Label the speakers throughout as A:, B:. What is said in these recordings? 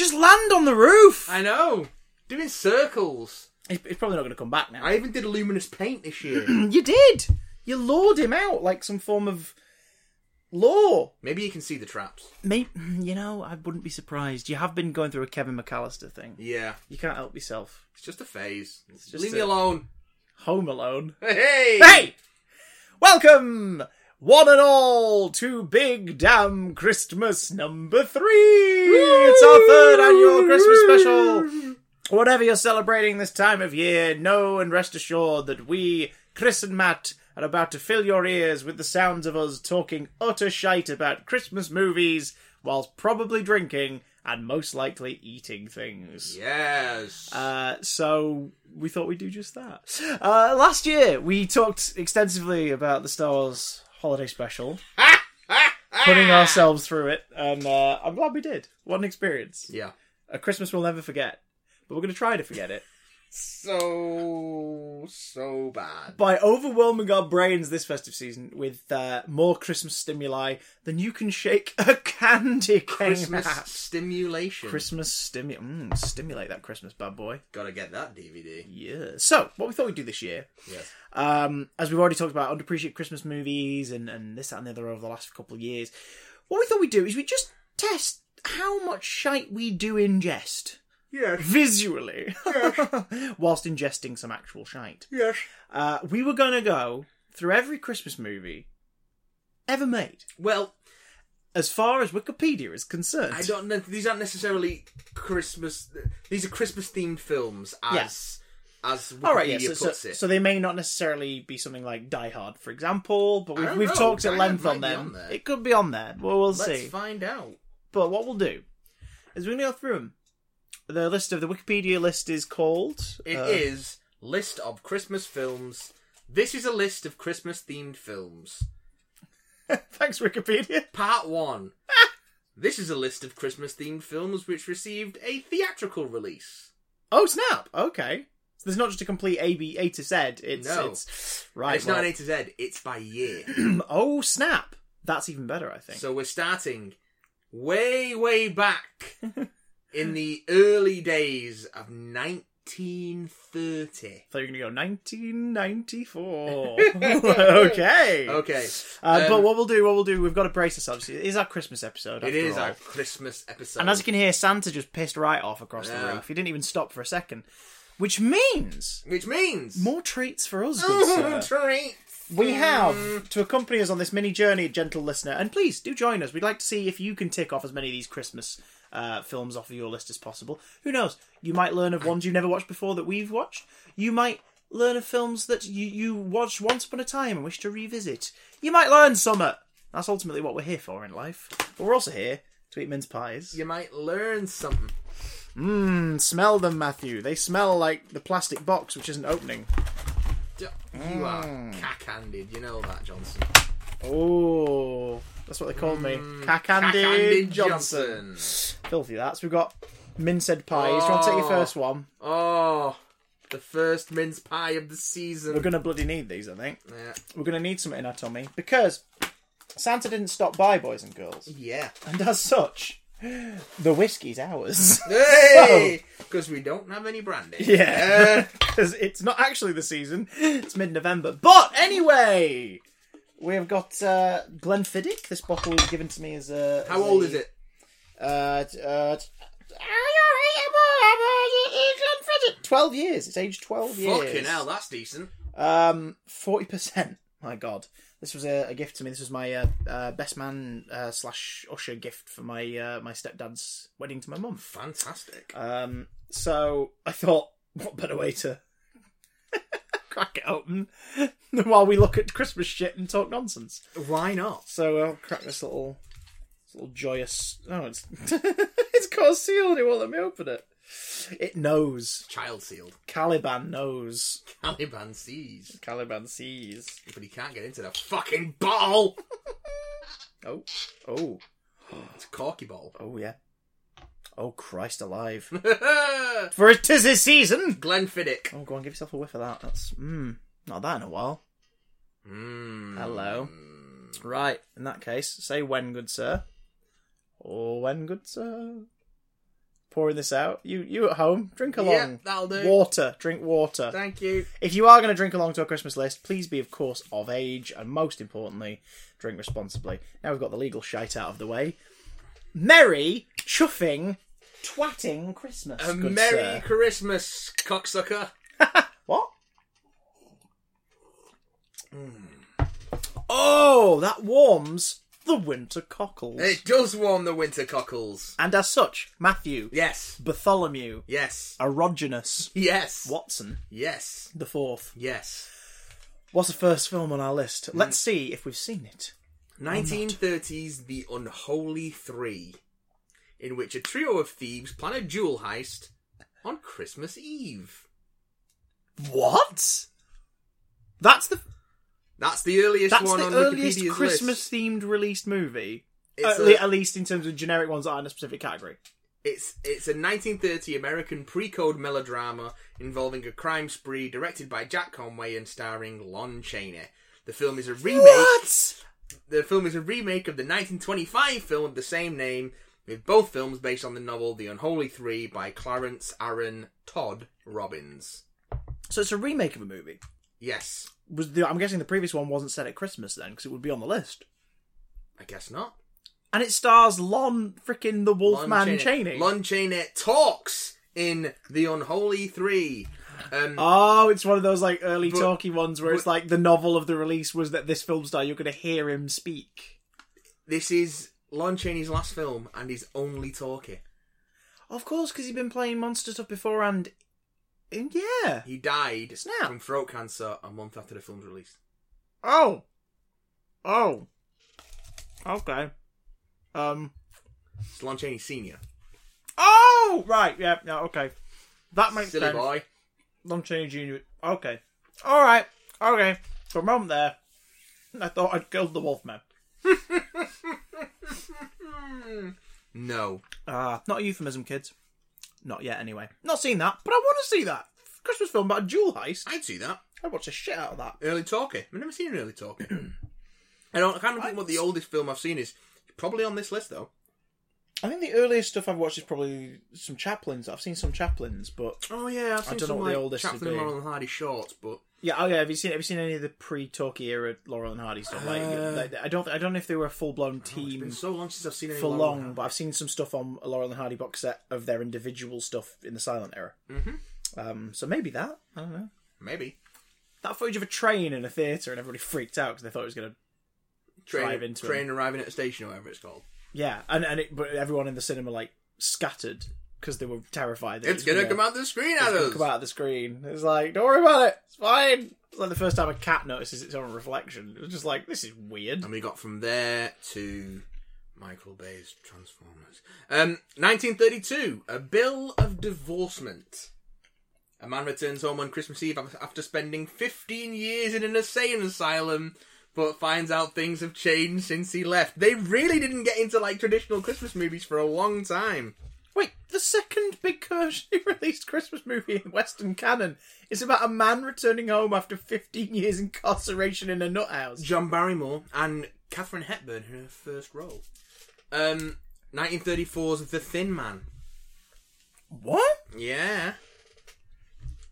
A: on the roof.
B: I know. Doing circles.
A: He's, he's probably not going to come back now.
B: I even did luminous paint this year.
A: you did. You lured him out like some form of law.
B: Maybe you can see the traps.
A: Maybe, you know, I wouldn't be surprised. You have been going through a Kevin McAllister thing.
B: Yeah,
A: You can't help yourself.
B: it's just a phase.
A: just
B: Leave
A: a-
B: me alone.
A: Home Alone.
B: Hey!
A: Hey! Welcome, one and all, to Big Damn Christmas number three! It's our third annual Christmas special! Whatever you're celebrating this time of year, know and rest assured that we, Chris and Matt, are about to fill your ears with the sounds of us talking utter shite about Christmas movies whilst probably drinking and most likely eating things.
B: Yes.
A: Uh, so we thought we'd do just that. Uh, last year, we talked extensively about the Star Wars holiday special, putting ourselves through it, and uh, I'm glad we did. What an experience.
B: yeah.
A: A Christmas we'll never forget, but we're going to try to forget it
B: So so bad.
A: by overwhelming our brains this festive season with uh, more Christmas stimuli than you can shake a candy cane
B: Christmas
A: at.
B: stimulation.
A: Christmas stimu- mm, stimulate that Christmas bad boy.
B: Gotta get that DVD.
A: Yeah. So, what we thought we'd do this year
B: Yes.
A: um, as we've already talked about underappreciated Christmas movies and, and this, that, and the other over the last couple of years, what we thought we'd do is we just test how much shite we do ingest
B: Yes.
A: visually whilst ingesting some actual shite.
B: Yes.
A: Uh, we were going to go through every Christmas movie ever made
B: Well,
A: as far as Wikipedia is concerned.
B: I don't know. These aren't necessarily Christmas. These are Christmas themed films, as as Wikipedia
A: All right, yeah, so, so,
B: puts it.
A: so they may not necessarily be something like Die Hard, for example, but
B: I
A: we've,
B: don't
A: we've
B: know,
A: talked
B: Die
A: at
B: Hard
A: length
B: might
A: on
B: be
A: them.
B: on there.
A: It could be on there. Well, we'll
B: Let's
A: see.
B: find out.
A: But what we'll do is we're going to go through them. The list of the Wikipedia list is called.
B: It is
A: uh,
B: list of Christmas films. This is a list of Christmas themed films.
A: Thanks, Wikipedia.
B: Part one. this is a list of Christmas themed films which received a theatrical release.
A: Oh snap! Okay, so there's not just a complete A B A to Z. It's
B: No.
A: it's right.
B: it's not an A to Z. It's by year.
A: well- oh snap! That's even better, I think.
B: So we're starting way, way back in the early days of 1930.
A: so you're gonna go 1994. okay.
B: Okay.
A: Uh, but
B: um,
A: what we'll do, what we'll do, we've got to brace ourselves. It is our Christmas episode.
B: It
A: after
B: is
A: all.
B: our Christmas episode.
A: And as you can hear, Santa just pissed right off across the
B: Yeah.
A: roof. He didn't even stop for a second, which means
B: which means
A: More treats for us,
B: Oh,
A: good sir.
B: treat.
A: We have to accompany us on this mini journey, gentle listener, and please do join us. We'd like to see if you can tick off as many of these Christmas uh, films off of your list as possible. Who knows? You might learn of ones you've never watched before that we've watched. You might learn of films that you, you watched once upon a time and wish to revisit. You might learn summer. That's ultimately what we're here for in life. But we're also here to eat mince pies.
B: You might learn something.
A: Mm, smell them, Matthew. They smell like the plastic box which isn't opening.
B: You are
A: Mm.
B: cack-handed. You know that, Johnson.
A: Oh, that's what they called me. Cack
B: Cack-handed
A: Andy Johnson. Filthy that's. We've got minced pies. Do you want to take your
B: Oh.
A: first one?
B: Oh, the first mince pie of the season.
A: We're going to bloody need these, I think.
B: Yeah.
A: We're going to need something in our tummy because Santa didn't stop by, boys and girls.
B: Yeah.
A: And as such, the whiskey's ours.
B: Hey! Because we don't have any brandy.
A: yeah. Because it's not actually the season, it's mid November. But anyway, we have got uh, Glenfiddich. This bottle was given to me as a.
B: How old is it?
A: Uh, t- uh, t- Twelve years. It's aged twelve years.
B: Fucking hell, that's decent.
A: Um, forty percent. My God, this was a, a gift to me. This was my uh, uh, best man uh, slash usher gift for my uh, my stepdad's wedding to my mum.
B: Fantastic.
A: Um, so I thought, what better way to crack it open than while we look at Christmas shit and talk nonsense.
B: Why not?
A: So I'll crack this little, this little joyous. Oh, it's it's got sealed. It won't let me open it. It knows.
B: Child sealed.
A: Caliban knows.
B: Taliban sees.
A: Caliban sees.
B: But he can't get into the fucking ball.
A: Oh, oh,
B: It's a corky ball.
A: oh yeah. Oh Christ alive!
B: Glenn
A: For it is his season.
B: Fiddick.
A: Oh, go on, give yourself a whiff of that. That's mm, not that in a while.
B: Mm.
A: Hello. Right. In that case, say when, good sir. Oh, when, good sir. pouring this out. You you at home, drink along.
B: Yeah, that'll do.
A: Water, drink water.
B: Thank you.
A: If you are going to drink along to our Christmas list, please be, of course, of age, and most importantly, drink responsibly. Now we've got the legal shite out of the way. Merry, chuffing, twatting Christmas.
B: A
A: good
B: Merry
A: sir.
B: Christmas, cocksucker.
A: What? Hmm. Oh, that warms the winter cockles.
B: It does warm the winter cockles.
A: And as such, Matthew,
B: Yes.
A: Bartholomew,
B: Yes.
A: Erogenous,
B: Yes.
A: Watson,
B: Yes.
A: the fourth.
B: Yes.
A: What's the first film on our list? Let's
B: Hmm.
A: see if we've seen it.
B: 1930s The Unholy Three, in which a trio of thieves plan a jewel heist on Christmas Eve.
A: What? That's the
B: That's the earliest
A: that's
B: one
A: the
B: on
A: earliest
B: Wikipedia's
A: Christmas uh,
B: list.
A: themed released movie.
B: It's
A: at,
B: a-
A: le- at least in terms of generic ones that are in a specific category.
B: It's it's a 1930 American pre-code melodrama involving a crime spree directed by Jack Conway and starring Lon Chaney. The film is a remake. The film is a remake of the 1925 film of the same name, with both films based on the novel The Unholy Three by Clarence Aaron Todd Robbins.
A: So it's a remake of a movie.
B: Yes,
A: Was the, I'm guessing the previous one wasn't set at Christmas then, because it would be on the list.
B: I guess not.
A: And it stars Lon frickin' the Wolfman Cheney.
B: Lon Chaney talks in The Unholy Three. Um,
A: Oh, it's one of those like early
B: But-
A: talky ones where it's
B: but-
A: like the novel of the release was that this film star you're going to hear him speak.
B: This is Lon Chaney's last film and he's only talking.
A: Of course, because he'd been playing monster stuff before, and, and yeah.
B: He died
A: Snap.
B: from throat cancer a month after the film's release.
A: Oh, oh, okay. Um.
B: It's Lon Chaney Senior.
A: Oh, right. Yeah. No. Okay. That makes
B: Silly
A: sense.
B: boy.
A: Lon Chaney Jr. Okay. All right. Okay. For a moment there, I thought I'd killed the Wolfman.
B: No.
A: Ah, not a euphemism, kids. Not yet, anyway. Not seen that, but I want to see that Christmas film about a jewel heist.
B: I'd see that.
A: I'd watch the shit out of that.
B: Early Talkie. I've never seen an Early Talkie. I don't I can't think what the oldest film I've seen is. Probably on this list though.
A: I think the earliest stuff I've watched is probably some Chaplins. I've seen some Chaplins, but
B: Oh yeah, I've
A: seen some, like, Chaplin and Laurel
B: Laurel and Hardy shorts, but
A: yeah, oh yeah. Have you seen Have you seen any of the pre-Talkie era Laurel and Hardy stuff? Like,
B: Uh, Oh,
A: like, I don't I don't know if they were a full-blown
B: it's been
A: team
B: so long since I've seen any
A: for
B: Laurel
A: long,
B: and Hardy.
A: but I've seen some stuff on a Laurel and Hardy box set of their individual stuff in the silent era. Mm-hmm. Um, so maybe that I don't know
B: Maybe.
A: that footage of a train in a theater and everybody freaked out because they thought it was gonna
B: Train,
A: Drive into
B: train arriving at a station or whatever it's called.
A: yeah, and and it, but everyone in the cinema like scattered because they were terrified. That it
B: It's
A: was
B: gonna come out the screen at
A: it's gonna
B: us.
A: come out of the screen. It's like, don't worry about it. It's fine. It's like the first time a cat notices its own reflection. It was just like, this is weird.
B: And we got from there to Michael Bay's Transformers. Um, 1932, a bill of divorcement. A man returns home on Christmas Eve af- after spending 15 years in an insane asylum, but finds out things have changed since he left. They really didn't get into like traditional Christmas movies for a long time.
A: Wait, the second big commercially released Christmas movie in Western canon is about a man returning home after 15 years incarceration in a nut house.
B: John Barrymore and Catherine Hepburn in her first role. Um, 1934's The Thin Man.
A: What?
B: Yeah.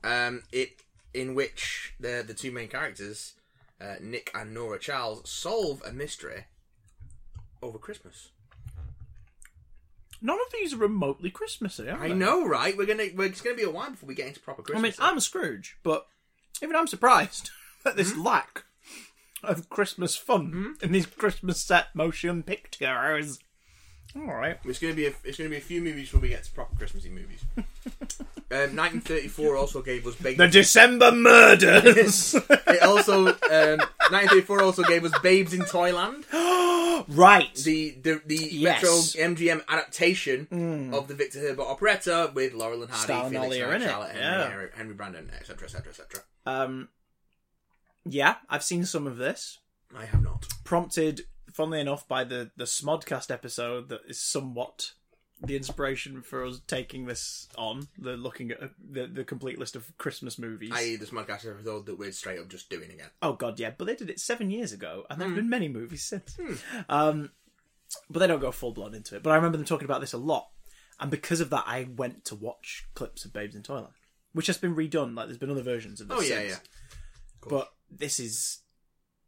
B: Um, it in which the the two main characters, uh, Nick and Nora Charles, solve a mystery over Christmas.
A: None of these are remotely Christmassy, are
B: I
A: they?
B: know, right? We're gonna we're, it's gonna be a while before we get into proper
A: I mean,
B: Christmas.
A: I'm a Scrooge, but even I'm surprised at this lack of Christmas fun in these Christmas set motion pictures. All right.
B: it's gonna be a, it's gonna be a few movies before we get to proper Christmassy movies. um, 1934 also gave us Babes.
A: The December murders.
B: it also um, 1934 also gave us Babes in Toyland.
A: right.
B: the the, the
A: Yes.
B: Metro MGM adaptation of the Victor Herbert operetta with Laurel and Hardy,
A: Stalin
B: Felix
A: Ollie are
B: Knight,
A: in it,
B: Charlotte
A: yeah.
B: Henry, Henry, Henry Brandon, etc., etc., etc.
A: um, yeah, I've seen some of this.
B: I have not.
A: Prompted, funnily enough, by the the Smodcast episode that is somewhat the inspiration for us taking this on. The looking at uh, the the complete list of Christmas movies.
B: I.e., this podcast episode that we're straight up just doing again.
A: Oh god, yeah, but they did it seven years ago, and there
B: Hmm.
A: have been many movies since. Um, but they don't go full blown into it. But I remember them talking about this a lot, And because of that, I went to watch clips of Babes in Toyland, which has been redone. Like there's been other versions of this.
B: Oh yeah,
A: since.
B: yeah.
A: But this is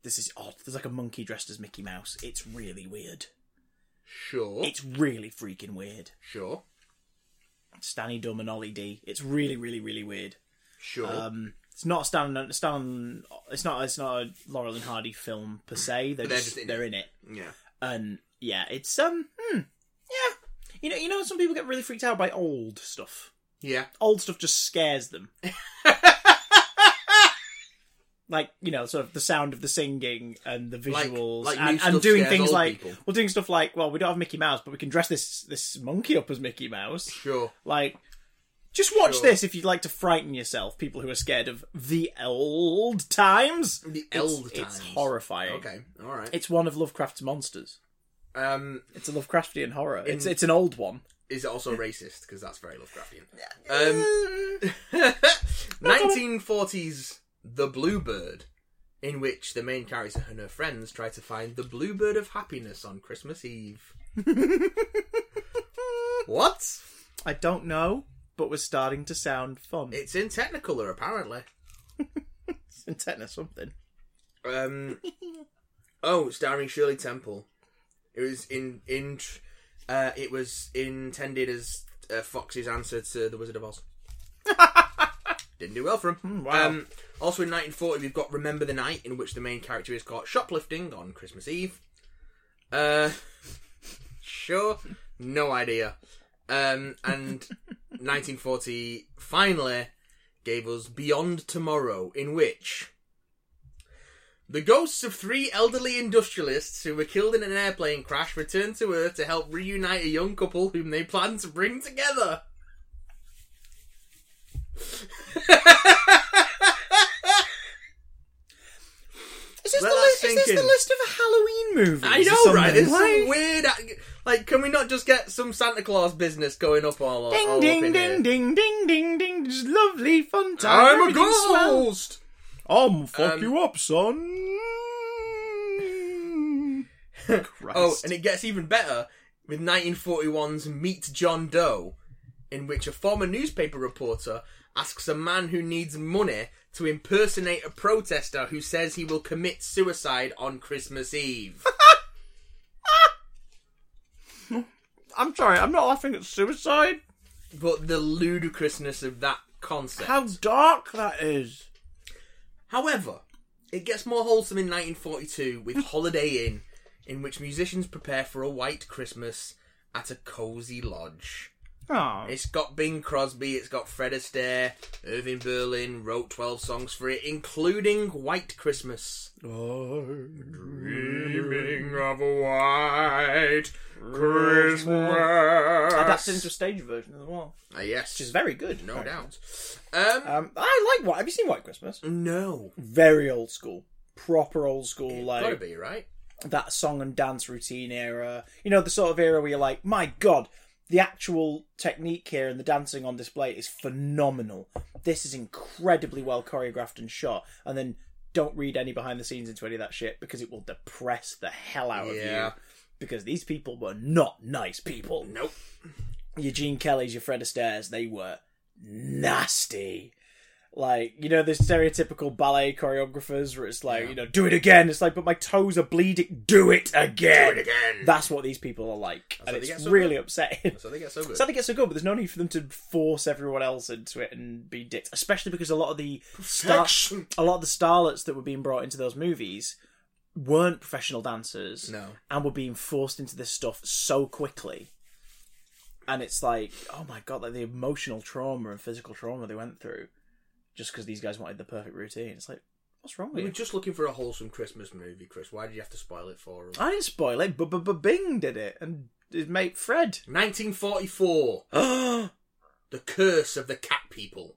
A: this is odd. There's like a monkey dressed as Mickey Mouse. It's really weird.
B: Sure.
A: It's really freaking weird.
B: Sure.
A: Stanny Dum and Ollie D. It's really, really, really weird.
B: Sure.
A: Um, it's not a Stan, Stan. It's not. It's not a Laurel and Hardy film per se. They're,
B: they're
A: just,
B: just in
A: they're in it,
B: yeah.
A: and yeah, it's um, hmm, yeah. You know, you know, some people get really freaked out by old stuff.
B: Yeah.
A: Old stuff just scares them. like you know, sort of the sound of the singing and the
B: Like-
A: visuals,
B: like new
A: and, and
B: stuff
A: doing
B: scares
A: things
B: old
A: like
B: people.
A: well, doing stuff like well, we don't have Mickey Mouse, but we can dress this this monkey up as Mickey Mouse.
B: Sure.
A: Like, just watch
B: Sure.
A: this if you'd like to frighten yourself. People who are scared of the old times.
B: The
A: It's-
B: old
A: it's,
B: times.
A: horrifying.
B: Okay. All right.
A: It's one of Lovecraft's monsters.
B: Um,
A: It's a Lovecraftian horror. It's it's an old one.
B: is it also racist? Because that's very Lovecraftian. Um, 1940s The Bluebird, in which the main character and her friends try to find the Bluebird of Happiness on Christmas Eve. what?
A: I don't know, but we're starting to sound fun.
B: It's in Technicolor, apparently.
A: It's in Tetanus something.
B: Um, oh, starring Shirley Temple. It was in in uh, it was intended as uh, Fox's answer to The Wizard of Oz. Didn't do well for him.
A: wow.
B: Um, also in 1940, we've got Remember the Night, in which the main character is caught shoplifting on Christmas Eve. Uh, sure, no idea. Um, and 1940 finally gave us Beyond Tomorrow, in which the ghosts of three elderly industrialists who were killed in an airplane crash return to Earth to help reunite a young couple whom they plan to bring together.
A: Is this,
B: Let
A: the
B: that
A: list, is
B: sink
A: this the
B: in.
A: list of Halloween movies?
B: I
A: or
B: know, right?
A: something?
B: There's some weird. Like, can we not just get some Santa Claus business going up all, all
A: Ding
B: up
A: ding
B: in here?
A: ding ding ding ding ding! Just lovely fun time.
B: I'm a
A: Everything's swell.
B: ghost.
A: I'm fuck
B: Um,
A: you up, son. Christ.
B: Oh, and it gets even better with 1941's Meet John Doe, in which a former newspaper reporter asks a man who needs money to impersonate a protester who says he will commit suicide on Christmas Eve.
A: I'm sorry, I'm not laughing at suicide.
B: but the ludicrousness of that concept.
A: How dark that is.
B: However, it gets more wholesome in 1942 with Holiday Inn, in which musicians prepare for a white Christmas at a cozy lodge.
A: Oh,
B: It's got Bing Crosby, it's got Fred Astaire, Irving Berlin wrote 12 songs for it, including White Christmas. Dreaming of a white Christmas.
A: adapted into a stage version as well,
B: Ah, yes,
A: which is very good.
B: no
A: Very
B: doubt. Um,
A: good. Um, I like White. Have you seen White Christmas?
B: no.
A: Very old school, proper old school,
B: Gotta
A: like
B: be, right?
A: that song and dance routine era. You know, the sort of era where you're like, my god, the actual technique here and the dancing on display is phenomenal. This is incredibly well choreographed and shot. And then don't read any behind the scenes into any of that shit because it will depress the hell out of you.
B: Yeah.
A: Because these people were not nice people.
B: Nope.
A: Your Gene Kelly's, your Fred Astaire's, they were nasty. Like, you know, the stereotypical ballet choreographers where it's like,
B: Yeah.
A: you know, do it again. It's like, but my toes are bleeding. Do it again.
B: Do it again.
A: That's what these people are like.
B: how
A: and
B: they
A: it's
B: get so
A: really upsetting.
B: so they get so good.
A: It's how they get so good, but there's no need for them to force everyone else into it and be dicks. Especially because a lot of the star-
B: Perfection.
A: a lot of the starlets that were being brought into those movies weren't professional dancers
B: no.
A: and were being forced into this stuff so quickly. And it's like, oh my god, like the emotional trauma and physical trauma they went through just because these guys wanted the perfect routine. It's like, what's wrong
B: We
A: with
B: were
A: you?
B: just looking for a wholesome Christmas movie, Chris. Why did you have to spoil it for us?
A: I didn't spoil it, but Bing did it, and his mate Fred.
B: 1944,
A: There's
B: The Curse of the Cat People.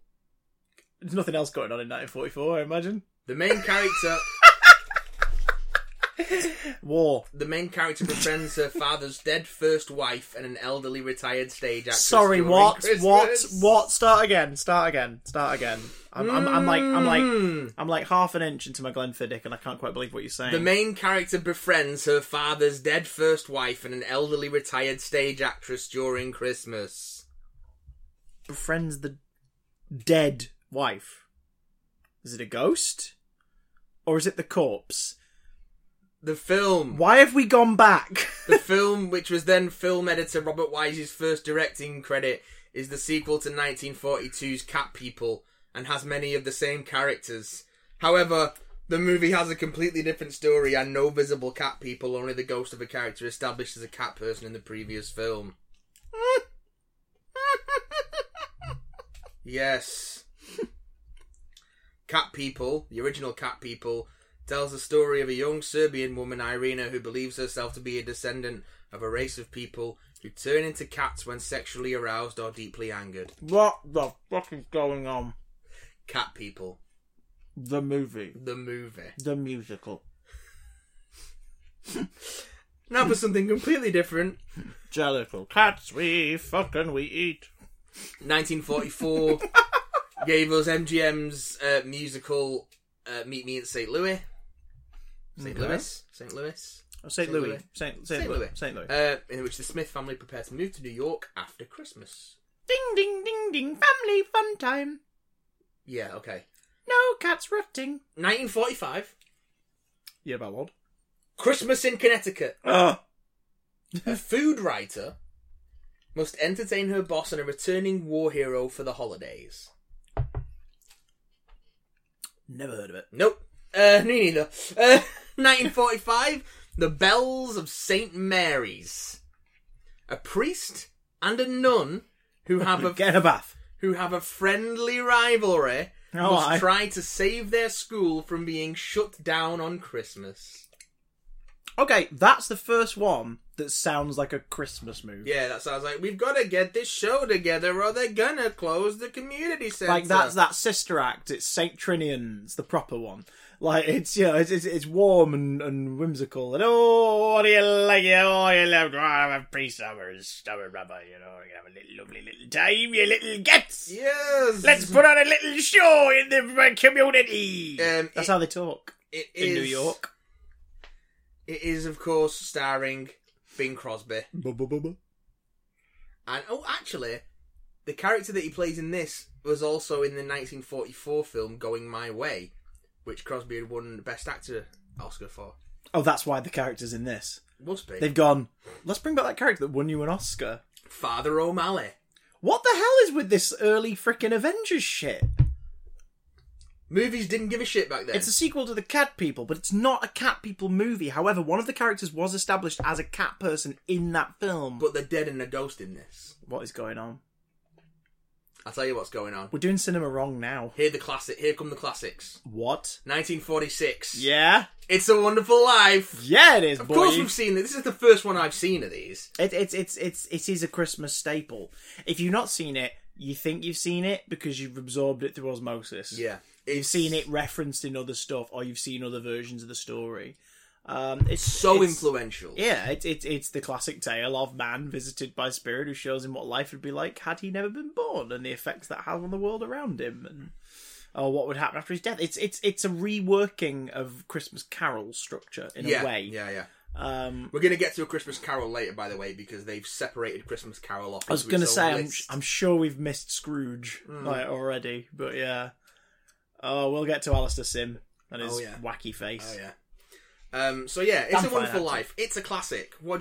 A: nothing else going on in 1944, I imagine.
B: The main character.
A: War.
B: The main character befriends her father's dead first wife and an elderly retired stage actress.
A: Sorry,
B: during
A: what? What?
B: Christmas.
A: What? Start again. Start again. Start again. I'm, I'm, I'm like, I'm
B: Mm.
A: like, I'm like half an inch into my Glenfiddich, and I can't quite believe what you're saying.
B: Hmm. The main character befriends her father's dead first wife and an elderly retired stage actress during Christmas.
A: befriends the dead wife. Is it a ghost, or is it the corpse?
B: The film.
A: Why have we gone back?
B: the film, which was then film editor Robert Wise's first directing credit, is the sequel to 1942's Cat People and has many of the same characters. However, the movie has a completely different story and no visible cat people, only the ghost of a character established as a cat person in the previous film. yes. Cat People, the original Cat People, tells the story of a young Serbian woman, Irina, who believes herself to be a descendant of a race of people who turn into cats when sexually aroused or deeply angered.
A: what the fuck is going on?
B: Cat People,
A: The movie,
B: the movie.
A: the musical.
B: Now for something completely different.
A: Jellicle cats, we fuck and we eat.
B: 1944 gave us MGM's uh, musical uh, Meet Me in St. Louis. St.
A: Okay.
B: Louis? St. Louis?
A: Oh, St.
B: Saint
A: Louis.
B: Louis.
A: Saint, Saint,
B: Saint
A: Louis.
B: Louis.
A: Saint Louis.
B: Uh, in which the Smith family prepare to move to New York after Christmas.
A: ding, ding, ding, ding. Family fun time.
B: Yeah, okay.
A: No cats rutting.
B: 1945.
A: Yeah, about what?
B: Christmas in Connecticut.
A: Ugh.
B: A food writer must entertain her boss and a returning war hero for the holidays.
A: Never heard of it.
B: Nope. Uh, me neither. Uh, 1945. The Bells of St. Mary's. A priest and a nun who have a
A: Get in a bath.
B: who have a friendly rivalry
A: Oh,
B: must
A: aye.
B: try to save their school from being shut down on Christmas.
A: Okay, that's the first one that sounds like a Christmas movie.
B: Yeah, that sounds like we've got to get this show together, or they're gonna close the community center.
A: Like that's that sister act. It's Saint Trinian's, the proper one. Like it's you know, it's it's, it's warm and, and whimsical. And oh, what do you like? You oh, you love to have a priest summer and stubborn rubber. You know, you have a little lovely little time. You little gets.
B: Yes.
A: Let's put on a little show in the community.
B: Um,
A: that's
B: it-
A: how they talk
B: It
A: in New
B: is-
A: York.
B: It is, of course, starring Bing Crosby, and oh, actually, the character that he plays in this was also in the 1944 film Going My Way, which Crosby had won Best Actor Oscar for.
A: Oh, that's why the characters in this.
B: Must be
A: They've gone. Let's bring back that character that won you an Oscar.
B: Father O'Malley.
A: What the hell is with this early frickin' Avengers shit?
B: Movies didn't give a shit back then.
A: It's a sequel to the Cat People, but it's not a Cat People movie. However, one of the characters was established as a cat person in that film.
B: But they're dead and a ghost in this.
A: what is going on?
B: I'll tell you what's going on.
A: We're doing cinema wrong now.
B: Here the classic. Here come the classics.
A: What?
B: 1946.
A: Yeah,
B: It's a Wonderful Life.
A: yeah, it is.
B: Of
A: boy.
B: course we've seen it. This is the first one I've seen of these.
A: It, it's it's it's it is a Christmas staple. If you've not seen it, you think you've seen it because you've absorbed it through osmosis.
B: Yeah.
A: you've
B: It's
A: seen it referenced in other stuff, or you've seen other versions of the story. Um, it's
B: so
A: it's-
B: influential.
A: Yeah, it's it's it's the classic tale of man visited by spirit who shows him what life would be like had he never been born and the effects that has on the world around him and or what would happen after his death. It's it's it's a reworking of Christmas Carol structure in
B: Yeah,
A: a way.
B: yeah, yeah.
A: Um,
B: We're gonna get to a Christmas Carol later, by the way, because they've separated Christmas Carol off.
A: I was
B: into
A: gonna
B: its own
A: say I'm
B: list. Hmm.
A: I'm sure we've missed Scrooge like already, but yeah. Oh, we'll get to Alistair Sim and his
B: Oh, yeah.
A: wacky face.
B: Oh yeah. Um. So yeah, it's
A: I'm
B: a
A: fine,
B: Wonderful
A: actually. Um, um, um,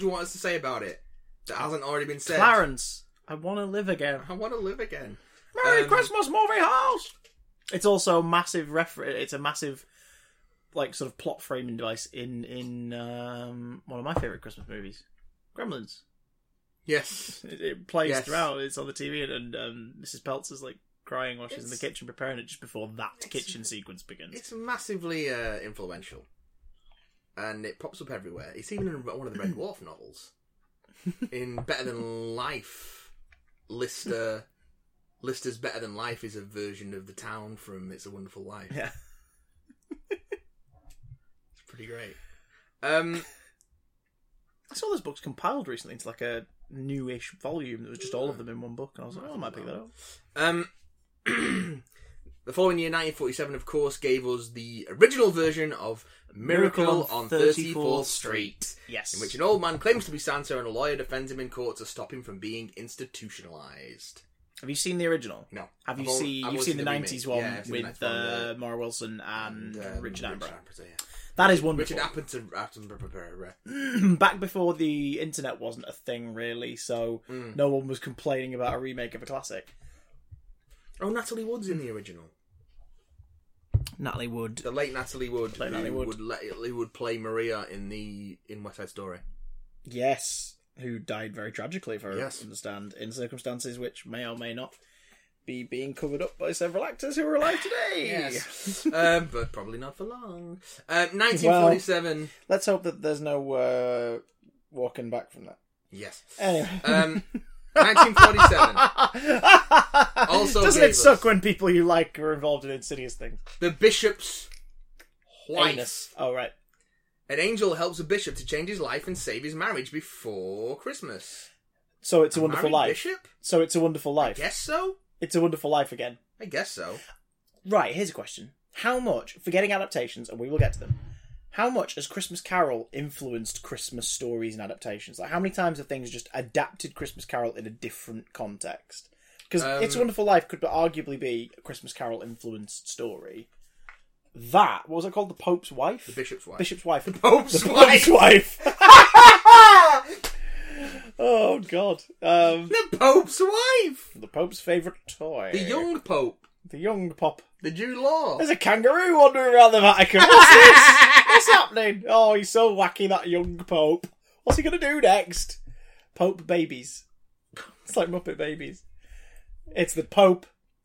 B: uh, Um,
A: I saw this book's compiled recently into like a newish volume that was just all of them in one book, and I was like, oh, I might pick that up.
B: um, the following year, 1947, of course, gave us the original version of Miracle,
A: Miracle on
B: on
A: 34th
B: 34th Street.
A: Yes.
B: in which an old man claims to be Santa and a lawyer defends him in court to stop him from being institutionalized.
A: Have you seen the original?
B: No.
A: Have you
B: I've al-
A: seen
B: I've
A: you've
B: always
A: seen the
B: remake.
A: nineties one
B: Yeah, I've seen the
A: with
B: 90s one,
A: uh, Maura Wilson and
B: um,
A: Richard Attenborough?
B: Attenborough, yeah.
A: That is wonderful.
B: Richard Attenborough. Attenborough.
A: Back before the internet wasn't a thing really, so
B: Mm.
A: no one was complaining about a remake of a classic.
B: Oh, Natalie Wood's in the original.
A: Natalie Wood.
B: The late Natalie Wood.
A: Late
B: who
A: Natalie Wood.
B: Would, let- who would play Maria in the in West Side Story.
A: Yes, who died very tragically, if I
B: Yes.
A: understand, in circumstances which may or may not be being covered up by several actors who are alive today.
B: um, but probably not for long. Um, 1947.
A: Let's hope that there's no uh, walking back from that.
B: Yes.
A: Anyway.
B: Um, 1947. Also
A: Doesn't
B: gave
A: it suck
B: us-
A: when people you like are involved in insidious things?
B: The bishop's wife.
A: Anus. Oh right.
B: An angel helps a bishop to change his life and save his marriage before Christmas.
A: So it's a, wonderful
B: Married
A: life.
B: Bishop?
A: So it's a wonderful life.
B: Guess so.
A: It's a wonderful life again.
B: I guess so.
A: Right. Here's a question: How much, forgetting adaptations, and we will get to them. How much has Christmas Carol influenced Christmas stories and adaptations? Like, how many times have things just adapted Christmas Carol in a different context? Because
B: Um,
A: It's a Wonderful Life could arguably be a Christmas Carol influenced story. That what was it called? The Pope's Wife.
B: The bishop's wife.
A: Bishop's wife. The
B: Pope's wife.
A: Pope's wife. oh God. Um,
B: the pope's wife.
A: the Pope's favourite toy.
B: The young pope.
A: The young pop.
B: The Jew law.
A: There's a kangaroo wandering around the Vatican. What's this? What's happening? Oh, he's so wacky that young Pope. What's he gonna do next? Pope babies. It's like Muppet babies. It's the Pope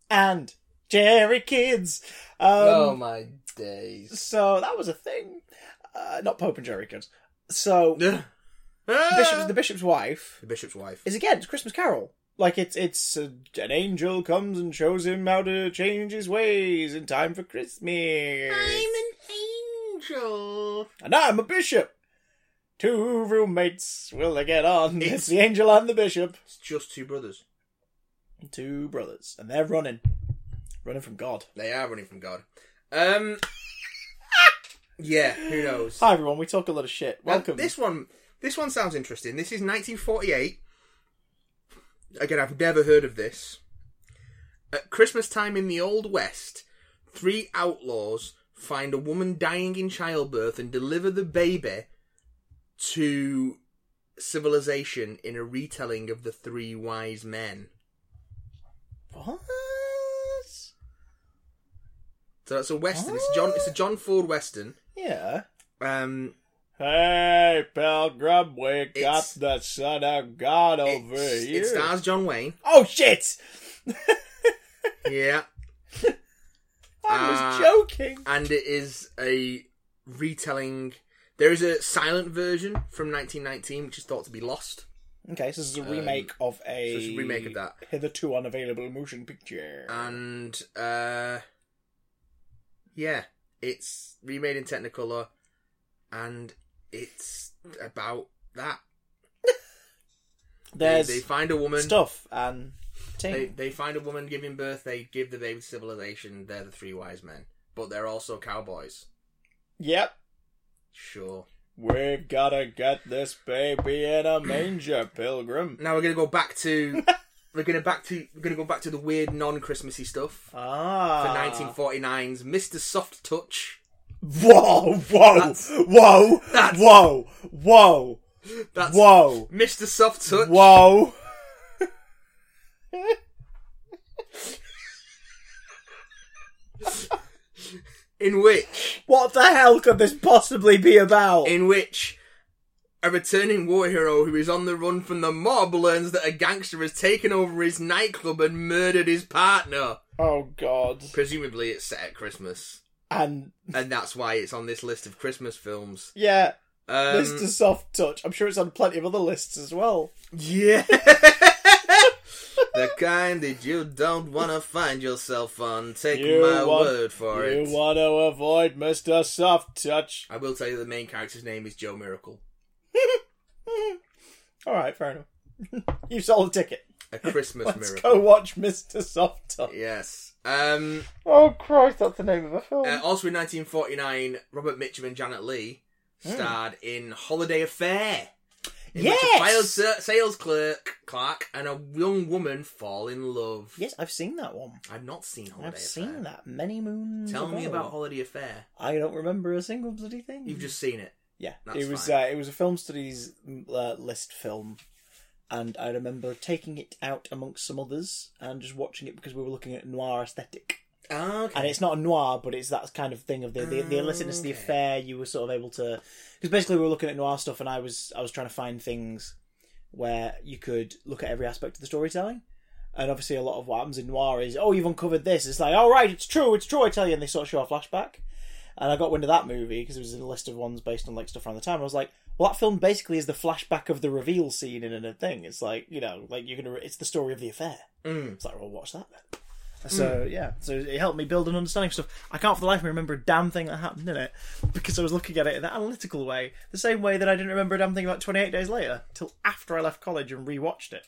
A: and Jerry kids. Um,
B: oh my days.
A: So that was a thing. Uh, not Pope and Jerry kids. So
B: the
A: bishop's, the bishop's wife
B: Ah. The bishop's wife.
A: is again it's Christmas Carol. Like it's it's uh, an angel comes and shows him how to change his ways in time for Christmas.
B: an angel.
A: and I'm a bishop. Two roommates will they get on? It's,
B: It's-
A: the angel and the bishop.
B: It's just two brothers.
A: Two brothers, and they're running, running from God.
B: They are running from God. Um. yeah. Who knows?
A: Hi everyone, we talk a lot of shit.
B: Well,
A: Welcome.
B: This one, this one sounds interesting. This is 1948. Again, I've never heard of this. At Christmas time in the Old West, three outlaws find a woman dying in childbirth and deliver the baby to civilization in a retelling of the Three Wise Men.
A: What?
B: So that's a western. It's John. It's a John Ford western.
A: Yeah.
B: Um,
A: Hey, pilgrim, wake up!
B: It's-
A: The Son of God over
B: it's-
A: here.
B: it stars John Wayne.
A: Oh shit!
B: Yeah.
A: I was
B: Uh,
A: joking.
B: and it is a retelling. There is a silent version from 1919, which is thought to be lost.
A: Okay, so this is a remake of a,
B: Uh, so it's a remake of that.
A: hitherto unavailable motion picture.
B: And uh, yeah, it's remade in Technicolor, and it's about that. They,
A: There's
B: they find a woman.
A: stuff and
B: They,
A: ting.
B: they find a woman giving birth. They give the baby to civilization. They're the three wise men, but they're also cowboys.
A: Yep,
B: Sure.
A: we gotta get this baby in a manger, pilgrim.
B: Now we're gonna go back to we're gonna back to we're gonna go back to the weird non-Christmassy stuff. for
A: Ah,
B: 1949's Mr. Soft Touch.
A: Whoa, whoa,
B: That's-
A: whoa,
B: that's-
A: whoa, whoa,
B: That's
A: whoa,
B: Mr. Soft Touch.
A: whoa.
B: In which,
A: What the hell could this possibly be about?
B: in which, a returning war hero who is on the run from the mob learns that a gangster has taken over his nightclub and murdered his partner.
A: oh God!
B: Presumably, it's set at Christmas,
A: And
B: and that's why it's on this list of Christmas films.
A: yeah,
B: Um,
A: Mr. Soft Touch. I'm sure it's on plenty of other lists as well.
B: Yeah. the kind that you don't want to find yourself on. Take
A: You
B: my
A: want-
B: word for
A: you
B: it.
A: want to avoid Mr. Soft Touch.
B: I will tell you the main character's name is Joe Miracle.
A: All right, fair enough. you sold a ticket.
B: A Christmas
A: Let's
B: miracle.
A: go watch Mr. Soft Touch.
B: Yes. Um,
A: Oh Christ, that's the name of the film.
B: uh, also in 1949, Robert Mitchum and Janet Lee
A: Hmm.
B: starred in Holiday Affair. In which a file
A: yes,
B: sa- sales clerk, clerk and a young woman fall in love.
A: yes, I've seen that one.
B: I've not seen Holiday
A: I've
B: Affair.
A: seen that Hmm, many moons.
B: Tell me
A: ago.
B: about Holiday Affair.
A: I don't remember a single bloody thing.
B: You've just seen it.
A: yeah.
B: That's
A: it was
B: fine.
A: Uh, it was a film studies uh, list film, and I remember taking it out amongst some others and just watching it because we were looking at noir aesthetic.
B: Ah, Okay. Ah,
A: and it's not a noir, but it's that kind of thing of the the, the illicitness of the
B: Okay.
A: affair. You were sort of able to because basically we were looking at noir stuff, and I was I was trying to find things where you could look at every aspect of the storytelling. And obviously, a lot of what happens in noir is oh, you've uncovered this. It's like all right, it's true, it's true. I tell you, and they sort of show a flashback. And I got wind of that movie because it was in a list of ones based on like stuff around the time. I was like, well, that film basically is the flashback of the reveal scene in a thing. It's like you know, like you're gonna, it's the story of the affair.
B: Mm.
A: It's like, well, watch that then. So yeah, so it helped me build an understanding of stuff. I can't for the life of me remember a damn thing that happened in it because I was looking at it in that analytical way, the same way that I didn't remember a damn thing about Twenty Eight Days Later till after I left college and rewatched it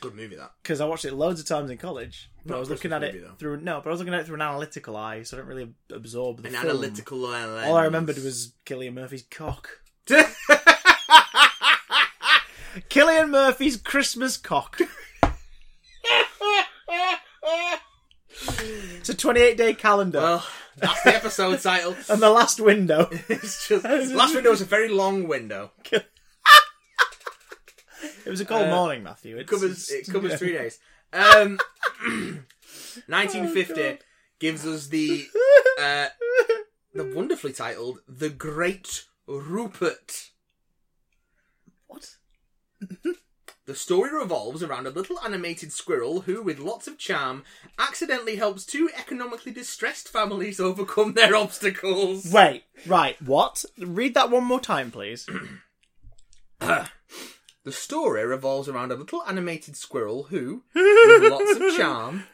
B: Good movie that.
A: because I watched it loads of times in college. But
B: Not
A: I was looking at
B: Christmas
A: it
B: movie, though.
A: through no, but I was looking at it through an analytical eye, so I don't really absorb the
B: An
A: film.
B: analytical lens.
A: All I remembered was Killian Murphy's cock. Killian Murphy's Christmas cock. It's a 28 day calendar.
B: well, that's the episode title.
A: and the last window.
B: It's just last window was a very long window.
A: It was a cold
B: Uh,
A: morning, Matthew. It's,
B: Covers it
A: it's-
B: covers three days. Um, 1950 gives us the uh, the wonderfully titled "The Great Rupert."
A: What?
B: The story revolves around a little animated squirrel who, with lots of charm, accidentally helps two economically distressed families overcome their obstacles.
A: Wait, right, what? Read that one more time, please.
B: The story revolves around a little animated squirrel who, with lots of charm,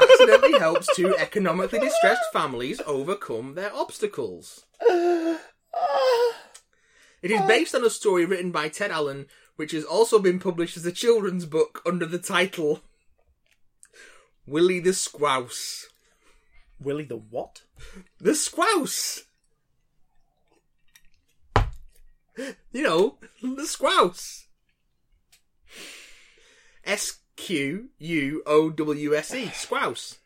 B: accidentally helps two economically distressed families overcome their obstacles. It is based on a story written by Ted Allen, which has also been published as a children's book under the title Willy the Squouse.
A: Willie the what?
B: The Squouse! You know, the Squouse. S Q U O W S E, Squouse.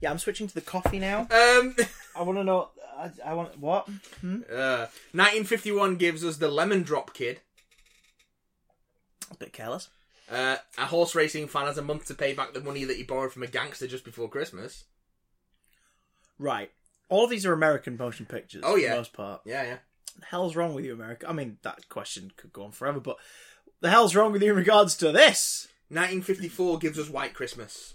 A: Yeah, I'm switching to the coffee now.
B: Um,
A: I want to know. I, I want what?
B: uh, 1951 gives us the Lemon Drop Kid.
A: A bit careless.
B: Uh, a horse racing fan has a month to pay back the money that he borrowed from a gangster just before Christmas.
A: Right. All of these are American motion pictures.
B: Oh,
A: for
B: yeah.
A: the most part.
B: Yeah, yeah.
A: The hell's wrong with you, America? I mean, that question could go on forever, but the hell's wrong with you in regards to this?
B: 1954 gives us White Christmas,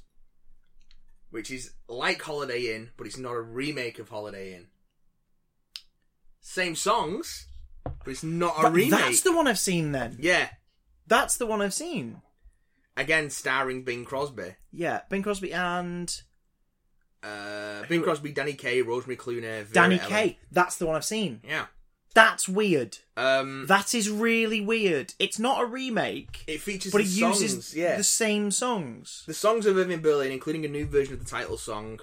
B: which is like Holiday Inn, but it's not a remake of Holiday Inn. Same songs, but it's not a
A: Right,
B: remake.
A: That's the one I've seen. Then
B: Yeah,
A: that's the one I've seen.
B: again starring Bing Crosby.
A: Yeah, Bing Crosby and
B: Uh, Bing Crosby, Danny Kaye, Rosemary Clooney, Vera
A: Danny
B: Ellen.
A: Kaye. That's the one I've seen.
B: Yeah.
A: That's weird.
B: Um,
A: That is really weird. It's not a remake,
B: it features
A: but it
B: the
A: uses
B: songs. Yeah.
A: the same songs.
B: The songs of Irving Berlin, including a new version of the title song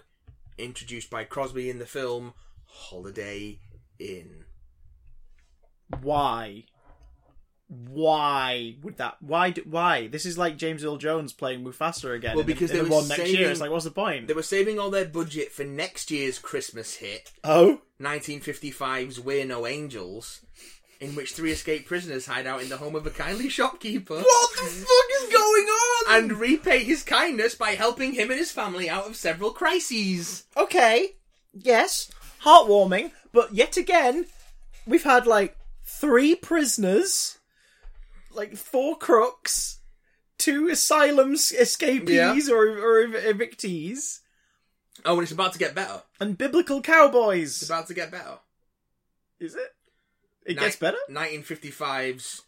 B: introduced by Crosby in the film Holiday Inn.
A: Why? Why would that? Why? Do, why? This is like James Earl Jones playing Mufasa again.
B: Well,
A: in-
B: because
A: in
B: they
A: the
B: were
A: one next year.
B: saving-
A: It's like, what's the point?
B: They were saving all their budget for next year's Christmas hit,
A: oh,
B: 1955's We're No Angels, in which three escaped prisoners hide out in the home of a kindly shopkeeper
A: what the fuck is going on?
B: and repay his kindness by helping him and his family out of several crises.
A: okay, yes, heartwarming, but yet again, we've had like three prisoners, like four crooks, two asylum s- escapees or, or ev- evictees,
B: Oh, and it's about to get better.
A: and biblical
B: It's
A: cowboys.
B: about to get better.
A: Is it? It gets better.
B: 1955's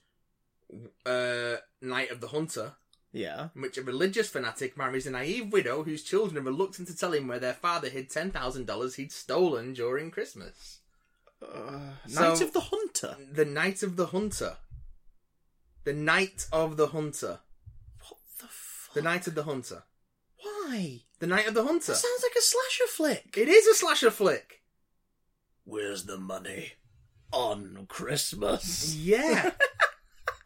B: uh, Night of the Hunter,
A: Yeah.
B: in which a religious fanatic marries a naive widow whose children are reluctant to tell him where their father hid $10,000 he'd stolen during Christmas.
A: Uh, Night
B: So-
A: of the Hunter.
B: The Night of the Hunter. The Night of the Hunter.
A: What the fuck?
B: The Night of the Hunter.
A: Why?
B: The Night of the Hunter.
A: That sounds like a slasher flick.
B: It is a slasher flick.
A: Where's the money? On Christmas.
B: Yeah.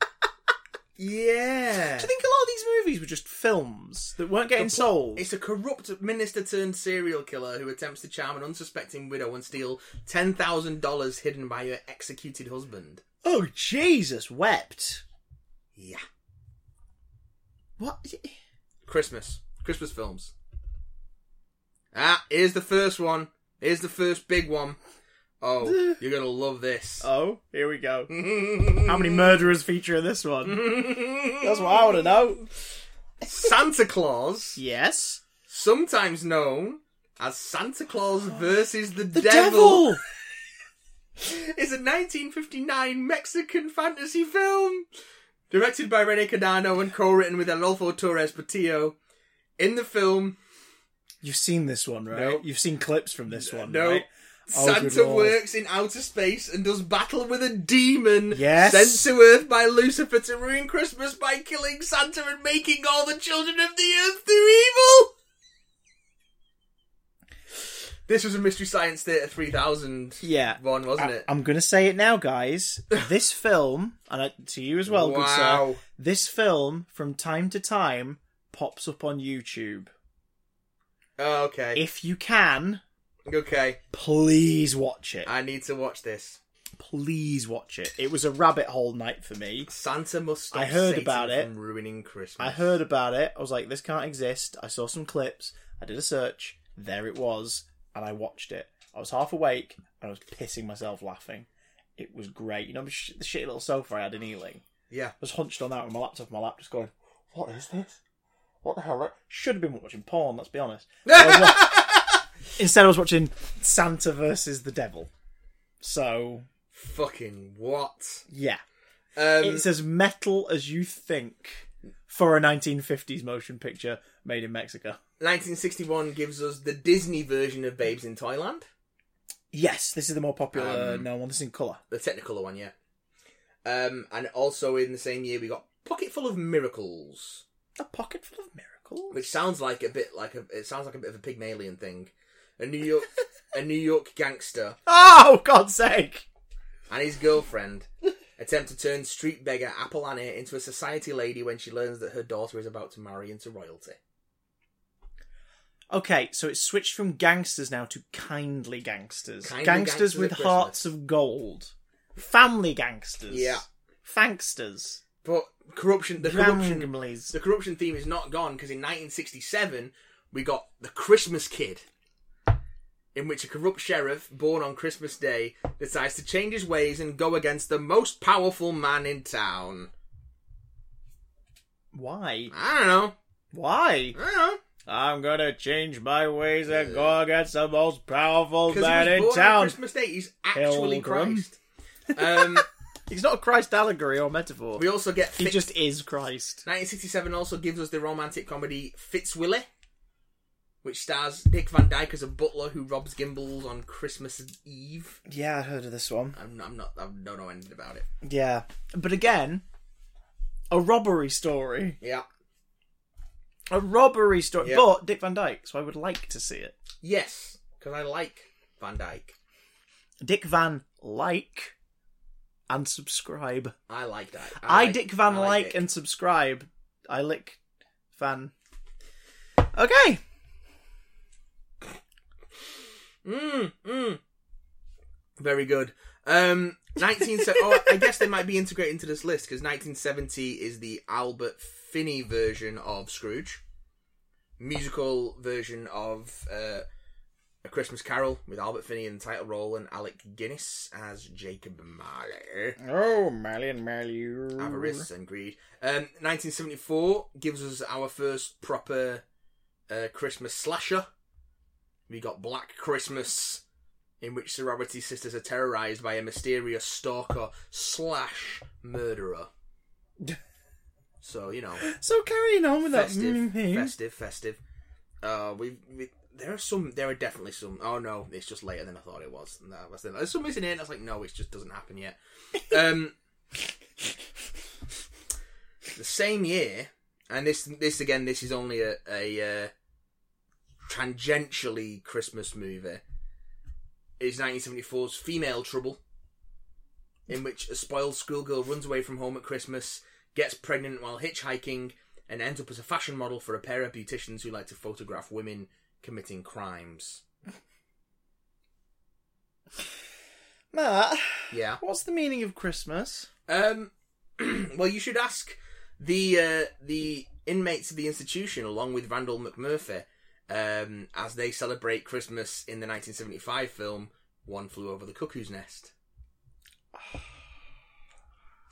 B: yeah.
A: Do you think a lot of these movies were just films that weren't getting sold?
B: It's a corrupt minister turned serial killer who attempts to charm an unsuspecting widow and steal $10,000 hidden by her executed husband.
A: Oh, Jesus, wept.
B: Yeah.
A: What?
B: Christmas. Christmas films. Ah, here's the first one. Here's the first big one. Oh, you're gonna love this.
A: Oh, here we go. How
B: How
A: many murderers feature in this one? That's what I want to know.
B: Santa Claus,
A: Yes.
B: sometimes known as Santa Claus versus the,
A: The
B: devil,
A: devil!
B: is a 1959 Mexican fantasy film directed by Rene Cardano and co-written with Adolfo Torres Patillo. In the film,
A: You've seen this one, right?
B: Nope.
A: You've seen clips from this one,
B: No.
A: right? Oh, good
B: Santa
A: lord.
B: works in outer space and does battle with a demon
A: Yes.
B: sent to Earth by Lucifer to ruin Christmas by killing Santa and making all the children of the Earth do evil. This was a Mystery Science Theater 3000
A: Yeah.
B: one, wasn't it?
A: I, am gonna say it now, guys. This film, and I, to you as well, good sir.
B: wow.
A: This film, from time to time, pops up on YouTube.
B: Oh, okay.
A: If you can,
B: Okay.
A: please watch it.
B: I need to watch this.
A: Please watch it. It was a rabbit hole night for me.
B: Santa must stop
A: I heard
B: Satan
A: about it.
B: from ruining Christmas.
A: I heard about it. I was like, this can't exist. I saw some clips. I did a search. There it was, and I watched it. I was half awake and I was pissing myself laughing. It was great. You know the sh- the shitty little sofa I had in Ealing.
B: Yeah.
A: I was hunched on that with my laptop, on my lap, just going, "What is this? What the hell?" Should have been watching porn. Let's be honest. I was watch- Instead, I was watching Santa versus the Devil. So
B: Fucking what?
A: yeah,
B: Um,
A: it's as metal as you think for a 1950s motion picture made in Mexico.
B: 1961 gives us the Disney version of Babes in Toyland,
A: Yes, this is the more popular uh,
B: Um,
A: known one. This is in color.
B: the Technicolor one, yeah. Um, and also in the same year we got Pocketful of Miracles,
A: A pocket full of miracles.
B: which sounds like a bit like a it sounds like a bit of a Pygmalion thing. A New York a New York gangster
A: oh, God's sake!
B: and his girlfriend attempt to turn street beggar Apple Annie into a society lady when she learns that her daughter is about to marry into royalty.
A: Okay, so it's switched from gangsters now to kindly gangsters.
B: Kindly
A: gangsters,
B: gangsters
A: with
B: at Christmas.
A: hearts of gold. Family gangsters.
B: Yeah.
A: Thanksters.
B: But corruption the corruption
A: Families.
B: the corruption theme is not gone because in 1967 we got the Christmas Kid, in which a corrupt sheriff born on Christmas Day decides to change his ways and go against the most powerful man in town.
A: Why?
B: I don't know.
A: Why?
B: I don't know.
A: I'm gonna change my ways and go against the most powerful
B: Because
A: man
B: he was
A: in
B: born on
A: town.
B: Christmas Day, he's actually
A: Pilgrim.
B: Christ. Um,
A: He's not a Christ allegory or metaphor.
B: we also get
A: He
B: Fitz-
A: just is Christ.
B: 1967 also gives us the romantic comedy Fitzwillie, which stars Dick Van Dyke as a butler who robs Gimbals on Christmas Eve.
A: Yeah, I heard of this one.
B: I'm, I'm not. I don't know anything about it.
A: Yeah. But again, a robbery story.
B: Yeah.
A: A robbery story.
B: Yeah.
A: But Dick Van Dyke, so I would like to see it.
B: Yes, because I like Van Dyke.
A: Dick Van like and subscribe.
B: I like Dyke.
A: I,
B: like-
A: Dick Van
B: I
A: like,
B: Dick.
A: and subscribe. I lick Van. Okay.
B: Mm, mm. Very good. Um, 19. se- oh, I guess they might be integrated into this list because 1970 is the Albert Finney version of Scrooge, musical version of uh, A Christmas Carol with Albert Finney in the title role and Alec Guinness as Jacob Marley.
A: Oh, Marion, Marion.
B: avarice and greed. Um, 1974 gives us our first proper uh, Christmas slasher. We got Black Christmas, in which sorority sisters are terrorized by a mysterious stalker slash murderer. So you know,
A: So carrying on with that
B: festive,
A: mm, thing.
B: festive, festive. Uh, we, we there are some, there are definitely some. Oh no, it's just later than I thought it was. No, I was thinking, there's some missing in it. and I was like, no, it just doesn't happen yet. Um, the same year, and this, this again, this is only a, a uh, tangentially Christmas movie. Is 1974's Female Trouble, in which a spoiled schoolgirl runs away from home at Christmas, gets pregnant while hitchhiking, and ends up as a fashion model for a pair of beauticians who like to photograph women committing crimes.
A: Matt,
B: Yeah.
A: what's the meaning of Christmas?
B: Um. well, you should ask the uh, the inmates of the institution, along with Randall McMurphy, um, as they celebrate Christmas in the 1975 film "One Flew Over the Cuckoo's Nest."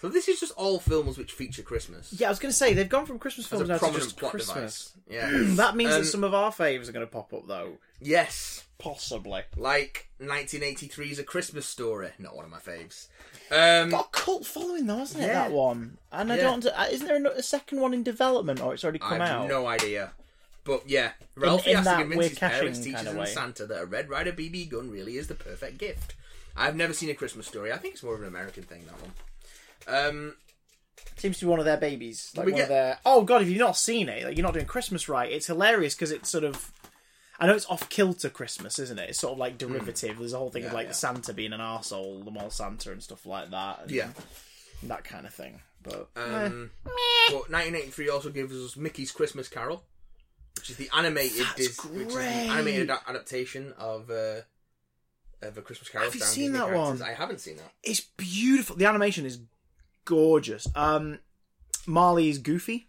B: So this is just all films which feature Christmas.
A: Yeah, I was going to say they've gone from Christmas
B: As
A: films
B: a
A: now to
B: prominent
A: just
B: plot
A: Christmas.
B: device. Yeah.
A: That means
B: Um,
A: that some of our faves are going to pop up though.
B: yes.
A: Possibly.
B: Mm. like 1983's A Christmas Story. Not one of my faves. Um,
A: Got a cult following though, hasn't it?
B: Yeah.
A: That one. And I
B: Yeah.
A: don't. uh, Isn't there a, a second one in development, or it's already
B: I
A: come out?
B: have no idea. But yeah, Ralphie
A: in
B: has to
A: that
B: convince
A: we're
B: his parents,
A: cashing
B: teachers,
A: kinda
B: and
A: way.
B: Santa that a Red Rider BB gun really is the perfect gift. I've never seen A Christmas Story. I think it's more of an American thing, that one. Um,
A: Seems to be one of their babies. Like
B: We
A: one
B: get-
A: of their. Oh god, if you've not seen it, like you're not doing Christmas right. It's hilarious because it's sort of. I know it's off kilter Christmas, isn't it? It's sort of like derivative. There's a whole thing of
B: Hmm. Yeah,
A: like
B: yeah.
A: Santa being an arsehole, the mall Santa and stuff like that. and
B: yeah.
A: That kind of thing. But
B: Um, but 1983 also gives us Mickey's Christmas Carol, which is the animated Dis- which is the
A: great.
B: animated a- adaptation of uh, of a Christmas Carol.
A: Have you
B: starring
A: seen
B: Disney
A: that
B: characters.
A: one?
B: I haven't seen that.
A: it's beautiful. The animation is gorgeous. Um, Marley is goofy,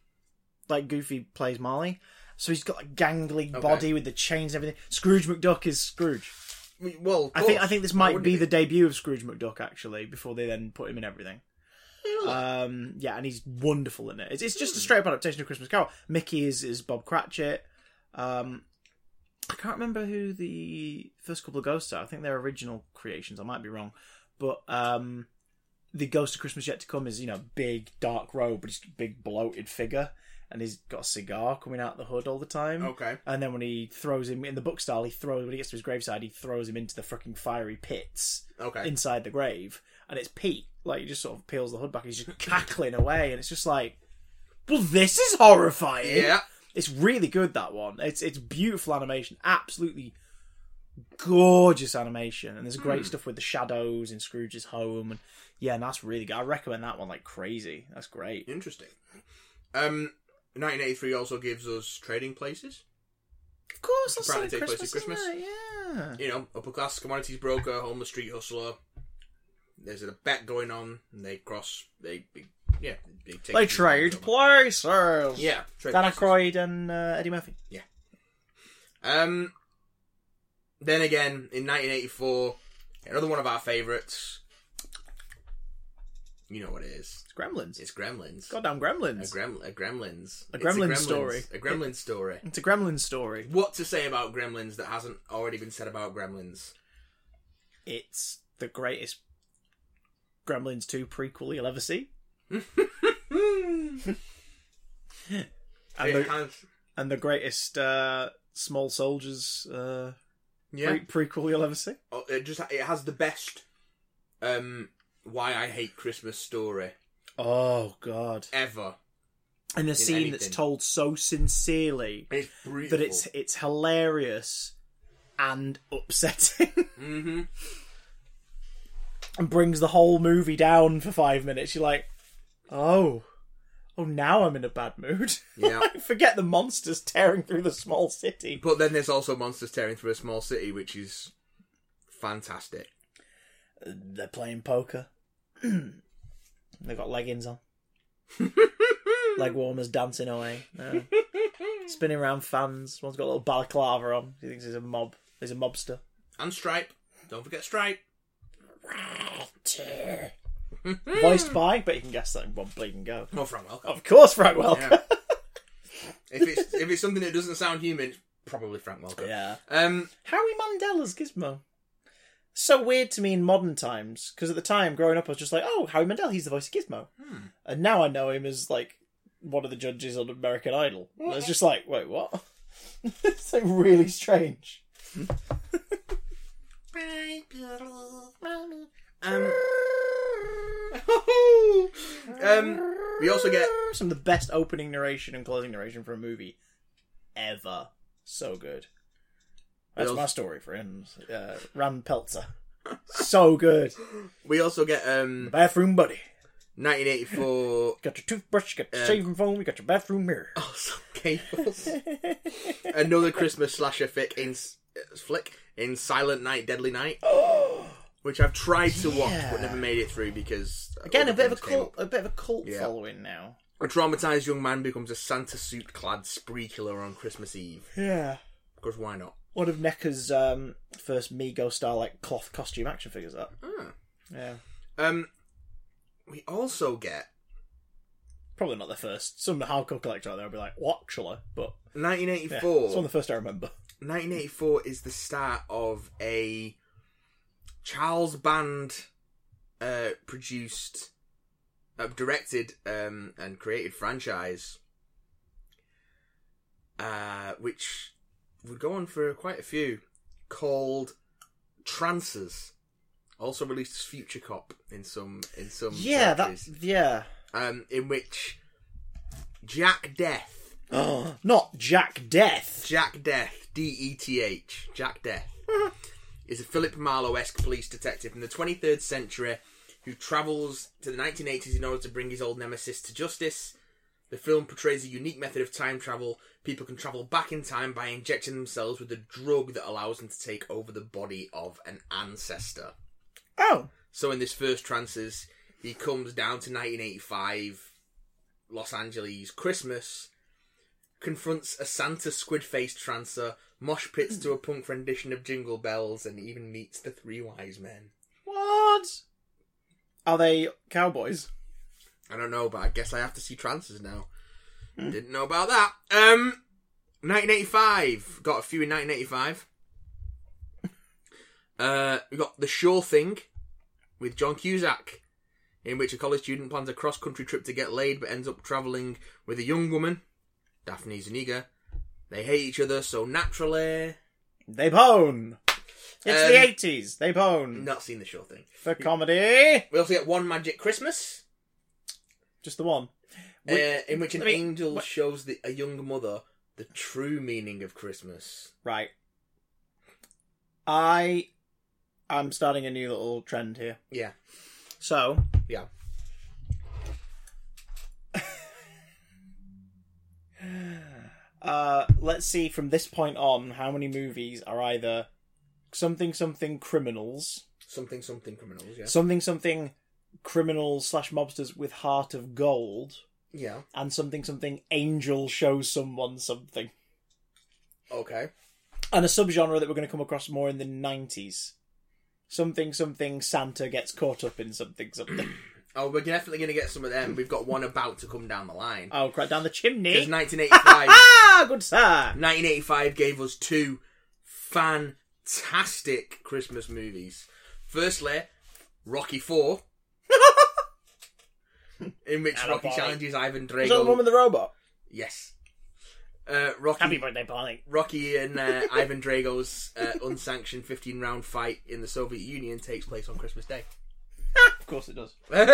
A: like Goofy plays Marley. So he's got a gangly body with the chains and everything. Scrooge McDuck is Scrooge.
B: Well, of
A: I think I
B: course.
A: think this
B: Why
A: might
B: wouldn't
A: be
B: it
A: the debut of Scrooge McDuck actually. Before they then put him in everything.
B: Really?
A: Um, yeah, and he's wonderful in it. It's, it's
B: Hmm.
A: just a straight up adaptation of Christmas Carol. Mickey is is Bob Cratchit. Um, I can't remember who the first couple of ghosts are. I think they're original creations. I might be wrong, but um, the Ghost of Christmas Yet to Come is you know big dark robe, but he's a big bloated figure, and he's got a cigar coming out the hood all the time.
B: Okay.
A: And then when he throws him in the book style, he throws when he gets to his graveside, he throws him into the fucking fiery pits
B: Okay.
A: inside the grave, and it's Pete. Like he just sort of peels the hood back, he's just cackling away, and it's just like, well, this is horrifying.
B: yeah.
A: It's really good that one. It's it's beautiful animation, absolutely gorgeous animation, and there's great stuff with the shadows in Scrooge's home, and yeah, and that's really good. I recommend that one like crazy. That's great.
B: Interesting. Um, 1983 also gives us Trading Places.
A: Of course, that's
B: Apparently
A: like
B: take place
A: Christmas,
B: at
A: isn't it? Yeah.
B: You know, upper class commodities broker, homeless street hustler. There's a bet going on, and they cross. They, they- yeah, they, take
A: They trade places.
B: Yeah, trade
A: Dan
B: places.
A: Aykroyd and uh, Eddie Murphy.
B: Um, then again, in 1984, another one of our favourites. You know what it is?
A: It's Gremlins.
B: It's Gremlins.
A: Goddamn
B: A,
A: Gremlins.
B: grem- a Gremlins.
A: A
B: It's
A: Gremlin story.
B: A Gremlin story.
A: It's a Gremlin story.
B: What to say about Gremlins that hasn't already been said about Gremlins?
A: it's the greatest Gremlins 2 prequel you'll ever see. and,
B: It
A: the,
B: has-
A: and the greatest uh, Small Soldiers uh,
B: yeah.
A: pre- prequel you'll ever see.
B: Oh, it just it has the best. Um, why I hate Christmas story
A: Oh, God.
B: ever.
A: And a scene that's
B: anything.
A: told so sincerely
B: It's brutal.
A: that it's it's hilarious and upsetting
B: hmm
A: and brings the whole movie down for five minutes. You're like, oh, oh, now I'm in a bad mood.
B: Yeah.
A: Forget the monsters tearing through the small city.
B: But then there's also monsters tearing through a small city, which is fantastic.
A: They're playing poker. They've got leggings on. Leg warmers dancing away. No. Spinning around fans. One's got a little balaclava on. He thinks he's a mob. He's a mobster.
B: And Stripe. Don't forget Stripe.
A: Voiced by, but you can guess that in one bleeding go.
B: Oh, Frank Welker.
A: Of course, Frank Welker.
B: if it's if it's something that doesn't sound human, it's probably Frank Welker.
A: Yeah.
B: Um.
A: Harry Mandela's Gizmo. so weird to me in modern times because at the time growing up I was just like, oh, Harry Mandel, he's the voice of Gizmo,
B: Hmm.
A: and now I know him as like one of the judges on American Idol. And I was just like, wait, what? it's like really strange.
B: Um, um, we also get
A: some of the best opening narration and closing narration for a movie ever. So good. That's
B: Well-
A: my story, friends. Uh, Ram Peltzer. so good.
B: we also get um
A: Bathroom buddy.
B: 1984
A: You got your toothbrush, you got your
B: Um,
A: shaving foam, you got your bathroom mirror.
B: also cables another Christmas slasher fic in uh, flick in Silent Night Deadly Night which I've tried to watch
A: Yeah.
B: but never made it through because uh,
A: Again, a bit of a
B: other things came
A: cult, a bit of a cult
B: Yeah.
A: following now.
B: up. a traumatized young man becomes a Santa suit clad spree killer on Christmas Eve
A: Yeah.
B: because why not
A: One of Necker's um, first Mego style like cloth costume action figures. That
B: ah.
A: yeah,
B: um we also get
A: probably not the first. Some hardcore collector out there will be like, "What, actually?" But yeah,
B: 1984
A: it's one of the first I remember.
B: 1984 is the start of a Charles Band uh, produced, uh, directed, um, and created franchise, uh, which would go on for quite a few, called Trances. Also released as Future Cop in some in some
A: Yeah, that
B: territories,
A: yeah.
B: um, in which Jack Death
A: not Jack Death.
B: Jack Death, D E T H, Jack Death, is a Philip Marlowe esque police detective in the 23rd century who travels to the 1980s in order to bring his old nemesis to justice. The film portrays a unique method of time travel. People can travel back in time by injecting themselves with a drug that allows them to take over the body of an ancestor.
A: Oh,
B: So in this first trances, he comes down to 1985, Los Angeles, Christmas, confronts a Santa squid-faced trancer, mosh pits to a punk rendition of Jingle Bells, and even meets the Three Wise Men.
A: what? Are they cowboys?
B: I don't know, but I guess I have to see trances now. Didn't know about that. Um, 1985 got a few in 1985. Uh, we got the Sure Thing with John Cusack, in which a college student plans a cross-country trip to get laid, but ends up traveling with a young woman, Daphne Zuniga. They hate each other, so naturally,
A: They pone. It's
B: Um,
A: the eighties. They pone
B: not seen the Sure Thing.
A: for comedy.
B: We also get One Magic Christmas,
A: Just the one. Wait,
B: uh, in which an
A: let me-
B: angel
A: what-
B: shows the, a young mother the true meaning of Christmas.
A: Right. I am starting a new little trend here.
B: Yeah,
A: So,
B: yeah.
A: uh, let's see from this point on how many movies are either something something criminals,
B: Something, something criminals. Yeah,
A: something something criminals slash mobsters with heart of gold,
B: yeah.
A: and something something angel shows someone something.
B: Okay.
A: and a subgenre that we're going to come across more in the 90s. Something, something, Santa gets caught up in something, something.
B: Oh, we're definitely gonna get some of them. We've got one about to come down the line.
A: oh, crap, down the
B: Because
A: chimney.
B: 1985,
A: Ah, good sir.
B: 1985 gave us two fantastic Christmas movies. Firstly, Rocky Four, in which
A: Atta
B: Rocky
A: boy.
B: challenges Ivan
A: Is that the one
B: Drago.
A: with the robot?
B: Yes. Uh, Rocky.
A: Happy birthday, Polly.
B: Rocky and uh, Ivan Drago's uh, unsanctioned 15 round fight in the Soviet Union takes place on Christmas Day.
A: Of course it does.
B: of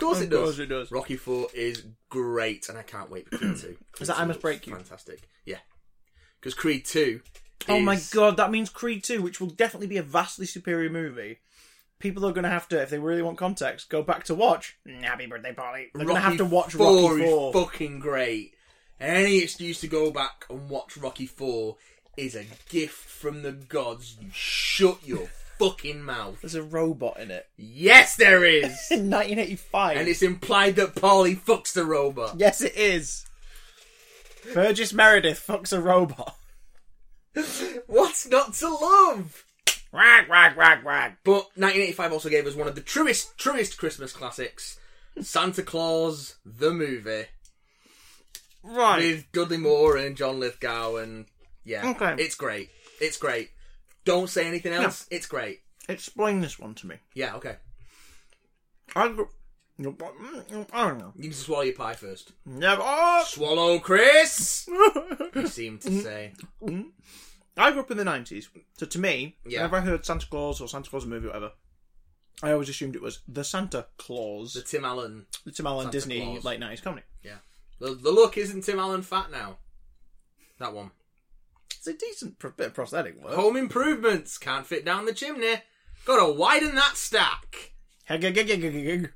B: course it does.
A: it does.
B: Rocky Four is great, and I can't wait for Creed Two.
A: Is that I Must Break You?
B: Fantastic, yeah. Because Creed Two.
A: Oh my
B: is-
A: god, that means Creed 2, which will definitely be a vastly superior movie. People are going to have to, if they really want context, go back to watch Mm, Happy Birthday Party. They're going to
B: Rocky
A: have to watch
B: Four
A: Rocky
B: is
A: 4.
B: fucking great. Any excuse to go back and watch Rocky Four is a gift from the gods. You shut your fucking mouth.
A: There's a robot in it.
B: Yes, there is,
A: In 1985.
B: and it's implied that Paulie fucks the robot.
A: Yes, it is. Burgess Meredith fucks a robot.
B: What's not to love?
A: Rag, rag, rag, rag.
B: But 1985 also gave us one of the truest, truest Christmas classics, Santa Claus the movie,
A: Right.
B: with Dudley Moore and John Lithgow, and yeah,
A: Okay.
B: it's great. It's great. Don't say anything else. It's great.
A: Explain this one to me.
B: Yeah, okay.
A: I gr- I don't know.
B: You need to swallow your pie first.
A: Yeah, oh!
B: Swallow, Chris! You seem to say.
A: I grew up in the 90s, so to me,
B: Yeah.
A: whenever I heard Santa Claus or Santa Claus movie, whatever, I always assumed it was the Santa Claus,
B: The Tim Allen.
A: the Tim Allen
B: Santa
A: Disney
B: Claus.
A: late 90s comedy.
B: Yeah. The, the look isn't Tim Allen fat now. That one.
A: It's a decent pro- bit of prosthetic work.
B: Home improvements. Can't fit down the chimney. Gotta widen that stack.
A: Hegegegegegeg.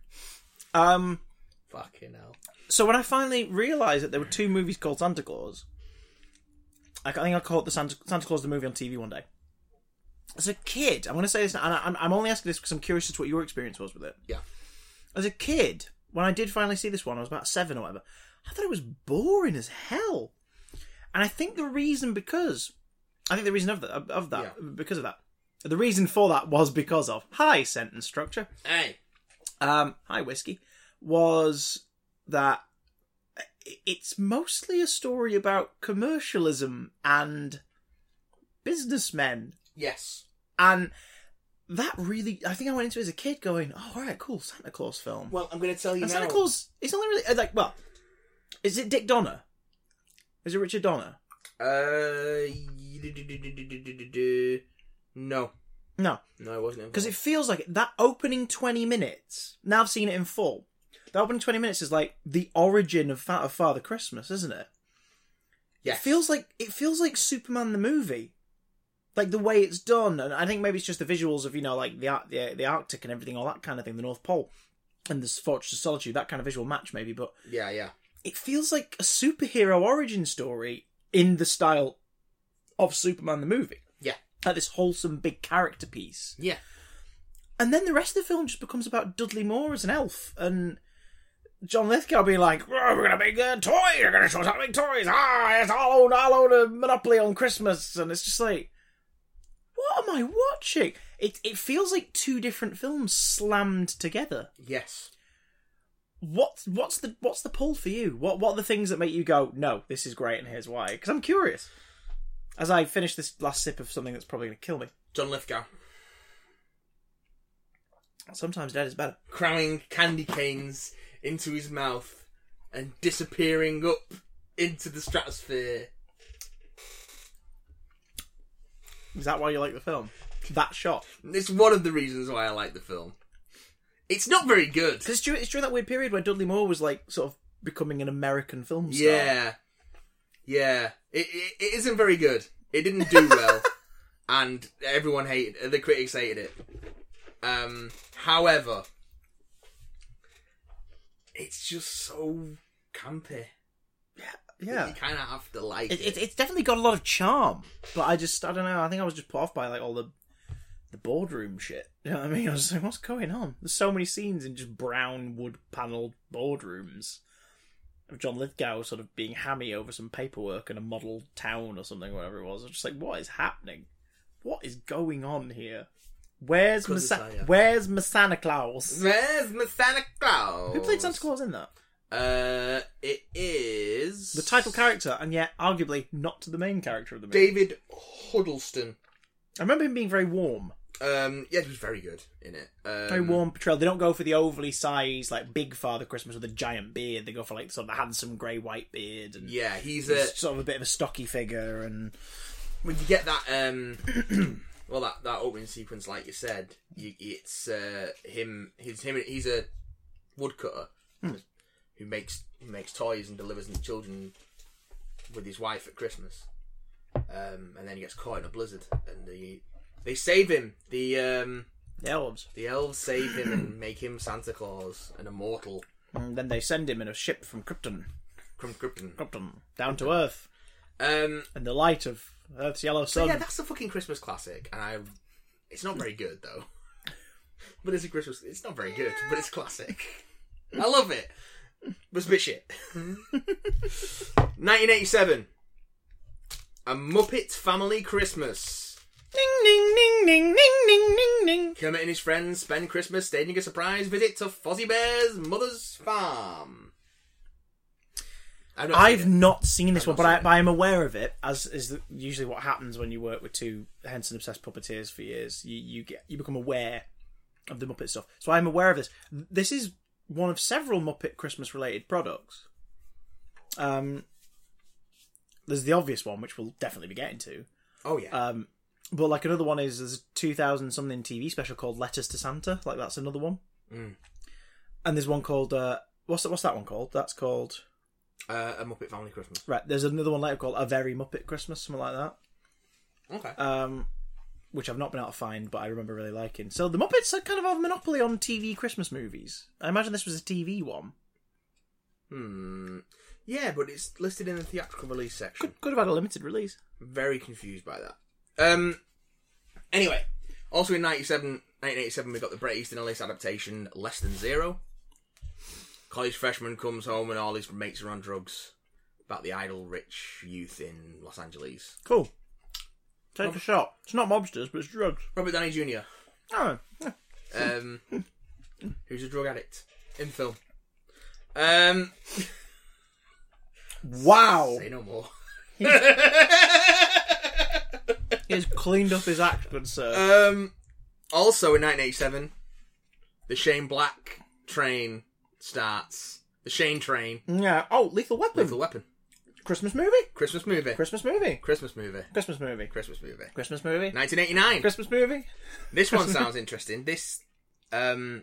A: Um,
B: Fucking hell.
A: so when I finally realised that there were two movies called Santa Claus, I think I caught the Santa, Santa Claus the movie on TV one day. As a kid, I'm going to say this, and I, I'm, I'm only asking this because I'm curious as to what your experience was with it.
B: Yeah.
A: As a kid, when I did finally see this one, I was about seven or whatever. I thought it was boring as hell, and I think the reason because I think the reason of that of that because of that the reason for that was because of high sentence structure
B: Hey.
A: um, hi whiskey, was that it's mostly a story about commercialism and businessmen,
B: Yes.
A: and that really, I think I went into it as a kid going, "Oh, all right, cool, Santa Claus film."
B: Well, I'm gonna tell you
A: and
B: now.
A: Santa Claus, it's only really uh, like, well, is it Dick Donner? Is it Richard Donner?
B: Uh, y- no,
A: No,
B: no, it wasn't.
A: because it feels like it- that opening 20 minutes now i've seen it in full the opening 20 minutes is like the origin of, Fa- of father christmas isn't it
B: Yes.
A: it feels like it feels like superman the movie like the way it's done and i think maybe it's just the visuals of you know like the Ar- the, the arctic and everything all that kind of thing the north pole and this fortress of solitude that kind of visual match maybe but
B: yeah, yeah,
A: it feels like a superhero origin story in the style of superman the movie
B: yeah,
A: like this wholesome big character piece
B: yeah.
A: and then the rest of the film just becomes about Dudley Moore as an elf and John Lithgow being like, "Oh, we're going to make uh, toys, we're going to show us how to make toys. Ah, it's all own, I'll own a Monopoly on Christmas. And it's just like, what am I watching? It, it feels like two different films slammed together.
B: Yes.
A: What, what's the what's the pull for you? What what are the things that make you go, no, this is great and here's why? Because I'm curious. As I finish this last sip of something that's probably going to kill me.
B: John Lithgow
A: Sometimes dead is better.
B: cramming candy canes into his mouth and disappearing up into the stratosphere.
A: Is that why you like the film? That shot.
B: It's one of the reasons why I like the film. It's not very good.
A: Because it's, dur- it's during that weird period where Dudley Moore was like sort of becoming an American film star.
B: Yeah, yeah. It, it it isn't very good. It didn't do well, and everyone hated. The critics hated it. Um. However, it's just so campy.
A: yeah.
B: You kind of have to like
A: It,
B: it.
A: it, it's definitely got a lot of charm, but I just I don't know. I think I was just put off by like all the the boardroom shit. You know what I mean? I was just like, what's going on? There's so many scenes in just brown wood panelled boardrooms of John Lithgow sort of being hammy over some paperwork in a model town or something, whatever it was. I was just like, what is happening? What is going on here? Where's my Sa-
B: Messiah.
A: Where's my Santa Claus?
B: Where's my Santa Claus?
A: Who played Santa Claus in that?
B: Uh, it is
A: the title character, and yet arguably not the main character of the movie.
B: David Huddleston.
A: I remember him being very warm,
B: Um, yeah, he was very good in it. Um,
A: very warm portrayal. They don't go for the overly sized, like big Father Christmas with a giant beard. They go for like sort of a handsome grey white beard and
B: Yeah, he's a
A: sort of a bit of a stocky figure. And
B: when you get that um well that, that opening sequence like you said you, it's uh him he's him he's a woodcutter who makes who makes toys and delivers them to children with his wife at christmas um and then he gets caught in a blizzard and the they save him the um
A: the elves,
B: the elves save him and make him santa claus an immortal
A: and then they send him in a ship from Krypton,
B: from Krypton.
A: Krypton down to Earth
B: um
A: in the light of Earth's yellow
B: So
A: sun.
B: yeah, that's a fucking Christmas classic, and I. It's not very good though. But it's a Christmas. It's not very good, but it's classic. I love it. But it's a bit shit. 1987. A Muppet Family Christmas.
A: Ding ding ding ding ding ding ding ding.
B: Kermit and his friends spend Christmas staging a surprise visit to Fozzie Bear's mother's farm. I've not
A: I've
B: seen it.
A: not seen this
B: I've
A: one, but
B: not
A: I,
B: seen it.
A: but I am aware of it. As is the, usually what happens when you work with two Henson obsessed puppeteers for years. You you get you become aware of the Muppet stuff. So I'm aware of this. This is one of several Muppet Christmas related products. Um, there's the obvious one, which we'll definitely be getting to.
B: Oh yeah.
A: Um, but like another one is there's a 2000 something TV special called Letters to Santa. Like that's another one.
B: Mm.
A: And there's one called uh, what's that, what's that one called? That's called
B: uh, a Muppet Family Christmas.
A: right. There's another one later called A Very Muppet Christmas, something like that.
B: Okay.
A: Um, which I've not been able to find, but I remember really liking. So the Muppets are kind of have a monopoly on TV Christmas movies. I imagine this was a TV one.
B: hmm. Yeah, but it's listed in the theatrical release section.
A: Could could have had a limited release.
B: Very confused by that. Um. Anyway, also in 97, 1987, we got the Bret Easton Ellis adaptation Less Than Zero. College freshman comes home and all his mates are on drugs. About the idle rich youth in Los Angeles.
A: Cool. Take a shot. It's not mobsters, but it's drugs.
B: Robert Downey Jr.
A: Oh, yeah.
B: um, who's a drug addict in film. Um,
A: wow!
B: say no more.
A: He's cleaned up his act, good sir.
B: Um, also in 1987, the Shane Black train starts. The Shane train,
A: Yeah. Oh, Lethal Weapon.
B: Lethal Weapon,
A: Christmas movie.
B: Christmas movie,
A: Christmas movie.
B: Christmas movie,
A: Christmas movie.
B: Christmas movie.
A: Christmas movie.
B: 1989.
A: Christmas movie.
B: This one sounds interesting. This, um,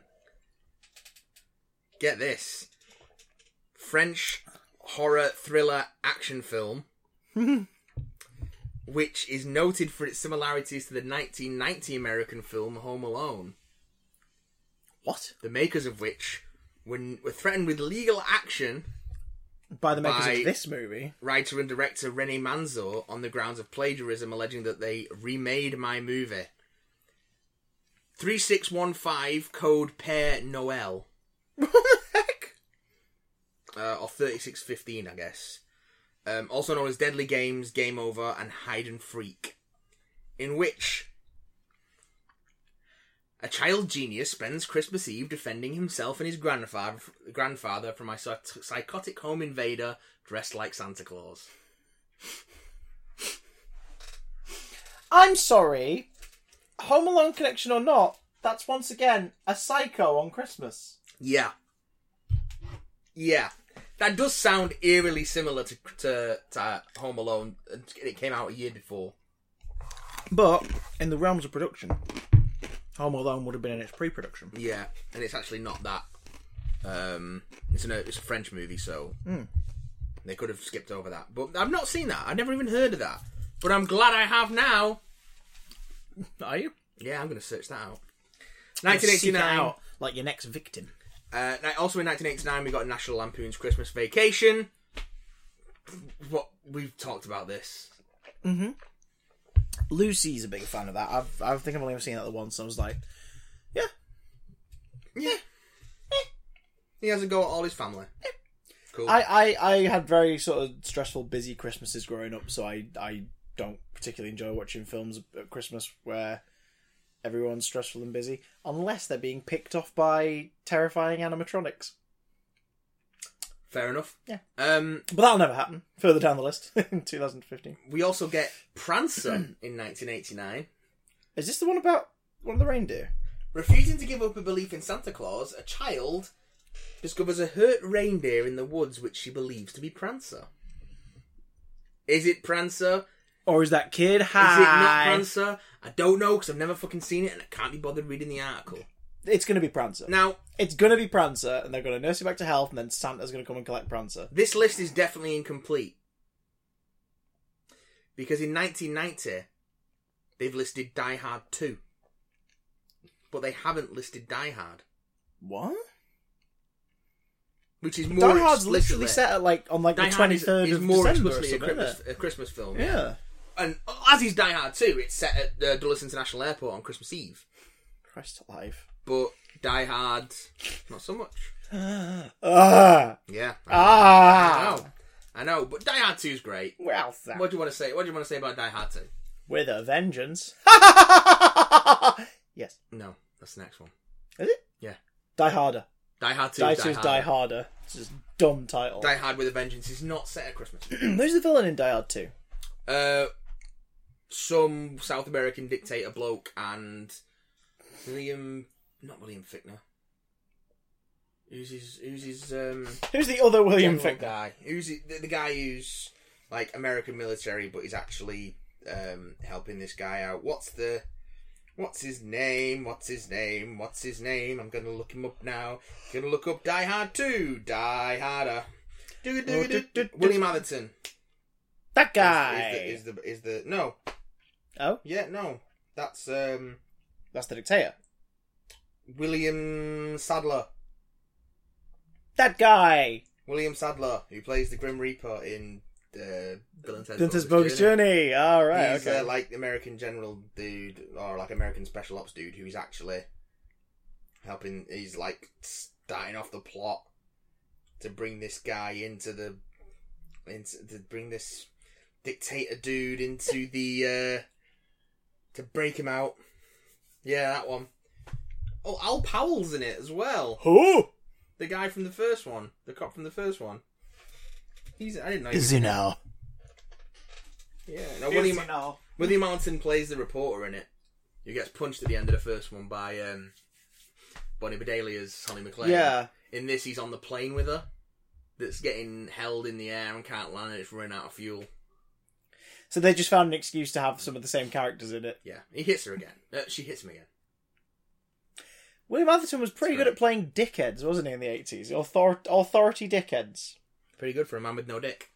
B: get this French horror thriller action film, which is noted for its similarities to the 1990 American film Home Alone,
A: What?
B: the makers of which were, were threatened with legal action.
A: By the makers
B: By-
A: of this movie.
B: Writer and director Rene Manzo on the grounds of plagiarism, alleging that they remade my movie. 3615 code pair Noel.
A: what the heck?
B: uh, or 3615, I guess. Um, also known as Deadly Games, Game Over, and Hide and Freak, in which a child genius spends Christmas Eve defending himself and his grandfather grandfather from a psych- psychotic home invader dressed like Santa Claus.
A: I'm sorry. Home Alone connection or not, that's once again a psycho on Christmas.
B: Yeah, yeah, that does sound eerily similar to to, to Home Alone. and It came out a year before.
A: But in the realms of production, Home Alone would have been in its pre-production.
B: Yeah, and it's actually not that. Um, it's an it's a French movie, so
A: Hmm.
B: they could have skipped over that. But I've not seen that. I've never even heard of that. But I'm glad I have now.
A: Are you?
B: Yeah, I'm going to search that out.
A: Seek it
B: 1989.
A: out like your next victim.
B: Uh, ni- also in 1989, we got National Lampoon's Christmas Vacation. What we've talked about this.
A: Lucy's a big fan of that. I've, I think I've only ever seen that the once. And I was like, yeah,
B: Yeah. He has a go at all his family. Cool.
A: I, I, I had very sort of stressful, busy Christmases growing up, so I, I don't particularly enjoy watching films at Christmas where everyone's stressful and busy, unless they're being picked off by terrifying animatronics.
B: Fair enough.
A: Yeah.
B: Um,
A: But that'll never happen. Further down the list in 2015.
B: we also get Prancer in 1989.
A: Is this the one about one of the reindeer?
B: Refusing to give up a belief in Santa Claus, a child discovers a hurt reindeer in the woods which she believes to be Prancer. Is it Prancer?
A: Or is that kid
B: Is it not
A: high?
B: Prancer? I don't know because I've never fucking seen it and I can't be bothered reading the article.
A: It's going to be Prancer.
B: Now,
A: It's going to be Prancer, and they're going to nurse you back to health, and then Santa's going to come and collect Prancer.
B: this list is definitely incomplete. Because in 1990, they've listed Die Hard 2. But they haven't listed Die Hard,
A: What?
B: which is more
A: Die Hard's
B: explicitly-
A: literally set at like on like
B: Die
A: the
B: Hard
A: 23rd
B: is, is
A: of
B: more
A: December. Or
B: explicitly a
A: something, isn't
B: Christmas,
A: it?
B: a Christmas film.
A: Yeah.
B: And as is Die Hard too, it's set at uh, Dulles International Airport on Christmas Eve.
A: Christ alive.
B: But Die Hard, not so much.
A: Ah!
B: Yeah. I
A: Ah!
B: know. I know, but Die Hard 2 is great.
A: Well, that
B: What do you want to say? What do you want to say about Die Hard 2?
A: with a vengeance. yes.
B: No, that's the next one.
A: Is it?
B: Yeah.
A: Die Harder.
B: Die Hard 2
A: Die
B: is Die,
A: 2's
B: Hard.
A: Die Harder. It's just dumb title.
B: Die Hard with a Vengeance is not set at Christmas.
A: Who's the villain in Die Hard 2?
B: Uh, some South American dictator bloke and William, not William Fickner. Who's his? Who's his? Um,
A: Who's the other William
B: general
A: Fickner?
B: guy. Who's he- the, the guy who's like American military, but he's actually um, helping this guy out? What's the? What's his name? What's his name? What's his name? I'm gonna look him up now. Gonna look up Die Hard 2, Die Harder. Do-do-do-do. William Atherton
A: That guy.
B: is, is, the, is the is the no
A: Oh,
B: yeah no that's um
A: that's the dictator.
B: William Sadler
A: That guy.
B: William Sadler who plays the Grim Reaper in the Bill and Ted's
A: Dentist
B: Bogus
A: Bogus
B: Journey.
A: Journey. All right.
B: He's
A: okay.
B: uh, like the American general dude or like American special ops dude who's actually helping. He's like starting off the plot to bring this guy into the into to bring this dictator dude into the uh to break him out. Yeah, that one. Oh, Al Powell's in it as well.
A: Who
B: The guy from the first one, the cop from the first one. He's I didn't know. he
A: is he now?
B: yeah, no, William,
A: now?
B: William Mountain plays the reporter in it, who gets punched at the end of the first one by um, Bonnie Bedelia's Holly McLean.
A: Yeah.
B: In this, he's on the plane with her that's getting held in the air and can't land, and it's running out of fuel.
A: So they just found an excuse to have some of the same characters in it.
B: Yeah, he hits her again. Uh, she hits him again.
A: William Atherton was pretty
B: That's
A: good at playing dickheads, wasn't he, in the eighties? Author- authority dickheads.
B: Pretty good for a man with no dick.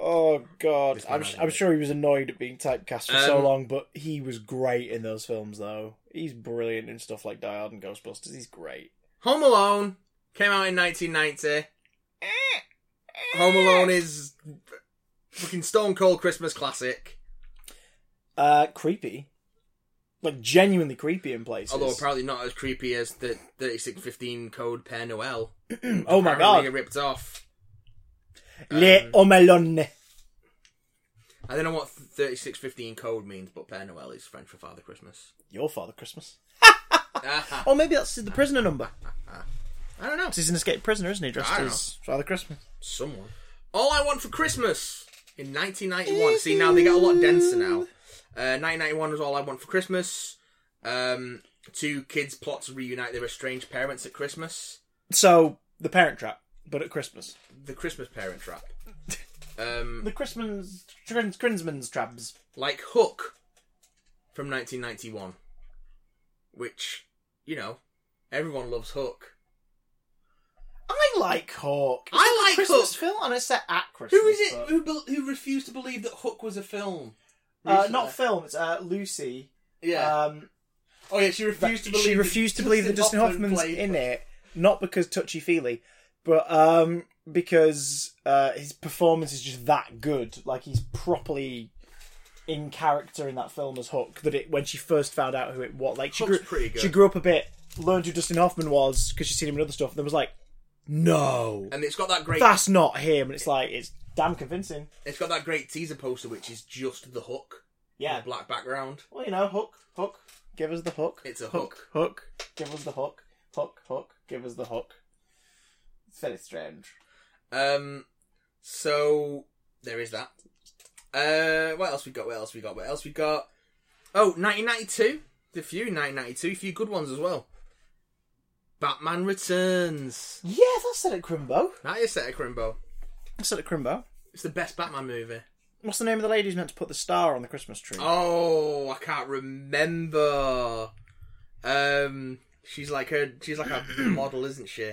A: Oh god,
B: This man
A: I'm
B: has
A: sh-
B: a
A: I'm
B: dick.
A: sure he was annoyed at being typecast for so
B: Um,
A: long, but he was great in those films though. He's brilliant in stuff like Die Hard and Ghostbusters. He's great.
B: Home Alone came out in 1990. Home Alone is fucking stone cold Christmas classic.
A: Uh, creepy, like genuinely creepy in places.
B: Although apparently not as creepy as the 3615 code Père Noël.
A: oh my
B: Apparently um,
A: god,
B: ripped off.
A: Le Omelonne.
B: I don't know what 3615 code means, but Père Noël is French for Father Christmas.
A: Your Father Christmas.
B: Ah,
A: Oh, maybe that's the prisoner number.
B: I don't know.
A: 'Cause He's an escaped prisoner, isn't he? Dressed
B: I don't
A: as Father Christmas.
B: Someone. All I Want for Christmas in 1991. See, now they get a lot denser now. Uh, 1991 was All I Want for Christmas. Um, two kids plot to reunite their estranged parents at Christmas.
A: So the Parent Trap, but at Christmas.
B: The Christmas Parent Trap. Um,
A: The Christmas Crins- Crinsman's Traps.
B: like Hook from 1991, which, you know, everyone loves Hook.
A: I like Hawk.
B: I
A: It's a
B: like
A: Christmas
B: Hook.
A: film, and it's set at Christmas.
B: Who is it
A: but-
B: who, bel who refused to believe that Hook was a film?
A: Uh, not
B: Recently.
A: film. It's uh, Lucy.
B: yeah.
A: Um,
B: oh yeah, she refused to believe.
A: she
B: that
A: refused to believe that Dustin Hoffman's
B: played-
A: in it, not because touchy feely, but um, because uh, his performance is just that good. Like he's properly in character in that film as Hook. That it when she first found out who it was, like she
B: Hook's
A: grew,
B: pretty good.
A: she grew up a bit, learned who Dustin Hoffman was because she'd seen him in other stuff, and then was like, no,
B: And it's got that great.
A: that's not him. And it's like it's damn convincing.
B: It's got that great teaser poster, which is just the Hook,
A: Yeah.
B: the black background.
A: Well, you know, hook, hook, give us the hook.
B: It's a
A: hook. Hook, give us the hook. Hook, hook, give us the hook. It's very strange.
B: Um, so there is that. Uh, what else we got? What else we got? What else we got? Oh, 1992. The few 1992, a few good ones as well. Batman Returns.
A: Yeah, that's set at Crimbo.
B: That is set at Crimbo.
A: That's set at Crimbo.
B: It's the best Batman movie.
A: What's the name of the lady who's meant to put the star on the Christmas tree?
B: Oh, I can't remember. Um, she's like a she's like a model, isn't she?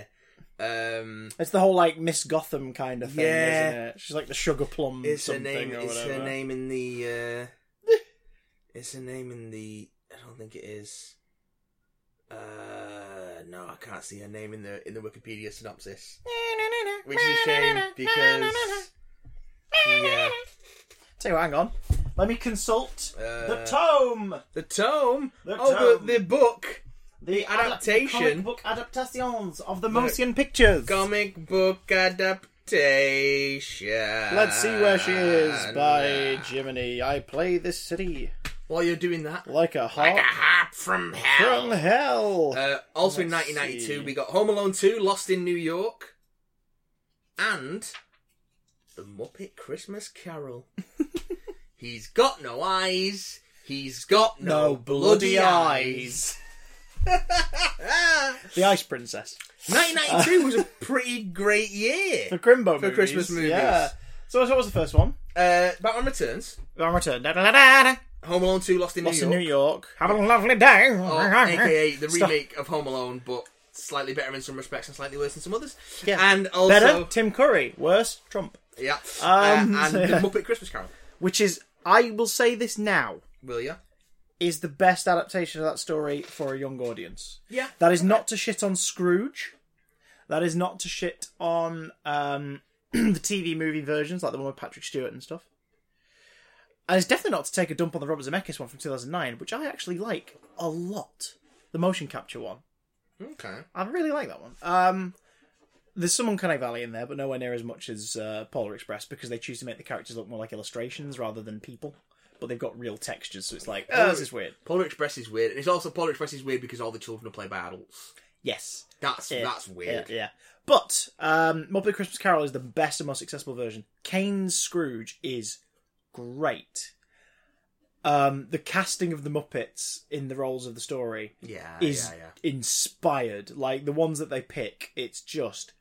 B: Um,
A: It's the whole like Miss Gotham kind of thing,
B: Yeah.
A: isn't it? She's like the sugar plum
B: is her
A: something
B: name?
A: or
B: Is
A: whatever.
B: her name in the? Uh, is her name in the? I don't think it is. Uh, no, I can't see her name in the in the Wikipedia synopsis, which is a shame because yeah,
A: Tell you what, hang on. Let me consult the
B: Uh,
A: tome.
B: the tome.
A: The
B: oh,
A: tome.
B: The, the book.
A: The
B: adaptation.
A: comic book adaptations of the motion pictures.
B: Comic book adaptation. Uh,
A: Let's see where she is by Jiminy. I play this city.
B: while you're doing that.
A: Like a heart
B: Like a harp from hell.
A: from hell.
B: Uh, also in
A: Let's
B: 1992,
A: see.
B: we got Home Alone 2, Lost in New York, and The Muppet Christmas Carol. he's got no eyes, he's got no,
A: No
B: bloody
A: bloody
B: eyes.
A: the Ice Princess.
B: 1992 was a pretty great year.
A: The
B: For
A: Grimbo movies.
B: Christmas movies.
A: Yeah. So, so what was the first one?
B: Uh, Batman Returns,
A: On return. Da, da, da, da, da.
B: Home Alone 2, Lost in
A: Lost
B: New York, Oh,
A: in New York. Have a lovely day.
B: or aka the
A: Stop.
B: remake of Home Alone, but slightly better in some respects and slightly worse in some others.
A: Yeah.
B: And also,
A: Better Tim Curry. Worse Trump.
B: yeah,
A: Um,
B: uh, and
A: so yeah.
B: The Muppet Christmas Carol.
A: Which is, I will say this now,
B: Will ya?
A: is the best adaptation of that story for a young audience.
B: Yeah.
A: That is not to shit on Scrooge. That is not to shit on um, the TV movie versions, like the one with Patrick Stewart and stuff. And it's definitely not to take a dump on the Robert Zemeckis one from 2009, which I actually like a lot. The motion capture one.
B: Okay.
A: I really like that one. Um, there's some Uncanny Valley in there, but nowhere near as much as uh, Polar Express because they choose to make the characters look more like illustrations rather than people. But they've got real textures, so it's like, oh, this is weird.
B: Polar Express is weird, and it's also Polar Express is weird because all the children are played by adults.
A: Yes.
B: That's
A: Yeah,
B: that's weird.
A: Yeah, yeah. But um, Muppet Christmas Carol is the best and most accessible version. Kane's Scrooge is great. Um, the casting of the Muppets in the roles of the story
B: Yeah, Oh, yeah,
A: is
B: yeah.
A: inspired. Like the ones that they pick, it's just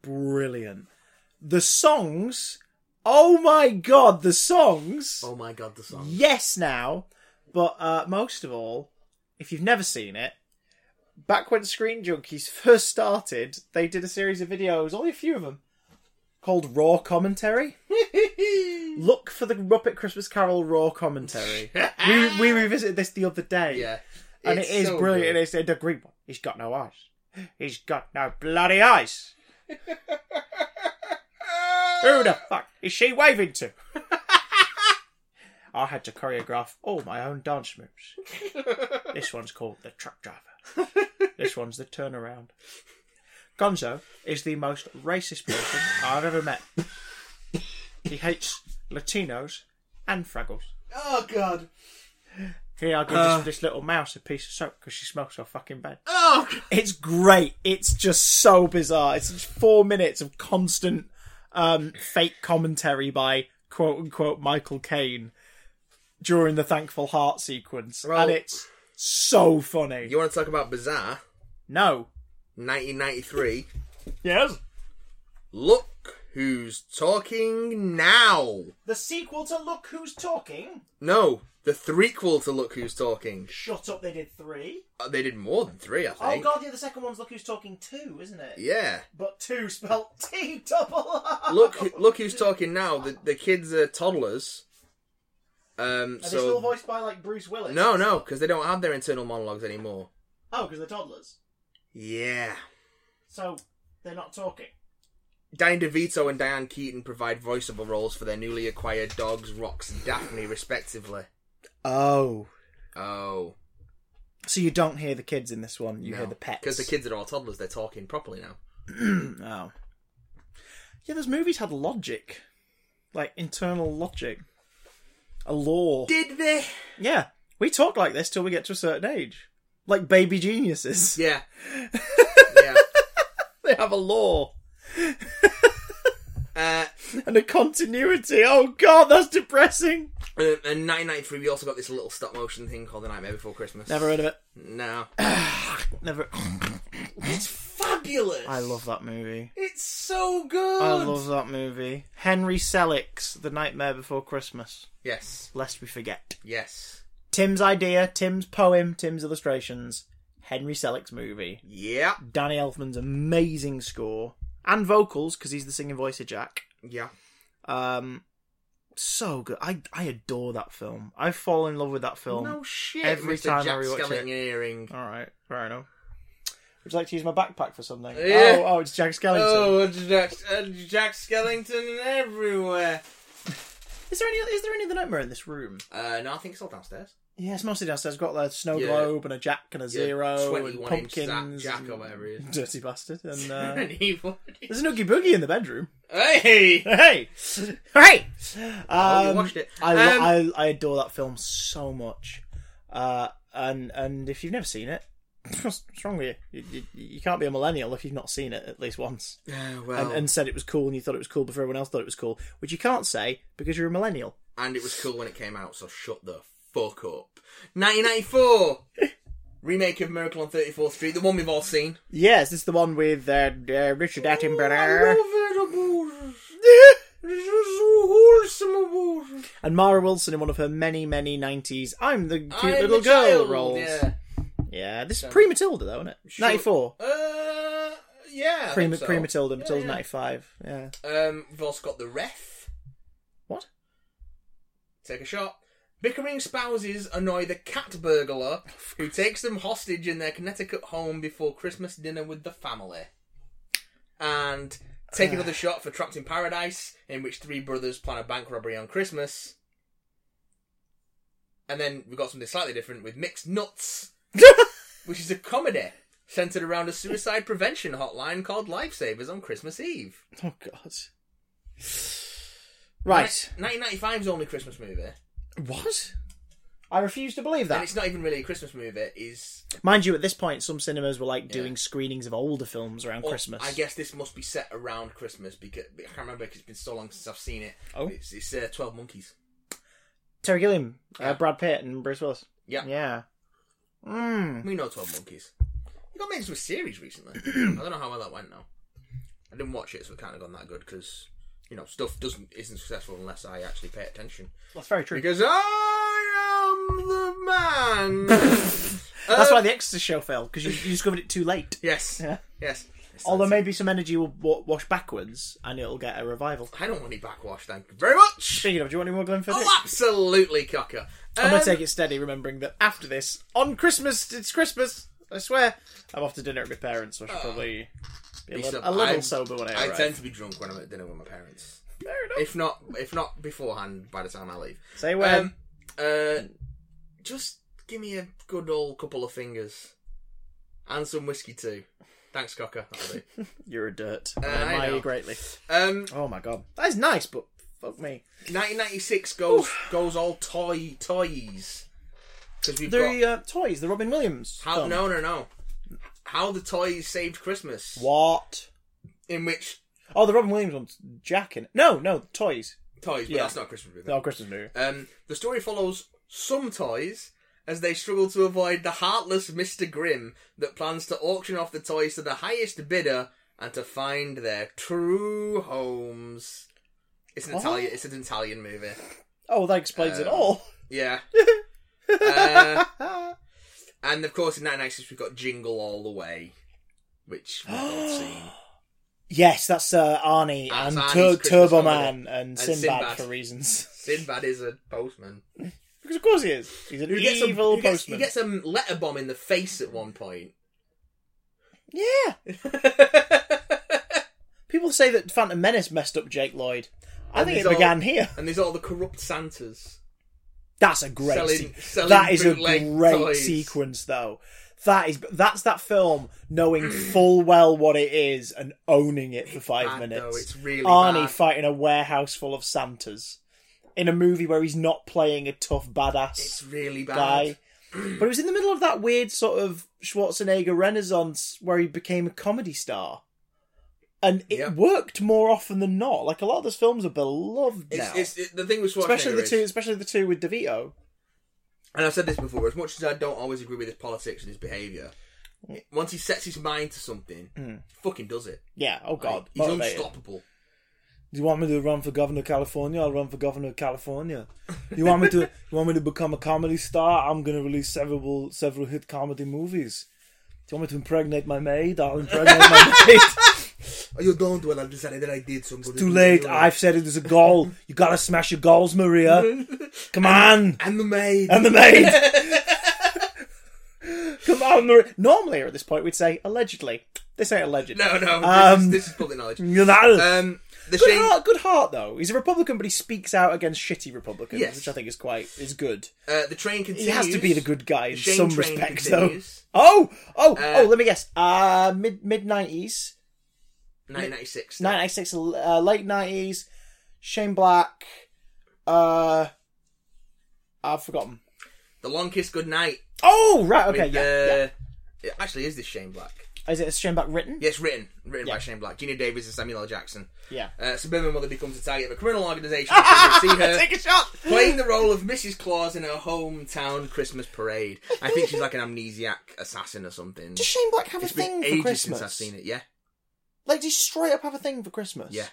A: brilliant. The songs, oh my god, the songs.
B: Oh my god, the song.
A: Yes, now, but uh, most of all, if you've never seen it, back when Screen Junkies first started, they did a series of videos, only a few of them, called Raw Commentary. Look for the Muppet Christmas Carol Raw Commentary. we, we revisited this the other day.
B: yeah,
A: And
B: It's
A: it is
B: so
A: brilliant.
B: good.
A: And it's the green one. He's got no eyes. He's got no bloody eyes. Who the fuck is she waving to? I had to choreograph all my own dance moves. This one's called the truck driver. This one's the turnaround. Gonzo is the most racist person I've ever met. He hates Latinos and Fraggles.
B: oh god.
A: Here, I'll give
B: Uh.
A: this, this little mouse a piece of soap because she smells so fucking bad.
B: Oh. God.
A: It's great. It's just so bizarre. It's just four minutes of constant um, fake commentary by quote unquote Michael Caine during the Thankful Heart sequence,
B: Well-
A: and it's so funny.
B: You want to talk about bizarre?
A: No.
B: 1993.
A: Yes.
B: Look who's talking now.
A: The sequel to Look Who's Talking.
B: No, the threequel to Look Who's Talking.
A: Shut up. They did three.
B: Uh, They did more than three, I
A: Oh
B: think.
A: god, yeah. The second one's Look Who's Talking two, isn't it?
B: Yeah.
A: But two spelled T double R.
B: Look, who- look who's talking now. The the kids are toddlers. Um.
A: Are they
B: so
A: still voiced by like Bruce Willis?
B: No, no, because they don't have their internal monologues anymore.
A: Oh, because they're toddlers,
B: Yeah.
A: so they're not talking.
B: Danny DeVito and Diane Keaton provide voiceover roles for their newly acquired dogs, Rox and Daphne, respectively.
A: Oh.
B: Oh.
A: So you don't hear the kids in this one, you hear the pets.
B: Because the kids are all toddlers, they're talking properly now.
A: oh. Yeah, those movies had logic. Like internal logic. A law.
B: Did they?
A: yeah. We talk like this till we get to a certain age. Like baby geniuses.
B: Yeah. yeah.
A: they have a law
B: Uh,
A: and a continuity. Oh god, that's depressing.
B: Uh, and in 1993, we also got this little stop motion thing called The Nightmare Before Christmas.
A: Never heard of it.
B: No.
A: Never
B: It's fabulous.
A: I love that movie.
B: It's so good.
A: I love that movie. Henry Selick's The Nightmare Before Christmas.
B: Yes.
A: Lest we forget.
B: Yes.
A: Tim's idea, Tim's poem, Tim's illustrations, Henry Selick's movie,
B: Yeah.
A: Danny Elfman's amazing score and vocals because he's the singing voice of Jack.
B: Yeah.
A: Um, so good. I I adore that film. I fall in love with that film.
B: No shit.
A: every
B: Mr.
A: time I
B: Jack
A: rewatch
B: Skellington
A: it.
B: earring.
A: All right, fair enough. Would you like to use my backpack for something?
B: Uh, Yeah.
A: Oh, oh, it's Jack Skellington.
B: Oh, Jack, uh, Jack Skellington everywhere.
A: Is there any? Is there any of the nightmare in this room?
B: Uh, no, I think it's all downstairs.
A: Yeah, it's mostly just they've got their snow
B: Yeah.
A: globe and a jack and a zero and
B: 21 inch Zac
A: pumpkins,
B: Jack
A: and
B: or whatever he is.
A: dirty bastard, and uh,
B: An evil-
A: there's an oogie boogie in the bedroom.
B: hey!
A: Hey, hey! Um,
B: oh, you watched it.
A: I, lo-
B: Um,
A: I I adore that film so much, uh, and and if you've never seen it, what's what's wrong with you? You, you? you can't be a millennial if you've not seen it at least once,
B: Yeah,
A: and,
B: well, and,
A: and said it was cool, and you thought it was cool before everyone else thought it was cool, which you can't say because you're a millennial.
B: it was cool when it came out, so shut the fuck up. 1994! Remake of Miracle on 34th Street, the one we've all seen.
A: Yes, this is the one with uh, uh, Richard Attenborough and Mara Wilson in one of her many, many '90s. I'm the cute
B: I'm
A: little
B: a
A: girl
B: child,
A: roles. Yeah,
B: Yeah.
A: this is pre Matilda though, isn't it?
B: Sure.
A: '94.
B: Uh, yeah. I
A: Pre
B: think so.
A: pre Matilda, Matilda
B: yeah.
A: '95. Yeah.
B: Um, we've also got the ref.
A: What?
B: Take a shot. Bickering spouses annoy the cat burglar who takes them hostage in their Connecticut home before Christmas dinner with the family. And take another shot for Trapped in Paradise, in which three brothers plan a bank robbery on Christmas. And then we've got something slightly different with Mixed Nuts, which is a comedy centered around a suicide prevention hotline called Lifesavers on Christmas Eve.
A: Oh God. Right.
B: 1995 is only a Christmas movie,
A: What? I refuse to believe
B: and
A: that.
B: it's not even really a Christmas movie. Is
A: Mind you, at this point, some cinemas were like doing screenings of older films around Christmas.
B: I guess this must be set around Christmas because I can't remember. Cause it's been so long since I've seen it.
A: Oh.
B: it's, it's uh, Twelve Monkeys.
A: Terry Gilliam,
B: Yeah.
A: uh, Brad Pitt, and Bruce Willis.
B: Yeah.
A: Yeah. Mm.
B: We know Twelve Monkeys. It got made into a series recently. I don't know how well that went now. I didn't watch it, so it can't have gone that good because you know stuff doesn't isn't successful unless I actually pay attention.
A: That's very true.
B: Because I am the man.
A: That's why the Exorcist show failed because you, you discovered it too late.
B: yes,
A: Yeah.
B: yes.
A: Although maybe some energy will wa- wash backwards and it'll get a revival.
B: I don't want any backlash. Thank you very much.
A: Speaking of, do you want any more Glenfiddich?
B: Oh, absolutely, cocker.
A: I'm
B: Um,
A: gonna take it steady, remembering that after this, on Christmas, it's Christmas. I swear, I'm off to dinner at my parents, so I should probably be a,
B: Oh. be
A: little,
B: sober.
A: a little
B: I'm-
A: sober when I
B: I
A: arrive.
B: tend to be drunk when I'm at dinner with my parents.
A: Fair enough.
B: If not, if not beforehand, by the time I leave.
A: Say when.
B: Um, uh, just give me a good old couple of fingers, and some whiskey too. Thanks, cocker. That'll do.
A: You're a dirt. I
B: I
A: admire
B: know.
A: you greatly.
B: Um,
A: Oh my god, that is nice, but fuck me.
B: 1996 goes goes all toy toys because we've got
A: The uh, toys, the Robin Williams.
B: how
A: film.
B: no no no how the toys saved Christmas
A: What?
B: in which
A: Oh, the Robin Williams one's Jack in it. No, no, toys.
B: toys but
A: Yeah.
B: that's not a Christmas movie.
A: No, Christmas movie.
B: Um, the story follows some toys as they struggle to avoid the heartless Mr. Grimm that plans to auction off the toys to the highest bidder and to find their true homes. It's an
A: What?
B: Italian. It's an Italian movie.
A: Oh, that explains it
B: Um,
A: all.
B: Yeah. Uh, and of course, in 1996 we've got Jingle All the Way, which we've all seen.
A: Yes, that's uh, Arnie
B: That's
A: and
B: Arnie's
A: Tur-
B: Christmas
A: Turbo
B: comedy.
A: Man and
B: And
A: Sinbad,
B: Sinbad.
A: for reasons.
B: Sinbad is a postman.
A: because of course he is. He's an
B: Who gets a,
A: evil
B: who gets, who
A: postman.
B: gets a letter bomb in the face at one point.
A: Yeah. People say that Phantom Menace messed up Jake Lloyd. I
B: And
A: think
B: it's
A: it
B: all-
A: began here.
B: And there's all the corrupt Santas.
A: That's a great.
B: Selling-
A: se-
B: selling
A: that is a
B: bootleg
A: great
B: toys.
A: sequence, though. That is that's that film knowing full well what it is and owning it for five
B: bad,
A: minutes.
B: though. It's really
A: Arnie
B: bad.
A: fighting a warehouse full of Santas in a movie where he's not playing a tough badass
B: It's really bad.
A: guy. But it was in the middle of that weird sort of Schwarzenegger renaissance where he became a comedy star. And it
B: Yeah.
A: worked more often than not. Like a lot of those films are beloved
B: It's,
A: now.
B: it's, it, the thing with Schwarzenegger
A: especially the
B: is-
A: two especially the two with DeVito.
B: and I've said this before, as much as I don't always agree with his politics and his behaviour, once he sets his mind to something, he fucking does it.
A: Yeah, Hmm. oh god.
B: Like, he's
A: motivated.
B: unstoppable.
A: Do you want me to run for governor of California? I'll run for governor of California. You want me to you want me to become a comedy star? I'm gonna release several several hit comedy movies. Do you want me to impregnate my maid? I'll impregnate my maid.
B: Oh, you don't? Well, I decided that I did, so I'm going
A: Too late. I've said it is a goal. You gotta smash your goals, Maria. Come on.
B: And the maid.
A: And the maid. Come on, Maria. Normally, at this point, we'd say allegedly. This ain't alleged.
B: No, no, this, is,
A: Um,
B: this is public knowledge.
A: No.
B: Um, the
A: good
B: Shane,
A: heart, good heart though. He's a Republican, but he speaks out against shitty Republicans,
B: Yes.
A: which I think is quite is good.
B: uh, the train continues.
A: He has to be the good guy in
B: Shane
A: some
B: train
A: respect,
B: continues.
A: though. Oh, oh,
B: Uh,
A: oh! Let me guess. Uh mid mid nineties,
B: 1996.
A: nine ninety six, uh, late nineties. Shane Black. Uh, I've forgotten.
B: The long kiss goodnight.
A: Oh right, okay,
B: with,
A: yeah, yeah.
B: uh, It actually is this Shane Black.
A: Is it Shane Black written?
B: Yes, written. Written by
A: Yeah.
B: Shane Black. Gina Davis and Samuel L. Jackson.
A: Yeah.
B: Uh, suburban mother becomes a target of a criminal organisation. because they see her
A: Take a shot.
B: playing the role of Mrs. Claus in her hometown Christmas parade. I think she's like an amnesiac assassin or something.
A: Does Shane Black have
B: It's
A: a
B: been
A: thing
B: ages
A: for Christmas?
B: since I've seen it. Yeah,
A: Like, does he straight up have a thing for Christmas?
B: yeah.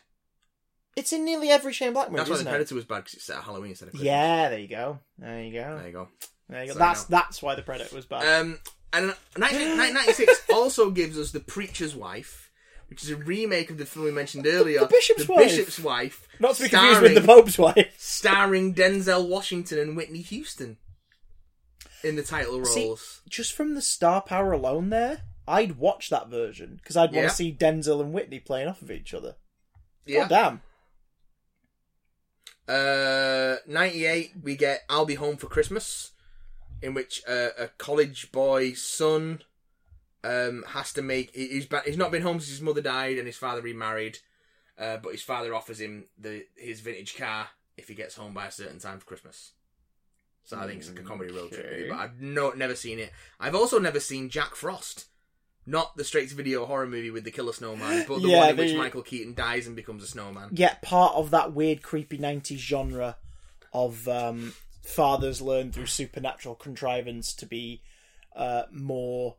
A: It's in nearly every Shane Black movie,
B: That's why the
A: isn't it?
B: Predator was bad because it's set at Halloween instead of Christmas.
A: Yeah, there you go. There you go.
B: There you go.
A: There you go.
B: So
A: that's
B: now-
A: that's why the Predator was bad.
B: Um, and 1996 also gives us The Preacher's Wife, which is a remake of the film we mentioned earlier.
A: The Bishop's Wife.
B: Bishop's Wife.
A: Not to be confused with the Pope's wife.
B: starring Denzel Washington and Whitney Houston in the title
A: See-
B: roles.
A: Just from the star power alone, there, I'd watch that version because I'd want
B: Yeah.
A: to see Denzel and Whitney playing off of each other.
B: yeah.
A: Oh, damn.
B: Uh, 98, we get I'll Be Home for Christmas, in which uh, a college boy's son um, has to make. he- He's, ba- he's not been home since his mother died and his father remarried, uh, but his father offers him the his vintage car if he gets home by a certain time for Christmas. So I think it's like a comedy road trip, movie,
A: Okay.
B: but I've no, never seen it. I've also never seen Jack Frost. Not the straight to video horror movie with the killer snowman, but the
A: Yeah,
B: one in
A: the-
B: which Michael Keaton dies and becomes a snowman.
A: Yet part of that weird, creepy '90s genre of um, fathers learn through supernatural contrivance to be uh, more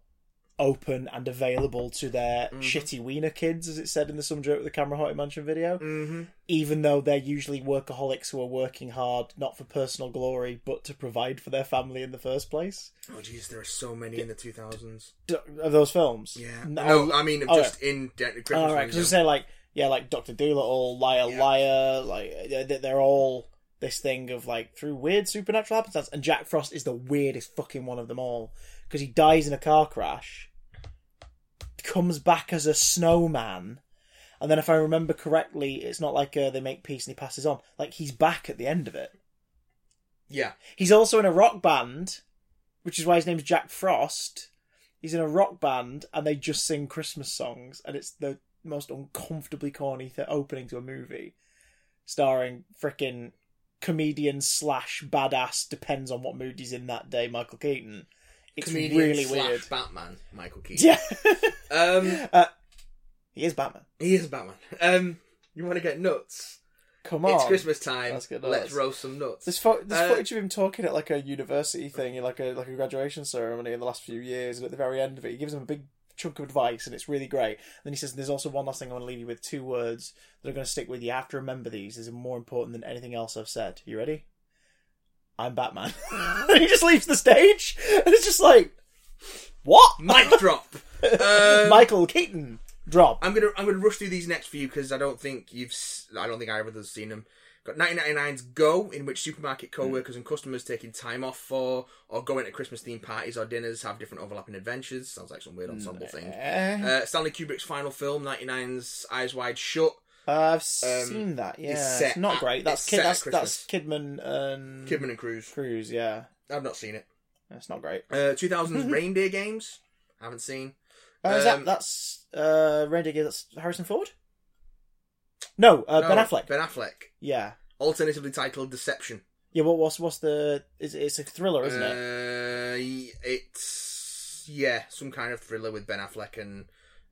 A: open and available to their
B: Mm-hmm.
A: shitty wiener kids, as it said in the "Some Joke with the Camera Haunted Mansion" video.
B: Mm-hmm.
A: even though they're usually workaholics who are working hard not for personal glory but to provide for their family in the first place.
B: Oh jeez, there are so many in the two thousands.
A: D- of those films,
B: Yeah.
A: oh,
B: No, I mean
A: oh,
B: just in de- Christmas.
A: all right,
B: movies,
A: because say like yeah, like Doctor Doolittle, Liar
B: Yeah.
A: Liar, like they're, they're all this thing of like through weird supernatural happenstance, and Jack Frost is the weirdest fucking one of them all because he dies in a car crash, comes back as a snowman. And then, if I remember correctly, it's not like uh, they make peace and he passes on. Like he's back at the end of it.
B: yeah.
A: He's also in a rock band, which is why his name's Jack Frost. He's in a rock band, and they just sing Christmas songs, and it's the most uncomfortably corny th- opening to a movie, starring frickin' comedian slash badass. Depends on what mood he's in that day. Michael Keaton. It's
B: Comedian
A: really
B: slash
A: weird.
B: Batman, Michael Keaton.
A: Yeah,
B: Um,
A: he is Batman.
B: he is Batman. Um, you want to get nuts?
A: Come on,
B: It's Christmas time.
A: Let's get
B: Let's
A: nuts.
B: roast some nuts.
A: There's, fo- there's
B: Uh,
A: footage of him talking at like a university thing, like a like a graduation ceremony in the last few years, and at the very end of it, he gives him a big chunk of advice, and it's really great. And then he says, "There's also one last thing I want to leave you with: two words that are going to stick with you. You have to remember these. These are more important than anything else I've said. You ready? I'm Batman." and he just leaves the stage, and it's just like, "What?
B: Mic drop. Um,
A: Michael Keaton drop."
B: I'm gonna I'm gonna rush through these next few because I don't think you've s- I don't think either of us have seen them. Got 1999's Go, in which supermarket
A: Hmm.
B: co-workers and customers taking time off for or going to Christmas themed parties or dinners have different overlapping adventures. Sounds like some weird
A: Hmm,
B: ensemble thing.
A: Eh,
B: Uh, Stanley Kubrick's final film, 99's Eyes Wide Shut.
A: I've seen that. Yeah, it's,
B: Uh, um, set
A: not
B: at-
A: great. That's
B: it's
A: Kid,
B: set at
A: that's, that's Kidman and
B: Kidman and Cruz.
A: Cruz. Yeah.
B: I've not seen it.
A: That's not great.
B: Uh, 2000's Reindeer Games. Haven't seen.
A: Uh, is
B: Um,
A: that, that's uh, Reindeer Games, That's Harrison Ford. No, uh, Ben
B: No,
A: Affleck.
B: Ben Affleck.
A: Yeah,
B: Alternatively titled Deception.
A: yeah. What, what's what's the? It's, it's a thriller, isn't it?
B: Uh, y- it's yeah, some kind of thriller with Ben Affleck and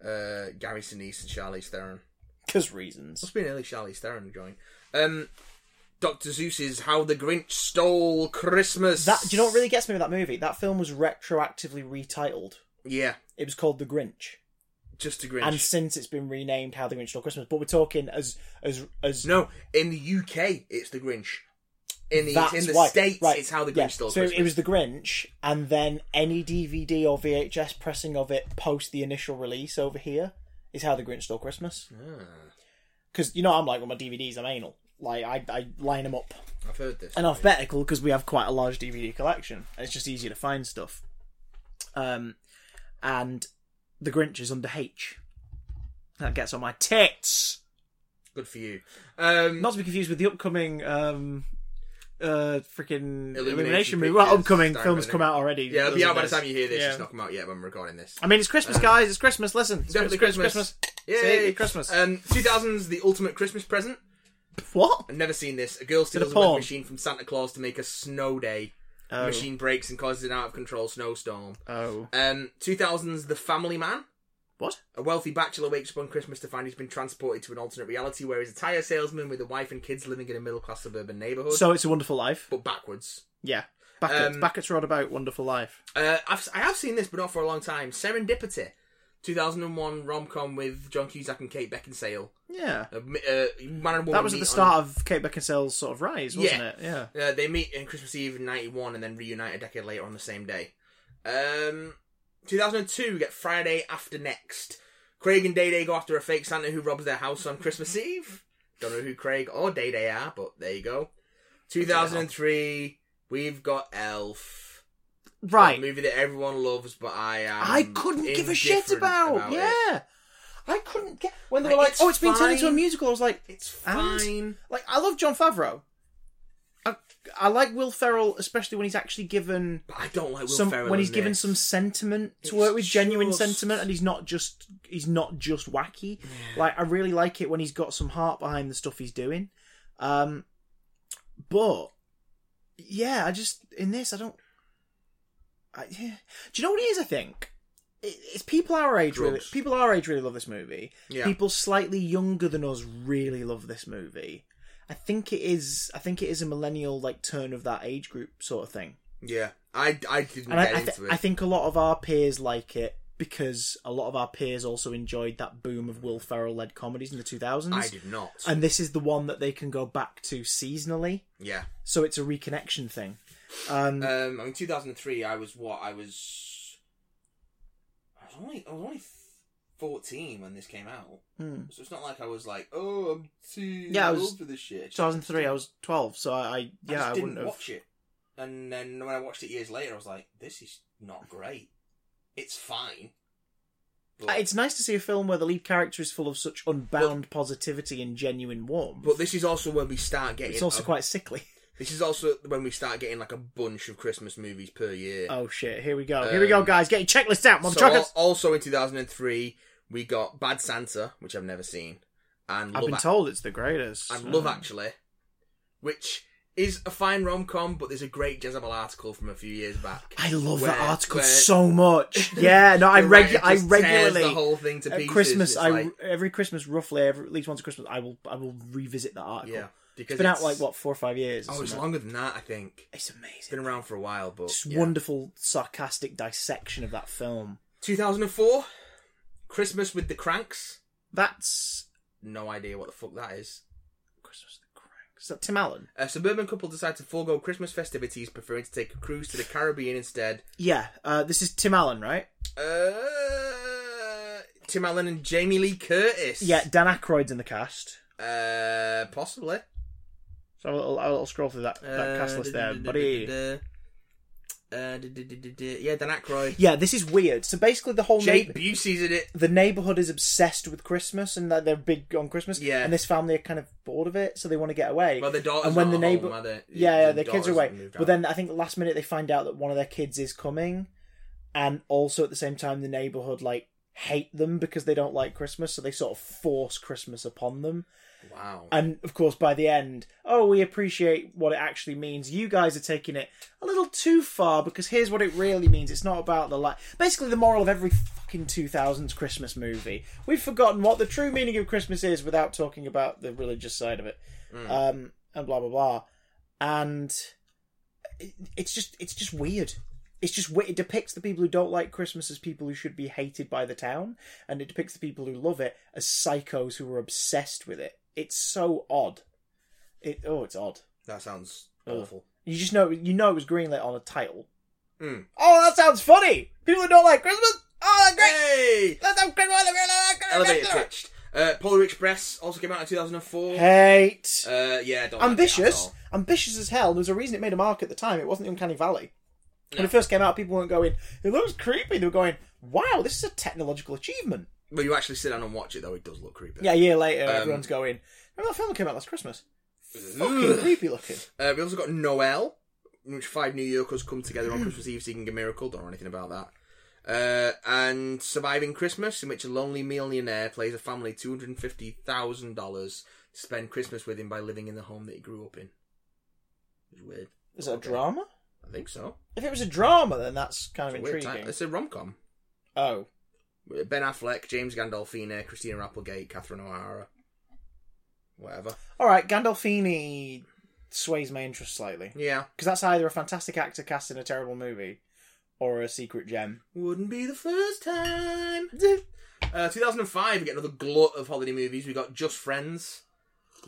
B: uh, Gary Sinise and Charlize Theron.
A: Because reasons.
B: Must be an early Charlize Theron joint. Um, Doctor Seuss's How the Grinch Stole Christmas.
A: That do you know what really gets me with that movie? That film was retroactively retitled.
B: Yeah,
A: It was called The Grinch,
B: just a Grinch.
A: and since it's been renamed How the Grinch Stole Christmas. But we're talking as as as
B: No, in the UK, it's the Grinch. In the
A: That's
B: in the
A: why-
B: states,
A: right,
B: it's How the Grinch
A: yeah.
B: Stole
A: So
B: Christmas.
A: it was the Grinch, and then any DVD or VHS pressing of it post the initial release over here is How the Grinch Stole Christmas.
B: Ah,
A: because you know I'm like with my DVDs, I'm anal. Like I, I line them up
B: I've heard this.
A: and alphabetical because we have quite a large DVD collection. And it's just easier to find stuff. Um, and the Grinch is under H. That gets on my tits.
B: Good for you. Um,
A: Not to be confused with the upcoming um uh
B: Illumination
A: freaking Illumination movie. Well,
B: Pictures,
A: upcoming
B: Diary
A: films
B: Wedding.
A: come out already.
B: yeah, it'll be
A: Those
B: out by the
A: days.
B: time you hear this.
A: Yeah.
B: It's not come out yet when we're recording this.
A: I mean, it's Christmas, guys. It's Christmas. Listen, it's
B: Definitely
A: Christmas.
B: Christmas.
A: Yay, Christmas.
B: Um, 2000's the ultimate Christmas present.
A: Christmas. What?
B: I've never seen this. A girl steals a
A: porn?
B: weather machine from Santa Claus to make a snow day. The
A: Oh.
B: machine breaks and causes an out of control snowstorm.
A: Oh,
B: Um, 2000's The Family Man.
A: what?
B: A wealthy bachelor wakes up on Christmas to find he's been transported to an alternate reality where he's a tire salesman with a wife and kids living in a middle class suburban neighbourhood.
A: So it's a Wonderful Life.
B: but backwards.
A: Yeah, Backett's
B: Um,
A: Backett's Rod about Wonderful Life.
B: Uh, I've, I have seen this, but not for a long time. Serendipity, 2001 rom com with John Cusack and Kate Beckinsale.
A: Yeah,
B: A, mi- uh, man and woman
A: that was at
B: meet
A: the
B: on-
A: start of Kate Beckinsale's sort of rise, wasn't
B: Yeah.
A: it? Yeah.
B: Uh, they meet in Christmas Eve in 91 and then reunite a decade later on the same day. Um, 2002, we get Friday After Next. Craig and Day Day go after a fake Santa who robs their house on Christmas Eve. Don't know who Craig or Day Day are, but there you go. 2003, we've got Elf.
A: Right.
B: A movie that everyone loves, but I am.
A: I couldn't give a shit
B: indifferent
A: about.
B: about it.
A: yeah. I couldn't get when they
B: Like,
A: were like,
B: it's
A: "Oh, it's been turned into a
B: fine.
A: musical." I was like,
B: It's
A: And?
B: fine.
A: Like I love John Favreau. I, I like Will Ferrell, especially when he's actually given
B: But I don't like Will
A: some
B: Ferrell
A: when
B: in
A: he's given
B: this.
A: some sentiment to
B: It's
A: work with, genuine
B: just-
A: sentiment, and he's not just he's not just wacky. Like I really like it when he's got some heart behind the stuff he's doing. Um, but yeah, I just in this I don't. I, yeah. Do you know what it is? I think It- it's people our age really.
B: Drugs.
A: People our age really love this movie.
B: Yeah.
A: People slightly younger than us really love this movie. I think it is. I think it is a millennial like turn of that age group sort of thing.
B: Yeah, I, I didn't
A: And
B: get
A: I, I,
B: into
A: th-
B: it.
A: I think a lot of our peers like it because a lot of our peers also enjoyed that boom of Will Ferrell led comedies in the 2000s.
B: I did not.
A: And this is the one that they can go back to seasonally.
B: yeah.
A: So it's a reconnection thing. Um,
B: Um, I mean, 2003. I was what? I was. I was only. I was only 14 when this came out,
A: hmm.
B: so it's not like I was like, oh, I'm too
A: Yeah, I
B: old
A: was-
B: for this shit.
A: 2003, I was 12, so I, I
B: I
A: yeah,
B: just
A: I,
B: didn't
A: wouldn't have.
B: watch it. And then when I watched it years later, I was like, this is not great. It's fine. But,
A: Uh, It's nice to see a film where the lead character is full of such unbound positivity and genuine warmth.
B: but this is also when we start getting.
A: it's also
B: a-
A: quite sickly.
B: This is also when we start getting like a bunch of Christmas movies per year.
A: Oh shit! Here we go. Here we go,
B: Um,
A: guys. Get your checklist out, mother
B: So
A: truckers.
B: al- also in 2003, we got Bad Santa, which I've never seen, and
A: I've
B: Love
A: been
B: Ac-
A: told it's the greatest.
B: and Love
A: Um,
B: Actually, which is a fine rom com, but there's a great Jezebel article from a few years back.
A: I love
B: where-
A: that article
B: where
A: so much. Yeah, no, I
B: the
A: regu-
B: writer
A: I
B: just tears
A: regularly
B: the whole thing to
A: at
B: pieces.
A: Christmas.
B: It's
A: I
B: like,
A: every Christmas, roughly every, at least once a Christmas, I will I will revisit that article.
B: yeah, because
A: it's been out like what four or five years. or
B: Oh, it's
A: something.
B: longer than that. I think
A: It's
B: it's been
A: amazing.
B: around for a while, but
A: It's
B: yeah.
A: wonderful, sarcastic dissection of that film.
B: 2004, Christmas with the Cranks.
A: That's
B: No idea what the fuck that is.
A: Christmas with the Cranks. Is that Tim Allen?
B: A suburban couple decide to forego Christmas festivities, preferring to take a cruise to the Caribbean instead.
A: Yeah, uh, this is Tim Allen, right?
B: Uh, Tim Allen and Jamie Lee Curtis.
A: Yeah, Dan Aykroyd's in the cast.
B: Uh, possibly.
A: So I'll, I'll, I'll scroll through that, that cast
B: Uh,
A: list there,
B: duh, duh,
A: buddy.
B: duh, duh, duh, duh. Uh, duh, duh, duh, duh, duh. yeah, Dan Aykroyd.
A: Yeah, this is weird. So basically, the whole
B: Jake
A: neigh-
B: Busey's in it.
A: the neighborhood is obsessed with Christmas and that they're big on Christmas.
B: Yeah.
A: And this family are kind of bored of it, so they want to get away.
B: Well, their daughters
A: and when
B: not
A: the
B: at
A: neighbor,
B: home, are they?
A: yeah, yeah,
B: Their
A: their kids
B: daughters
A: are away.
B: have moved
A: But
B: out.
A: then I think last minute they find out that one of their kids is coming, and also at the same time the neighborhood like hate them because they don't like Christmas, so they sort of force Christmas upon them.
B: Wow.
A: And of course, by the end, oh, we appreciate what it actually means. You guys are taking it a little too far because here's what it really means. It's not about the light. Basically, the moral of every fucking 2000s Christmas movie. We've forgotten what the true meaning of Christmas is without talking about the religious side of it. Um, and blah, blah, blah. And it- it's just, it's just weird. It's just we- it depicts the people who don't like Christmas as people who should be hated by the town, and it depicts the people who love it as psychos who are obsessed with it. It's so odd. It oh, it's odd.
B: That sounds
A: Ugh.
B: awful.
A: You just know you know it was greenlit on a title.
B: Mm.
A: Oh, that sounds funny. People who don't like Christmas. Oh, that's great.
B: Hey!
A: That's how Christmas.
B: Elevator pitched. Uh, Polar Express also came out in 2004.
A: Hate.
B: Uh, yeah, don't like it at
A: ambitious,
B: all.
A: ambitious as hell. There's a reason it made a mark at the time. It wasn't Uncanny Valley. When it first came out, people weren't going, "It looks creepy." They were going, "Wow, this is a technological achievement."
B: Well, you actually sit down and watch it, though. It does look creepy.
A: Yeah, a year later,
B: Um,
A: everyone's going. Remember that film that came out last Christmas? Fucking
B: Ugh.
A: creepy looking.
B: Uh, we also got Noel, in which five New Yorkers come together on Christmas Eve seeking a miracle. Don't know anything about that. Uh, and Surviving Christmas, in which a lonely millionaire plays a family $250,000 to spend Christmas with him by living in the home that he grew up in. It's weird.
A: Is it a drama?
B: I think so.
A: If it was a drama, then that's kind
B: It's a,
A: of
B: weird time.
A: intriguing.
B: it's a rom-com.
A: Oh,
B: with Ben Affleck, James Gandolfini, Christina Applegate, Catherine O'Hara. Whatever.
A: all right. Gandolfini sways my interest slightly
B: Yeah.
A: because that's either a fantastic actor cast in a terrible movie or a secret gem.
B: Wouldn't be the first time. Uh, 2005, we get another glut of holiday movies. We got Just Friends,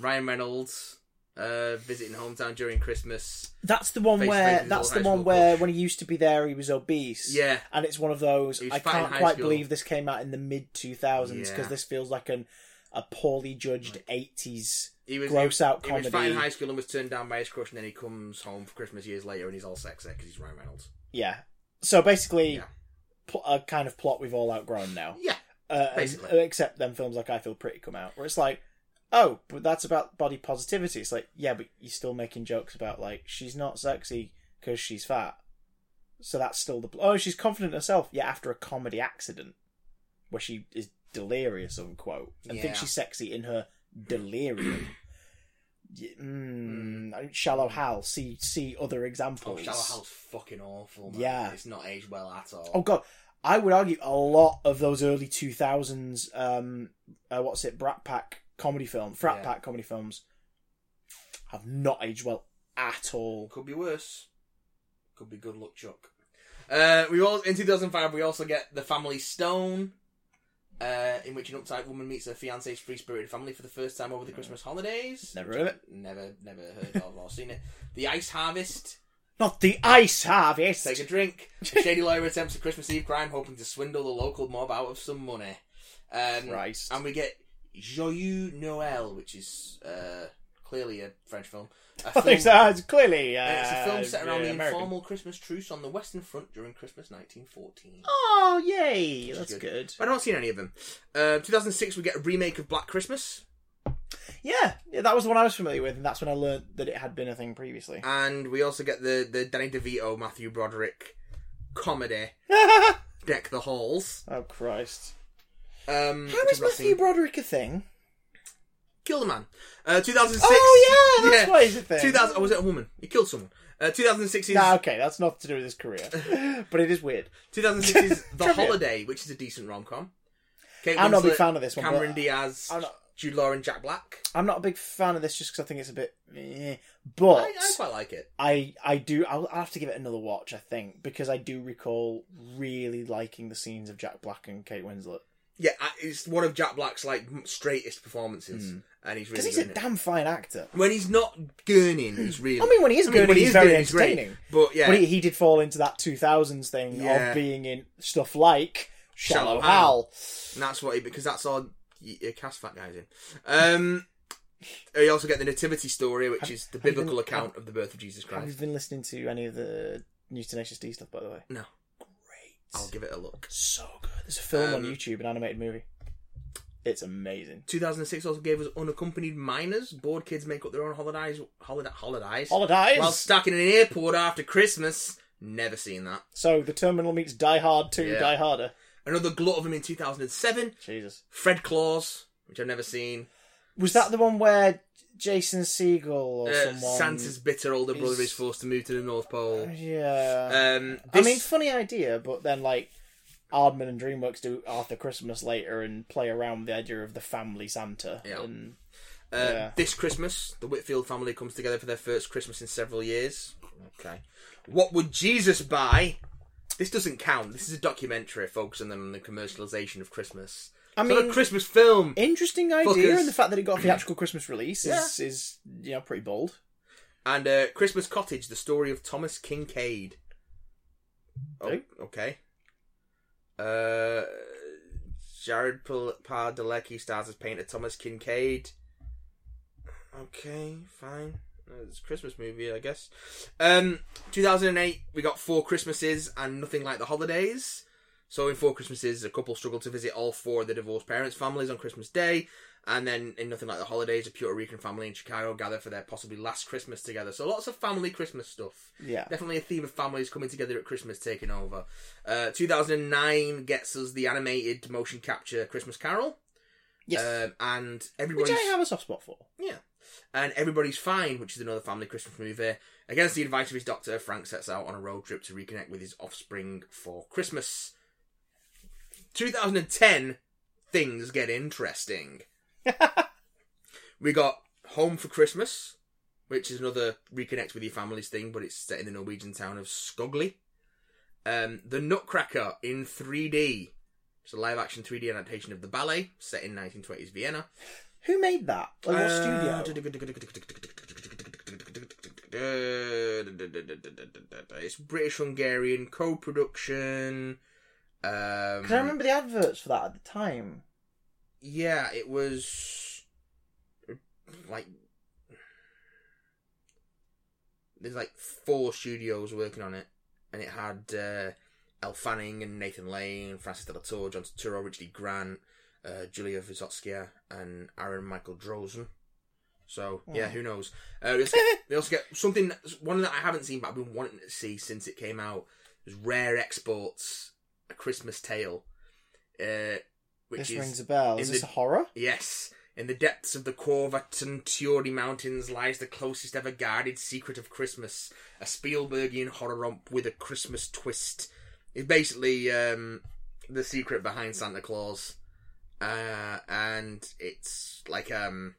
B: Ryan Reynolds, uh, visiting hometown during Christmas.
A: That's the one
B: Face to face
A: where
B: with
A: that's
B: all
A: the
B: high
A: one
B: school
A: where
B: crush.
A: when he used to be there, he was obese.
B: Yeah.
A: and it's one of those.
B: He was
A: I
B: fat in
A: can't
B: high
A: quite
B: school.
A: believe this came out in the mid two thousands
B: Yeah.
A: because this feels like an a poorly judged eighties.
B: He was
A: Gross out
B: He was fat in
A: comedy.
B: high school and was turned down by his crush, and then he comes home for Christmas years later, and he's all sexy because he's Ryan Reynolds.
A: Yeah. So basically,
B: Yeah.
A: pl- a kind of plot we've all outgrown now.
B: Yeah,
A: Uh, and-
B: Basically.
A: except then films like I Feel Pretty come out, where it's like, oh, but that's about body positivity. It's like, yeah, but you're still making jokes about like she's not sexy because she's fat. So that's still the pl- oh, she's confident in herself. Yeah, after a comedy accident where she is delirious, unquote, and
B: Yeah.
A: thinks she's sexy in her delirium. Y- mm, Shallow Hal. See, see other
B: oh,
A: examples.
B: Shallow House, fucking awful. Man.
A: Yeah.
B: it's not aged well at all.
A: Oh god, I would argue a lot of those early two thousands, um, uh, what's it, Brat Pack comedy film, Frat
B: Yeah.
A: Pack comedy films, have not aged well at all.
B: Could be worse. Could be good luck, Chuck. Uh, we all in 2005. We also get the Family Stone, uh, in which an uptight woman meets her fiance's free-spirited family for the first time over the Christmas holidays.
A: Never heard of it.
B: Never, never heard of or seen it. The Ice Harvest.
A: Not the Ice Harvest.
B: Take a drink. A shady lawyer attempts a Christmas Eve crime, hoping to swindle the local mob out of some money. Um,
A: Christ.
B: And we get Joyeux Noël, which is uh, clearly a French film. A
A: I
B: film-
A: think so. It's clearly
B: uh, it's a
A: uh,
B: film set around
A: yeah,
B: the
A: American.
B: informal Christmas truce on the Western Front during Christmas 1914.
A: Oh yay,
B: Which is
A: that's good.
B: But I've not seen any of them. Uh, 2006, we get a remake of Black Christmas,
A: Yeah, yeah, that was the one I was familiar with, and that's when I learned that it had been a thing previously.
B: and we also get the, the Danny DeVito, Matthew Broderick comedy,
A: oh
B: Deck the Halls.
A: Christ!
B: Um,
A: How
B: which I've
A: is
B: not
A: Matthew
B: seen.
A: Broderick a thing?
B: Kill the man. Uh, 2006.
A: Oh yeah, that's why he's a thing.
B: 2000. Oh, was it a woman? He killed someone. Uh, 2006 is
A: Nah, okay, that's not to do with his career, but it is weird.
B: 2006 is The
A: Trivia.
B: Holiday, which is a decent rom com.
A: I'm not a big fan of this one,
B: Cameron
A: but
B: Diaz,
A: I'm not-
B: Jude Law, and Jack Black.
A: I'm not a big fan of this just because I think it's a bit, eh. but
B: I, I quite like it.
A: I, I do I'll, I'll have to give it another watch I think because I do recall really liking the scenes of Jack Black and Kate Winslet
B: Yeah, I- it's one of Jack Black's like m- straightest performances, and he's really
A: because Hmm. he's
B: good
A: a
B: in it.
A: damn fine actor.
B: when he's not gurning, he's really.
A: I mean, when he is gurning,
B: when he
A: he's very
B: gurning, great.
A: entertaining.
B: But yeah,
A: But he, he did fall into that 2000s thing
B: Yeah.
A: of being in stuff like
B: Shallow
A: Shallow, Hal.
B: and that's what he because that's all y- uh, cast fat guys in. Um, you also get the nativity story, which is the
A: have you
B: biblical
A: been-
B: account of the birth of Jesus
A: Have you
B: Christ.
A: been listening to any of the new Tenacious D stuff by the way?
B: No, I'll
A: Great,
B: give it a look.
A: so good. There's a film on
B: Um,
A: YouTube, an animated movie. It's amazing.
B: 2006 also gave us unaccompanied minors. Bored kids make up their own holidays. Holiday, holidays.
A: Holidays.
B: While stuck in an airport after Christmas. Never seen that.
A: So the terminal meets Die Hard 2,
B: Yeah.
A: Die Harder.
B: Another glut of them in 2007.
A: Jesus.
B: Fred Claus, which I've never seen.
A: Was that the one where Jason Siegel or
B: Uh,
A: someone?
B: Santa's bitter older brother
A: is-
B: is forced to move to the North Pole.
A: Yeah.
B: Um,
A: I
B: this-
A: mean, funny idea, but then like Aardman and DreamWorks do Arthur Christmas later and play around with the idea of the family Santa.
B: Yeah.
A: And
B: uh,
A: yeah.
B: this Christmas, the Whitfield family comes together for their first Christmas in several years. Okay. What would Jesus buy? This doesn't count. This is a documentary focusing on the commercialization of Christmas.
A: I
B: It's not
A: mean-
B: a Christmas film.
A: interesting idea,
B: Fuckers.
A: and the fact that it got a theatrical Christmas release is is you know pretty bold.
B: And uh, Christmas Cottage, the story of Thomas Kincaid. Oh,
A: Who?
B: okay. Uh, Jared Pal- Padalecki stars as painter Thomas Kincaid. Okay, fine. Uh, It's a Christmas movie, I guess. Um, 2008, we got Four Christmases and Nothing Like the Holidays. So in Four Christmases, a couple struggle to visit all four of the divorced parents' families on Christmas Day, and then in Nothing Like the Holidays, a Puerto Rican family in Chicago gather for their possibly last Christmas together. So lots of family Christmas stuff.
A: Yeah.
B: Definitely a theme of families coming together at Christmas taking over. Uh, 2009 gets us the animated motion capture Christmas Carol.
A: Yes.
B: Um, and
A: Which
B: everybody's
A: I have a soft spot for.
B: yeah. And Everybody's Fine, which is another family Christmas movie. Against the advice of his doctor, Frank sets out on a road trip to reconnect with his offspring for Christmas. 2010, things get interesting. we got Home for Christmas, which is another reconnect with your families thing, but it's set in the Norwegian town of Skogli. Um, the Nutcracker in 3D. It's a live action 3D adaptation of the ballet set in 1920s Vienna.
A: Who made that? Or what
B: Uh,
A: studio?
B: It's British Hungarian co production. Um,
A: Because I remember the adverts for that at the time.
B: Yeah, it was. Like. There's like four studios working on it, and it had uh, Elle Fanning and Nathan Lane, Francis Delator, John Turturro, Richard E. Grant, uh, Julia Vizotskaya, and Aaron Michael Drozen. So yeah,
A: Yeah.
B: who knows? Uh, we, also get, we also get something one that I haven't seen, but I've been wanting to see since it came out. It was Rare Exports, A Christmas Tale, uh, which
A: this
B: is
A: rings a bell. Is
B: in
A: this
B: the-
A: a horror?
B: Yes. In the depths of the Corvatanturi Mountains lies the closest ever guarded secret of Christmas, a Spielbergian horror romp with a Christmas twist. It's basically um, the secret behind Santa Claus, uh, and it's like um,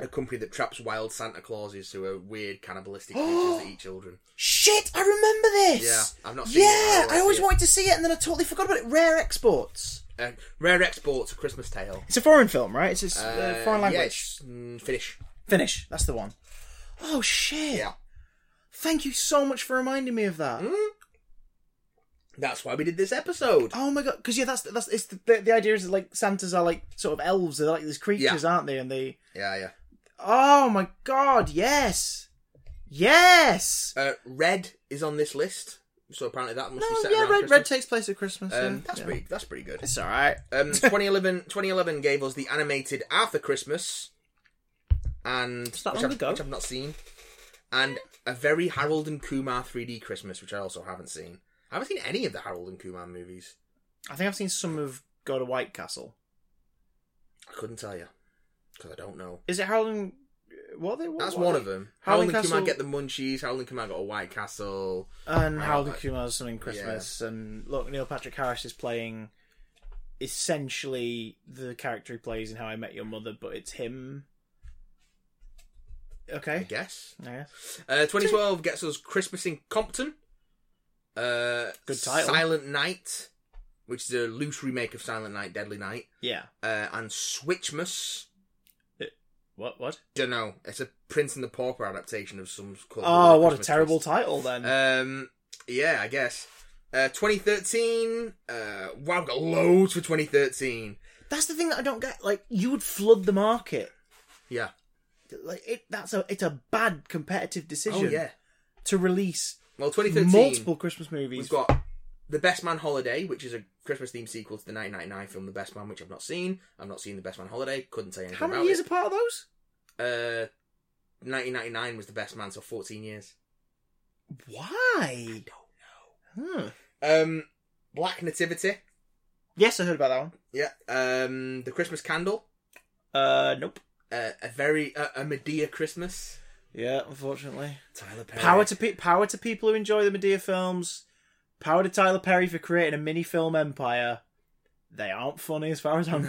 B: a company that traps wild Santa Clauses who are weird cannibalistic creatures that eat children.
A: Shit, I remember this.
B: Yeah, I've not seen it. Oh,
A: Yeah, I always
B: see it.
A: wanted to see it, and then I totally forgot about it. Rare Exports.
B: Uh, Rare Exports, A Christmas Tale.
A: It's a foreign film, right? It's just, uh,
B: Uh,
A: foreign language.
B: yes, mm, Finnish.
A: Finnish. That's the one. Oh shit!
B: Yeah. Hmm?
A: Thank you so much for reminding me of that.
B: Mm-hmm. That's why we did this episode.
A: Oh my god! Because yeah, that's that's it's the, the, the idea is that, like Santas are like sort of elves. They're like these creatures, aren't they? And they.
B: Yeah, yeah.
A: Oh my god! Yes, yes.
B: Uh, red is on this list, so apparently that must be
A: no,
B: set
A: yeah.
B: around
A: Red, Red
B: Christmas.
A: takes place at Christmas. yeah.
B: um, that's
A: yeah.
B: pretty. That's pretty good.
A: It's all right.
B: Um, 2011, 2011 gave us the animated Arthur Christmas, and which
A: that long
B: I've,
A: ago?
B: which I've not seen, and a very Harold and Kumar 3D Christmas, which I also haven't seen. I haven't seen any of the Harold and Kumar movies.
A: I think I've seen some of Go to White Castle.
B: I couldn't tell you because I don't know.
A: Is it Harold and what? Are they, what
B: That's
A: what are
B: one
A: they?
B: of them.
A: Howling
B: Harold and Kumar
A: Castle-
B: get the munchies. Harold and Kumar got a White Castle.
A: And Harold and
B: Right.
A: Kumar's something Christmas, and look, Neil Patrick Harris is playing essentially the character he plays in How I Met Your Mother, but it's him.
B: I
A: Okay,
B: guess.
A: I guess.
B: Uh, 2012 gets us Christmas in Compton. Uh,
A: Good title.
B: Silent Night, which is a loose remake of Silent Night, Deadly Night,
A: yeah.
B: uh, and Switchmas.
A: What? What?
B: Don't know. It's a Prince and the Pauper adaptation of some. colour
A: Oh,
B: with
A: what a
B: Christmas
A: terrible
B: twist.
A: title then.
B: Um, yeah, I guess. Uh, 2013. Uh, wow, we've got loads for 2013.
A: That's the thing that I don't get. Like, you would flood the market.
B: Yeah.
A: Like, it, that's a it's a bad competitive decision.
B: Oh yeah.
A: To release
B: Well, 2013.
A: multiple Christmas movies.
B: We've got The Best Man Holiday, which is a Christmas themed sequel to the 1999 film The Best Man, which I've not seen. I've not seen The Best Man Holiday. Couldn't say anything
A: How
B: about
A: many years
B: it.
A: apart are those?
B: Uh, 1999 was The Best Man, so 14 years.
A: Why? Hmm.
B: Um, Black Nativity.
A: Yes, I heard about that one.
B: Yeah. Um, The Christmas Candle.
A: Uh, nope.
B: Uh, a very uh, a Medea Christmas.
A: Yeah, unfortunately.
B: Tyler Perry.
A: Power to pe- power to people who enjoy the Medea films. Power to Tyler Perry for creating a mini film empire. They aren't funny as far as I'm
B: No,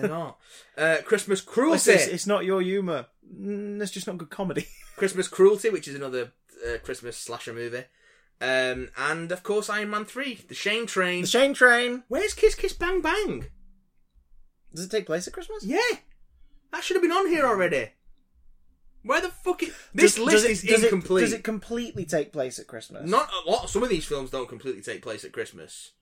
B: they're not. Uh, Christmas
A: It's,
B: Cruelty.
A: Oh, it's, it's not your humor. Mm, it's just not good comedy.
B: Christmas Cruelty, which is another uh, Christmas slasher movie. Um, and of course, Iron Man 3, The Shane Train.
A: the Shane Train.
B: Where's Kiss Kiss Bang Bang?
A: Does it take place at Christmas?
B: Yeah, that should have been on here already. Where the fuck is this
A: Does-
B: list
A: does it-
B: is
A: does it-
B: incomplete?
A: does it completely take place at Christmas?
B: Not a lot. Some of these films don't completely take place at Christmas,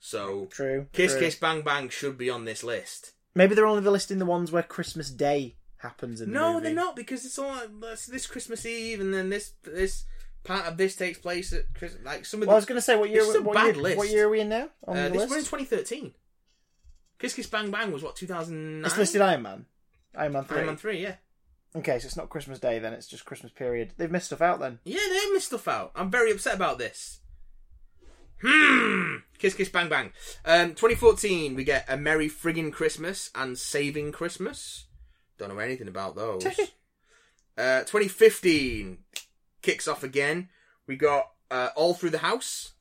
B: so
A: true.
B: Kiss
A: true.
B: Kiss Bang Bang should be on this list.
A: Maybe they're only listing the ones where Christmas Day happens in the
B: No,
A: movie.
B: they're not because it's all that's this Christmas Eve and then this this Part of this takes place at Christmas. Like some of
A: Well, I was
B: the,
A: going to say, what year?
B: This is a
A: What
B: bad
A: year,
B: list.
A: what year are we in now? On
B: uh,
A: the
B: this
A: list?
B: one in 2013. Kiss Kiss Bang Bang was what 2009.
A: It's listed Iron Man. Iron Man three.
B: Iron Man three, yeah.
A: Okay, so it's not Christmas Day then. It's just Christmas period. They've missed stuff out then.
B: Yeah, they missed stuff out. I'm very upset about this. Hmm. Kiss Kiss Bang Bang. Um, 2014, we get A Merry Friggin' Christmas and Saving Christmas. Don't know anything about those. uh, 2015 kicks off again. We got uh, All Through the House,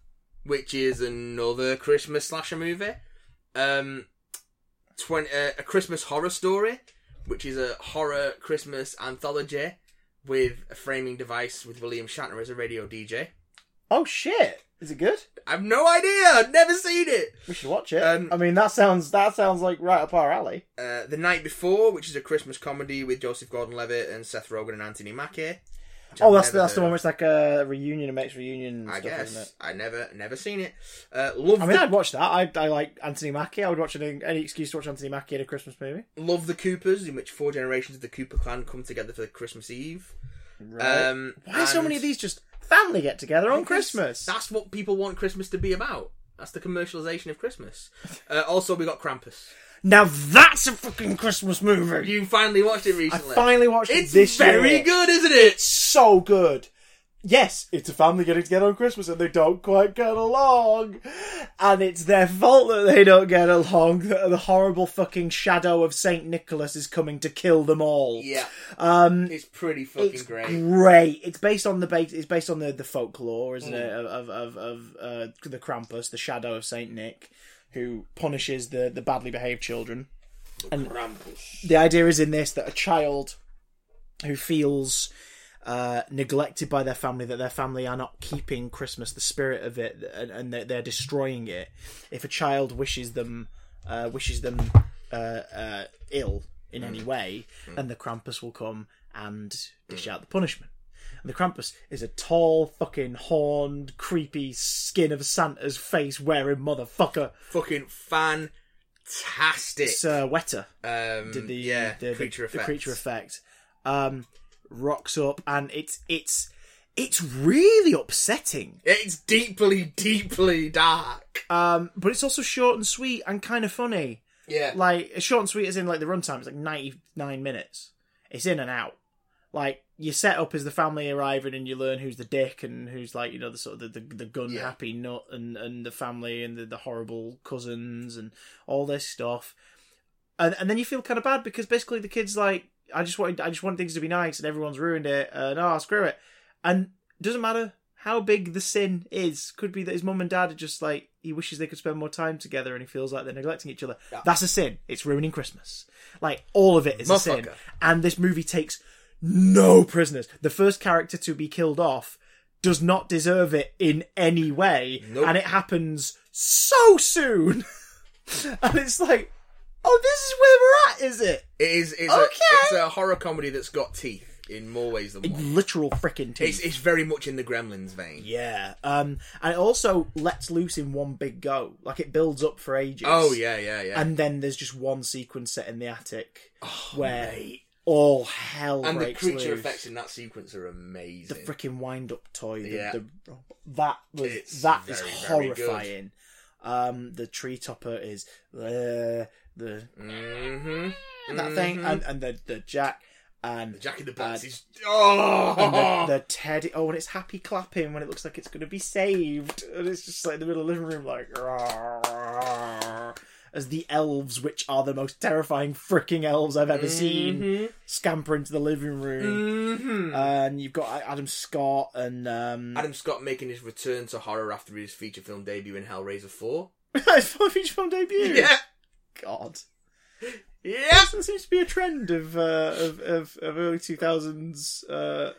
B: which is another Christmas slasher movie. Um, 20, uh, a Christmas Horror Story, which is a horror Christmas anthology with a framing device with William Shatner as a radio DJ.
A: Oh shit! Is it good?
B: I've no idea. I've never seen it.
A: We should watch it.
B: Um,
A: I mean, that sounds that sounds like right up our alley.
B: Uh, the Night Before, which is a Christmas comedy with Joseph Gordon-Levitt and Seth Rogen and Anthony Mackie. which
A: Oh,
B: I've
A: that's
B: never
A: that's the
B: heard
A: one
B: of.
A: where it's like a reunion and makes reunion. And
B: I
A: stuff,
B: guess
A: Isn't it?
B: I never never seen it. Uh, love
A: I mean,
B: the,
A: I'd watch that. I, I like Anthony Mackie. I would watch any, any excuse to watch Anthony Mackie in a Christmas movie.
B: love the Coopers, in which four generations of the Cooper clan come together for Christmas Eve. Um,
A: Why are so
B: and-
A: many of these just family get together on
B: Because
A: Christmas?
B: That's what people want Christmas to be about. That's the commercialization of Christmas. Uh, also, we got Krampus.
A: Now that's a fucking Christmas movie.
B: You finally watched it
A: I
B: recently.
A: finally watched
B: it's
A: it this
B: very
A: year.
B: good, isn't it?
A: so good. Yes, it's a family getting together on Christmas and they don't quite get along. And it's their fault that they don't get along. The the horrible fucking shadow of St. Nicholas is coming to kill them all.
B: Yeah,
A: Um,
B: it's pretty fucking
A: it's
B: great.
A: great. It's based on the base. It's based on the, the folklore, isn't
B: Mm.
A: it? Of of of uh, the Krampus, the shadow of Saint Nick, who punishes the the badly behaved children. and-
B: Krampus.
A: The idea is in this that a child who feels uh, neglected by their family, that their family are not keeping Christmas, the spirit of it, and, and they're, they're destroying it. If a child wishes them, uh, wishes them uh, uh, ill in any way, then the Krampus will come and dish out the punishment. And the Krampus is a tall, fucking horned, creepy skin of Santa's face wearing motherfucker.
B: Fucking fantastic.
A: Sir Wetter
B: um,
A: uh, did the
B: yeah
A: the, the-
B: creature
A: the
B: effect.
A: creature effect um rocks up and it's it's it's really upsetting
B: It's deeply, deeply dark.
A: um but it's also short and sweet and kind of funny
B: Yeah.
A: like short and sweet is in like the runtime it's like 99 minutes it's in and out like your setup is the family arriving and you learn who's the dick and who's like you know the sort of the, the, the gun
B: Yeah.
A: happy nut and and the family and the, the horrible cousins and all this stuff and and then you feel kind of bad because basically the kids like i just wanted i just want things to be nice and everyone's ruined it and oh screw it and it doesn't matter how big the sin is could be that his mum and dad are just like he wishes they could spend more time together and he feels like they're neglecting each other
B: Yeah.
A: that's a sin it's ruining christmas like all of it is a sin
B: Motherfucker.
A: and this movie takes no prisoners the first character to be killed off does not deserve it in any way
B: Nope.
A: and it happens so soon and it's like oh this is where we're at is it
B: It is. It's, a,
A: Okay.
B: it's a horror comedy that's got teeth in more ways than one.
A: literal freaking teeth
B: It's, it's very much in the Gremlins vein.
A: Yeah, um, and it also lets loose in one big go. Like it builds up for ages.
B: Oh yeah, yeah, yeah.
A: and then there's just one sequence set in the attic where all hell
B: Oh, And the
A: breaks
B: creature
A: loose.
B: effects in that sequence are amazing.
A: the freaking wind up toy. The,
B: Yeah.
A: the, that was
B: It's
A: that is
B: very, very good.
A: horrifying. Um, the tree topper is uh, the
B: mm-hmm.
A: that thing, and, and the the jack and
B: The Jack in the Box
A: Uh,
B: is oh.
A: And the, the teddy. Oh, and it's happy clapping when it looks like it's going to be saved, and it's just like in the middle of the living room, like "Rawr," as the elves, which are the most terrifying freaking elves I've ever
B: Mm-hmm.
A: seen, scamper into the living room.
B: Mhm.
A: And you've got uh, Adam Scott and um,
B: Adam Scott making his return to horror after his feature film debut in Hellraiser Four.
A: his feature film debut.
B: Yeah,
A: God,
B: yeah.
A: there seems to be a trend of uh, of, of of early two thousands. Uh,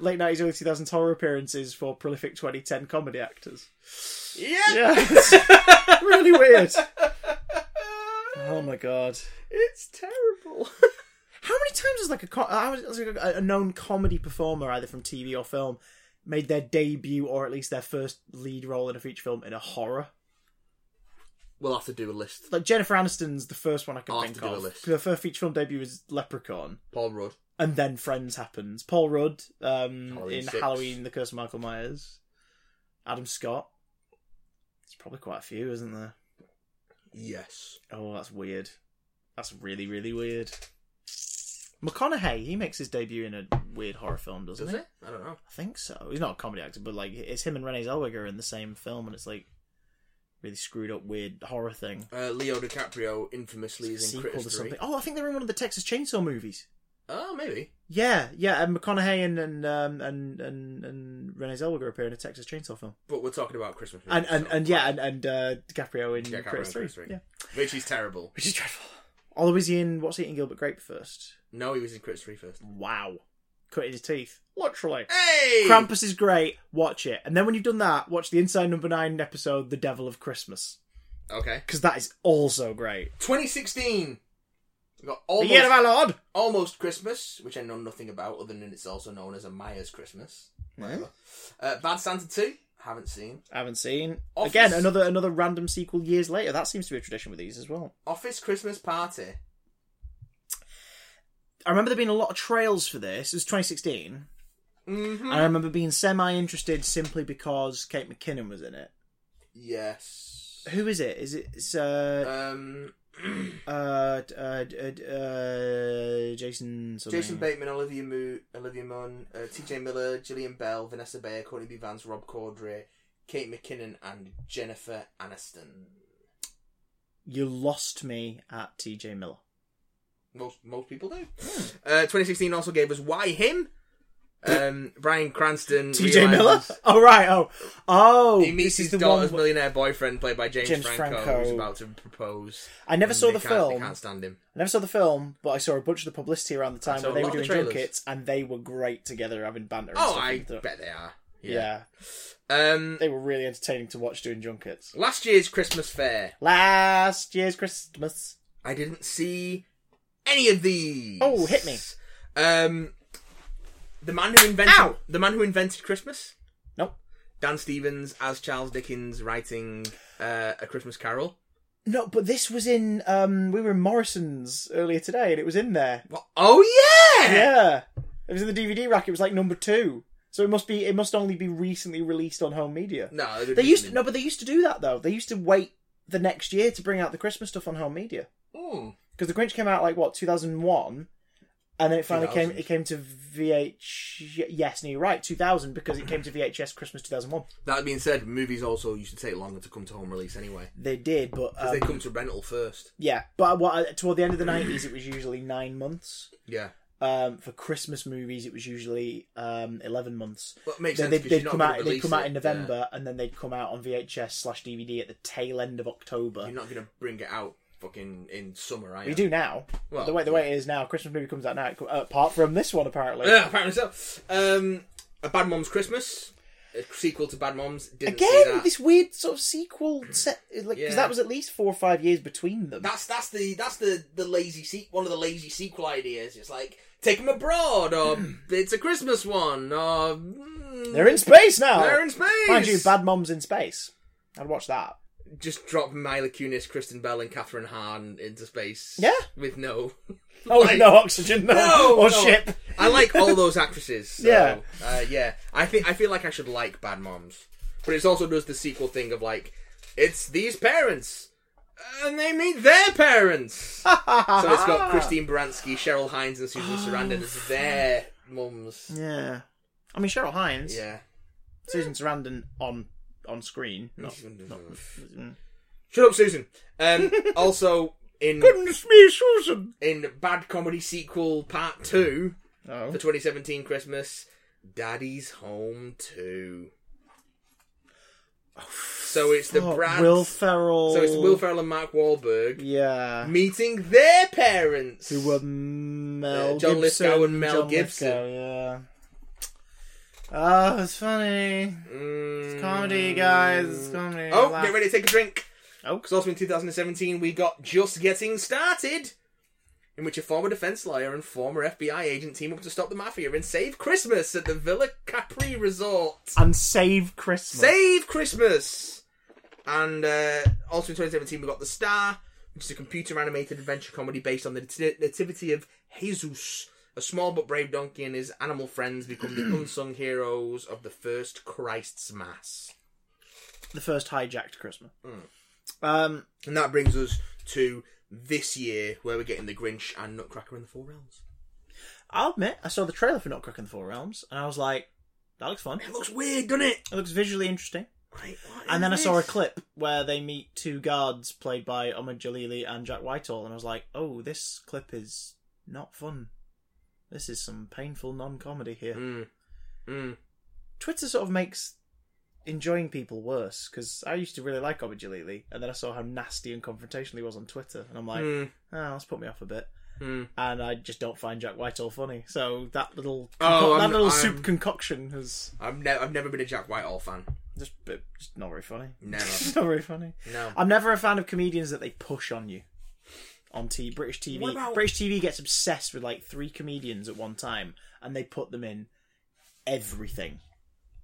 A: Late nineties, early two thousands horror appearances for prolific twenty ten comedy actors.
B: Yeah.
A: Yeah, it's really weird. Oh my god!
B: Uh, It's terrible.
A: How many times has like a co- I was, I was like a, a known comedy performer, either from TV or film, made their debut or at least their first lead role in a feature film in a horror?
B: we'll have to do a list.
A: Like Jennifer Aniston's the first one I can
B: I'll have
A: think
B: to do a
A: of.
B: list.
A: Her first feature film debut was Leprechaun,
B: Paul Rudd.
A: and then Friends happens. Paul Rudd um,
B: Halloween
A: in
B: six.
A: Halloween: The Curse of Michael Myers. Adam Scott. There's probably quite a few, isn't there?
B: Yes.
A: Oh, that's weird. That's really, really weird. McConaughey, he makes his debut in a weird horror film, doesn't
B: Does
A: he?
B: it? I don't know.
A: I think so. He's not a comedy actor, but like it's him and Renee Zellweger in the same film, and it's like really screwed up, weird horror thing.
B: Uh, Leo DiCaprio infamously
A: It's
B: is
A: a
B: in
A: sequel
B: Critters 3.
A: Oh, I think they're in one of the Texas Chainsaw movies.
B: Oh, maybe.
A: Yeah, yeah, and McConaughey and and um, and, and and Renee Zellweger appear in a Texas Chainsaw film,
B: But we're talking about Christmas.
A: and and,
B: so-
A: and yeah, and, and uh, DiCaprio in
B: Yeah, DiCaprio
A: Critters
B: in
A: Three,
B: Critters 3.
A: yeah,
B: Which is terrible.
A: which is dreadful. Although is he in what's he in Gilbert Grape first?
B: No, he was in Critters 3 first.
A: Wow, cutting his teeth, literally.
B: Hey!
A: Krampus is great. Watch it, and then when you've done that, watch the Inside Number Nine episode, The Devil of Christmas.
B: Okay.
A: because that is also great.
B: 2016! We got
A: The
B: almost,
A: year of our Lord.
B: almost Christmas, which I know nothing about other than it's also known as a Myers Christmas. Whatever. Uh, Bad Santa 2, haven't seen.
A: I haven't seen
B: Office.
A: again another another random sequel years later. That seems to be a tradition with these as well.
B: Office Christmas Party.
A: I remember there being a lot of trails for this. It was 2016,
B: Mm-hmm.
A: and I remember being semi interested simply because Kate McKinnon was in it.
B: yes.
A: Who is it? Is it it's, uh,
B: Um,
A: uh, uh, uh, uh, Jason? Something.
B: Jason Bateman, Olivia Moo, Olivia Munn, uh, T.J. Miller, Gillian Bell, Vanessa Bayer, Courtney B. Vance, Rob Corddry, Kate McKinnon, and Jennifer Aniston.
A: You lost me at T.J. Miller.
B: Most most people do.
A: Hmm.
B: Uh, 2016 also gave us Why Him. Um, Brian Cranston.
A: T.J. Miller.
B: realizes-
A: Oh right. Oh oh.
B: He meets
A: this
B: his
A: is the
B: daughter's
A: one.
B: millionaire boyfriend, played by James,
A: James
B: Franco,
A: Franco.
B: who's about to propose.
A: I never
B: and
A: saw
B: they
A: the
B: can't-
A: film.
B: They can't stand him.
A: I never saw the film, but I saw a bunch of the publicity around the time
B: saw
A: where they
B: a
A: were
B: lot
A: doing
B: of the trailers.
A: junkets, and they were great together, having banter. And
B: Oh,
A: stuff
B: I
A: and stuff.
B: bet they are.
A: Yeah.
B: Um,
A: they were really entertaining to watch doing junkets.
B: last year's Christmas fair,
A: Last year's Christmas.
B: I didn't see any of these.
A: Oh, hit me.
B: Um, the man who invented
A: Ow.
B: the man who invented Christmas,
A: Nope.
B: Dan Stevens, as Charles Dickens, writing uh, a Christmas Carol.
A: No, but this was in. Um, we were in Morrison's earlier today, and it was in there.
B: What? Oh yeah.
A: Yeah, it was in the DVD rack. It was like number two, so it must be. It must only be recently released on home media.
B: No,
A: They used to, no, but they used to do that though. They used to wait the next year to bring out the Christmas stuff on home media.
B: Mm.
A: because the Grinch came out like what 2001, and then it finally came.
B: 2000.
A: It came to VH. Yes, no, you're right, 2000 because it came to VHS Christmas 2001.
B: That being said, movies also used to take longer to come to home release anyway.
A: They did, but
B: 'Cause
A: um,
B: they come to rental first.
A: yeah, but what, I- toward the end of the 90s, it was usually nine months.
B: Yeah.
A: Um, for Christmas movies, it was usually um, eleven months.
B: Well, it makes
A: They,
B: sense
A: they'd,
B: 'cause
A: they'd
B: you're not
A: come
B: gonna
A: out. They'd
B: release
A: come out
B: it,
A: in November, and then they'd come out on VHS slash DVD at the tail end of
B: yeah.
A: October.
B: You're not going to bring it out fucking in summer, are you?
A: We do now.
B: Well,
A: the way the way it is now, Christmas movie comes out now. it co- uh, apart from this one, apparently.
B: Yeah, apparently so. Um, a Bad Moms Christmas, a sequel to Bad Moms. Didn't see
A: again
B: that.
A: this weird sort of sequel set like because
B: Yeah.
A: that was at least four or five years between them
B: That's that's the that's the the lazy se- one of the lazy sequel ideas. It's like take them abroad, or it's a Christmas one, or mm,
A: they're in space now
B: they're in space.
A: mind you bad moms in space i'd watch that
B: Just drop Mila Kunis, Kristen Bell, and Catherine Hahn into space.
A: Yeah.
B: with no.
A: oh
B: Like-
A: no oxygen no,
B: No,
A: or
B: no.
A: ship
B: I like all those actresses. So,
A: Yeah.
B: uh, yeah. I think I feel like I should like Bad Moms, but it also does the sequel thing of like, it's these parents, and they meet their parents. so it's got Christine Baranski, Cheryl Hines, and Susan Sarandon as their mums.
A: yeah i mean cheryl hines
B: Yeah.
A: susan sarandon on on screen not, not, mm.
B: Shut up, Susan. Um, also in
A: goodness me susan
B: in Bad Comedy Sequel Part Two
A: oh
B: for 2017 Christmas, Daddy's Home Two. So it's the
A: Oh,
B: Brad.
A: will ferrell
B: So it's Will Ferrell and Mark Wahlberg
A: yeah
B: meeting their parents.
A: who were Mel
B: Uh, John
A: Gibson,
B: Lithgow and Mel
A: John
B: Gibson.
A: Lithgow, yeah. Oh, it's funny.
B: Mm.
A: It's comedy, guys. It's comedy.
B: Oh,
A: Laugh.
B: get ready to take a drink.
A: Oh.
B: Because also in 2017 we got Just Getting Started, in which a former defense lawyer and former FBI agent team up to stop the mafia and save Christmas at the Villa Capri Resort.
A: And save Christmas.
B: Save Christmas! And uh, also in 2017 we got The Star, which is a computer animated adventure comedy based on the nati- nativity of Jesus A small but brave donkey and his animal friends become the unsung heroes of the first Christ's Mass.
A: The first hijacked Christmas.
B: Mm.
A: Um,
B: And that brings us to this year, where we're getting the Grinch and Nutcracker in the Four Realms.
A: I'll admit, I saw the trailer for Nutcracker in the Four Realms, and I was like, that looks fun.
B: It looks weird, doesn't it?
A: It looks visually interesting.
B: Right, what is
A: And then I saw a
B: this?
A: clip where they meet two guards played by Omar Jalili and Jack Whitehall, and I was like, oh, this clip is not fun. This is some painful non comedy here.
B: Mm. Mm.
A: Twitter sort of makes enjoying people worse, because I used to really like Omar Jalili, and then I saw how nasty and confrontational he was on Twitter, and I'm like,
B: mm.
A: oh, that's put me off a bit.
B: Mm.
A: And I just don't find Jack Whitehall funny. So that little
B: Oh,
A: that
B: I'm-
A: little
B: I'm-
A: soup concoction has
B: I've, ne- I've never been a Jack Whitehall fan.
A: just, it- just not very funny.
B: Never.
A: It's not very funny.
B: No.
A: I'm never a fan of comedians that they push on you on t- British TV.
B: What about-
A: British TV gets obsessed with like three comedians at one time, and they put them in everything.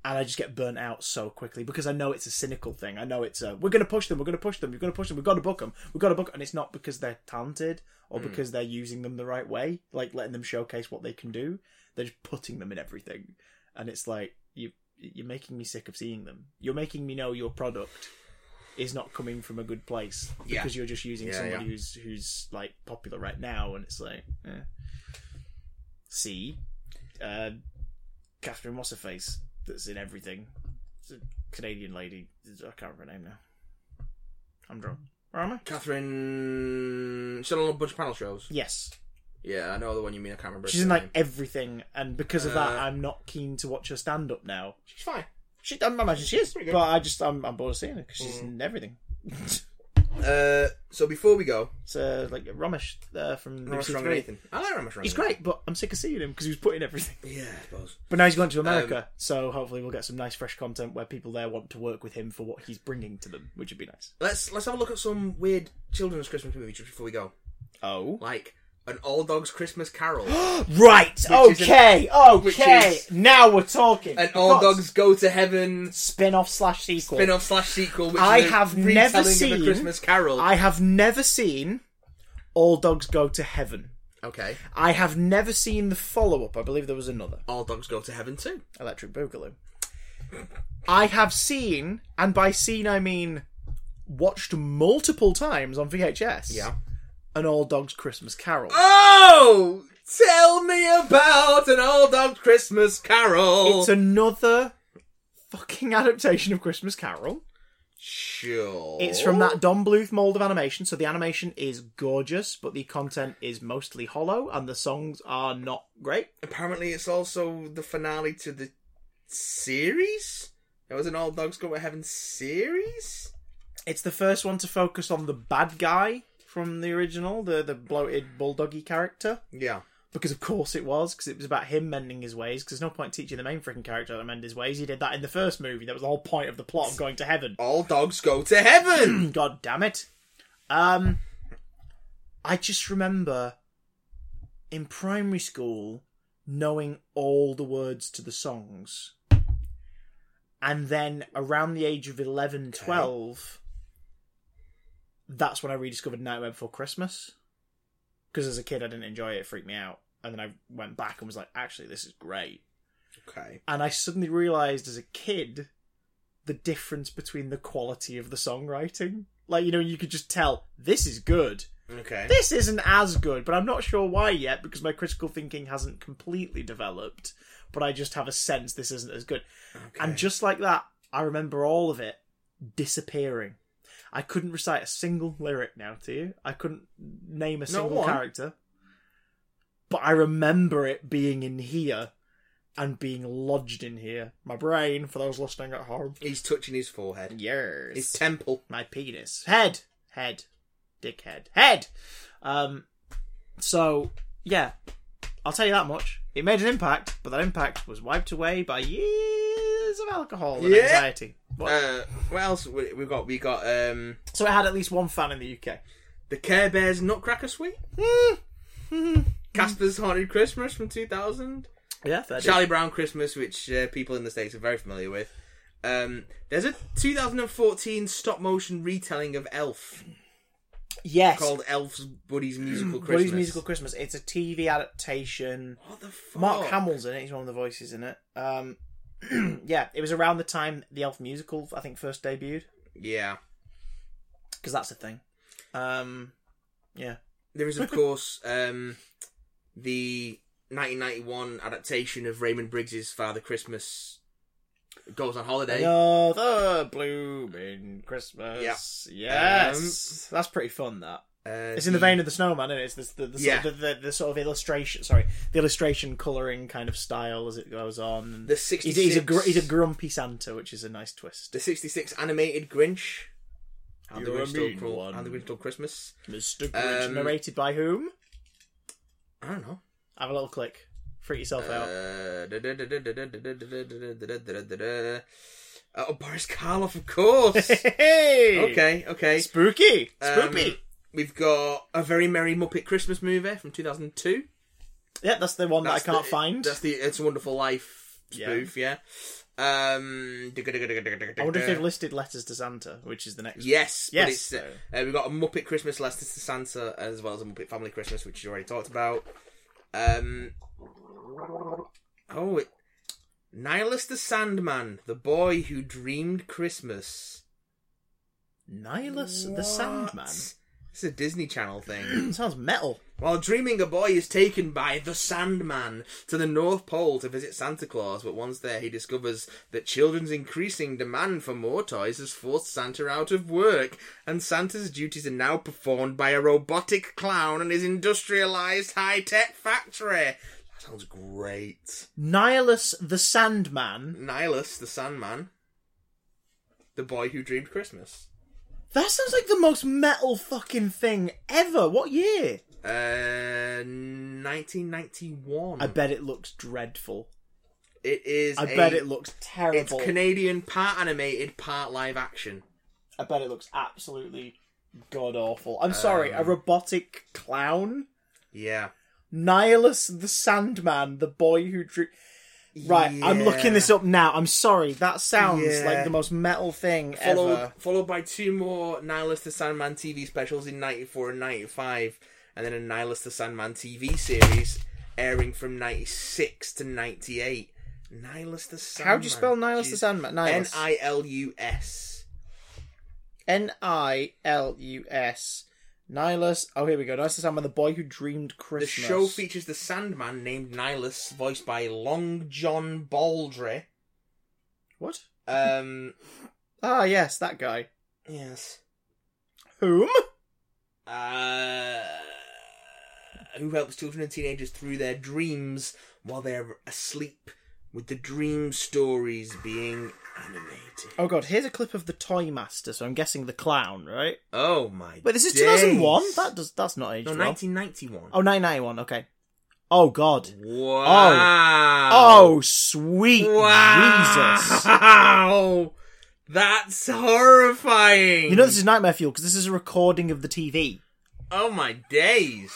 A: And I just get burnt out so quickly because I know it's a cynical thing. I know it's a we're going to push them, we're going to push them, we're going to push them, we've got to book them, we've got to book. 'em." And it's not because they're talented or
B: Hmm.
A: because they're using them the right way, like letting them showcase what they can do. They're just putting them in everything, and it's like you you're making me sick of seeing them. You're making me know your product is not coming from a good place
B: Yeah.
A: because you're just using
B: Yeah,
A: somebody
B: yeah.
A: who's who's like popular right now, and it's like, eh. see, uh, Catherine what's her face that's in everything, it's a Canadian lady. I can't remember her name now. I'm drunk. Where am I?
B: Catherine. She's done a little bunch of panel shows.
A: Yes,
B: Yeah, I know the one you mean. I can't remember.
A: she's
B: her
A: in like
B: name.
A: everything, and because of that,
B: Uh,
A: I'm not keen to watch her stand up now.
B: She's fine.
A: She, I imagine she is,
B: Pretty good. Mm.
A: but I just I'm, I'm bored of seeing her because she's in everything.
B: Uh, so before we go,
A: so like Ramesh uh, from
B: Ramesh
A: BBC
B: Rangan
A: Three.
B: Nathan. I like Ramesh Rangan.
A: He's great, but I'm sick of seeing him because he was putting everything.
B: Yeah, I suppose.
A: But now he's gone to
B: Um,
A: America, so hopefully we'll get some nice, fresh content where people there want to work with him for what he's bringing to them, which would be nice.
B: Let's let's have a look at some weird children's Christmas movie just before we go.
A: Oh,
B: Like an All Dogs Christmas Carol,
A: right,
B: is
A: okay, okay.
B: which is-
A: now we're talking.
B: an All
A: Because
B: Dogs Go to Heaven
A: spin-off slash sequel.
B: spin-off slash sequel. Which
A: I
B: is a
A: have never
B: retelling of
A: seen-
B: a Christmas Carol.
A: I have never seen All Dogs Go to Heaven.
B: Okay,
A: I have never seen the follow-up. I believe there was another.
B: All Dogs Go to Heaven too.
A: Electric Boogaloo. I have seen, and by seen I mean watched multiple times on VHS. An All Dogs Christmas Carol.
B: Oh, tell me about an All Dogs Christmas Carol.
A: It's another fucking adaptation of Christmas Carol.
B: sure.
A: It's from that Don Bluth mold of animation, so the animation is gorgeous, but the content is mostly hollow, and the songs are not great.
B: Apparently, it's also the finale to the series. There was an All Dogs Go to Heaven series.
A: It's the first one to focus on the bad guy from the original, the the bloated bulldoggy character.
B: Yeah.
A: Because of course it was, because it was about him mending his ways. Because there's no point teaching the main freaking character how to mend his ways. He did that in the first movie. That was the whole point of the plot of going to heaven.
B: All dogs go to heaven.
A: God damn it! Um, I just remember in primary school knowing all the words to the songs, and then around the age of 11, 12, that's when I rediscovered Nightmare Before Christmas. Because as a kid, I didn't enjoy it; it freaked me out. And then I went back and was like, actually, this is great
B: okay.
A: and I suddenly realized as a kid the difference between the quality of the songwriting. Like, you know, you could just tell this is good.
B: Okay.
A: This isn't as good, but I'm not sure why yet because my critical thinking hasn't completely developed. But I just have a sense this isn't as good. And just like that, I remember all of it disappearing. I couldn't recite a single lyric now to you. I couldn't name a single
B: one.
A: character. But I remember it being in here and being lodged in here. My brain, for those listening at home.
B: he's touching his forehead.
A: Years.
B: His temple.
A: my penis. Head. Head. Dickhead. Head. Um so yeah. I'll tell you that much. It made an impact, but that impact was wiped away by years of alcohol and
B: Yeah.
A: anxiety. What?
B: Uh, what else we- we've got? We got um
A: So it had at least one fan in the UK.
B: the Care Bears Nutcracker Suite,
A: Mm.
B: Casper's Haunted Christmas from 2000,
A: yeah, fair dues.
B: Charlie Brown Christmas, which uh, people in the states are very familiar with. Um, there's a 2014 stop motion retelling of Elf.
A: Yes.
B: called Elf's Buddy's Musical Christmas.
A: Buddy's Musical Christmas. It's a TV adaptation.
B: What the fuck?
A: Mark Hamill's in it. He's one of the voices in it. Um, yeah, it was around the time the Elf musical, I think, first debuted
B: Yeah.
A: because that's a thing. Um, yeah,
B: There is, of course, um, the 1991 adaptation of Raymond Briggs's Father Christmas Goes on Holiday.
A: another blooming Christmas. Yes, Um, that's pretty fun. That
B: Uh,
A: it's in the vein of the snowman, and it? it's this, the the,
B: Yeah.
A: sort of, the, the the sort of illustration. Sorry, the illustration coloring kind of style as it goes on. And
B: the 66,
A: he's, he's a gr- he's a grumpy Santa, which is a nice twist.
B: the 66 animated Grinch. And the
A: You're a
B: Grinch Stole
A: mean
B: Cruel-
A: one.
B: and the Grinch Stole Christmas.
A: Mr.
B: Grinch.
A: narrated by whom?
B: I don't know.
A: Have a little click. Freak yourself out.
B: Uh, da-da-da-da-da-da-da-da-da-da-da-da-da-da. Uh, oh, Boris Karloff, of course.
A: Hey!
B: okay, okay.
A: Spooky!
B: Um,
A: Spooky!
B: We've got a very merry Muppet Christmas movie from 2002.
A: yeah, that's the one that I
B: That's
A: can't
B: the-
A: find.
B: That's the It's a Wonderful Life spoof. Yeah. Um.
A: I wonder if
B: uh,
A: they've listed letters to Santa, which is the next
B: Yes, but
A: Yes,
B: it's, uh, uh, we've got a Muppet Christmas, Lester to Santa, as well as a Muppet Family Christmas, which you already talked about. Um, oh, it, Nihilus the Sandman, the boy who dreamed Christmas.
A: Nihilus the
B: What?
A: Sandman.
B: It's a Disney Channel thing.
A: Sounds metal.
B: While dreaming, a boy is taken by the Sandman to the North Pole to visit Santa Claus, but once there, he discovers that children's increasing demand for more toys has forced Santa out of work, and Santa's duties are now performed by a robotic clown and his industrialized high tech factory. That sounds great.
A: Nihilus the Sandman.
B: Nihilus, the Sandman, the boy who dreamed Christmas.
A: That sounds like the most metal fucking thing ever. What year?
B: Uh, 1991.
A: I bet it looks dreadful.
B: it is.
A: I
B: a-
A: bet it looks
B: It's
A: terrible.
B: Canadian, part animated, part live action.
A: I bet it looks absolutely god awful. I'm sorry,
B: Um,
A: a robotic clown?
B: Yeah.
A: Nihilus the Sandman, the boy who drew. Right, I'm looking this up now. I'm sorry, that sounds
B: Yeah.
A: like the most metal thing
B: Followed,
A: ever.
B: followed by two more Nihilus the Sandman TV specials in 94 and 95, and then a Nihilus the Sandman TV series airing from 96 to 98. Nihilus the Sandman.
A: How do you spell Nihilus the Sandman?
B: N
A: Nihilus.
B: I L U S.
A: N I L U S. Nihilus. Oh, here we go. Nihilus the Sandman, the boy who dreamed
B: The
A: Christmas.
B: show features the Sandman named Nihilus, voiced by Long John Baldry.
A: What?
B: Um,
A: Ah, yes, that guy.
B: yes.
A: Whom?
B: uh, who helps children and teenagers through their dreams while they're asleep, with the dream stories being animated.
A: Oh, God, here's a clip of the Toy Master, so I'm guessing the clown, right?
B: Oh my!
A: Wait, this is
B: days.
A: 2001? That does, that's not aged
B: no,
A: well.
B: 1991.
A: Oh, 1991, okay. Oh, God.
B: Wow!
A: Oh, sweet
B: wow!
A: Jesus.
B: That's horrifying.
A: You know this is nightmare fuel because this is a recording of the TV.
B: Oh my days!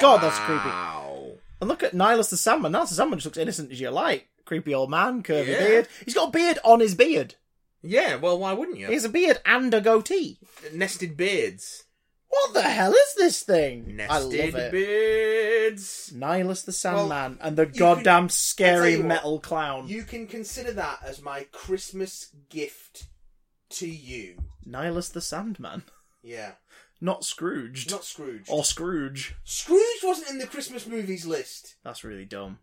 A: God, that's creepy.
B: Wow.
A: And look at Nihilus the Sandman. Nihilus the Sandman just looks innocent as you like. Creepy old man, curvy
B: Yeah.
A: beard. He's got a beard on his beard.
B: Yeah, well, why wouldn't you?
A: He has a beard and a goatee.
B: nested beards.
A: What the hell is this thing? I love
B: Nested
A: it.
B: beards.
A: Nihilus the Sandman and the
B: can-
A: goddamn
B: I'll tell
A: scary
B: you what.
A: metal clown.
B: You can consider that as my Christmas gift to you.
A: Nihilus the Sandman.
B: Yeah.
A: Not Scrooged.
B: Not Scrooge.
A: Or Scrooge.
B: Scrooge wasn't in the Christmas movies list.
A: That's really dumb.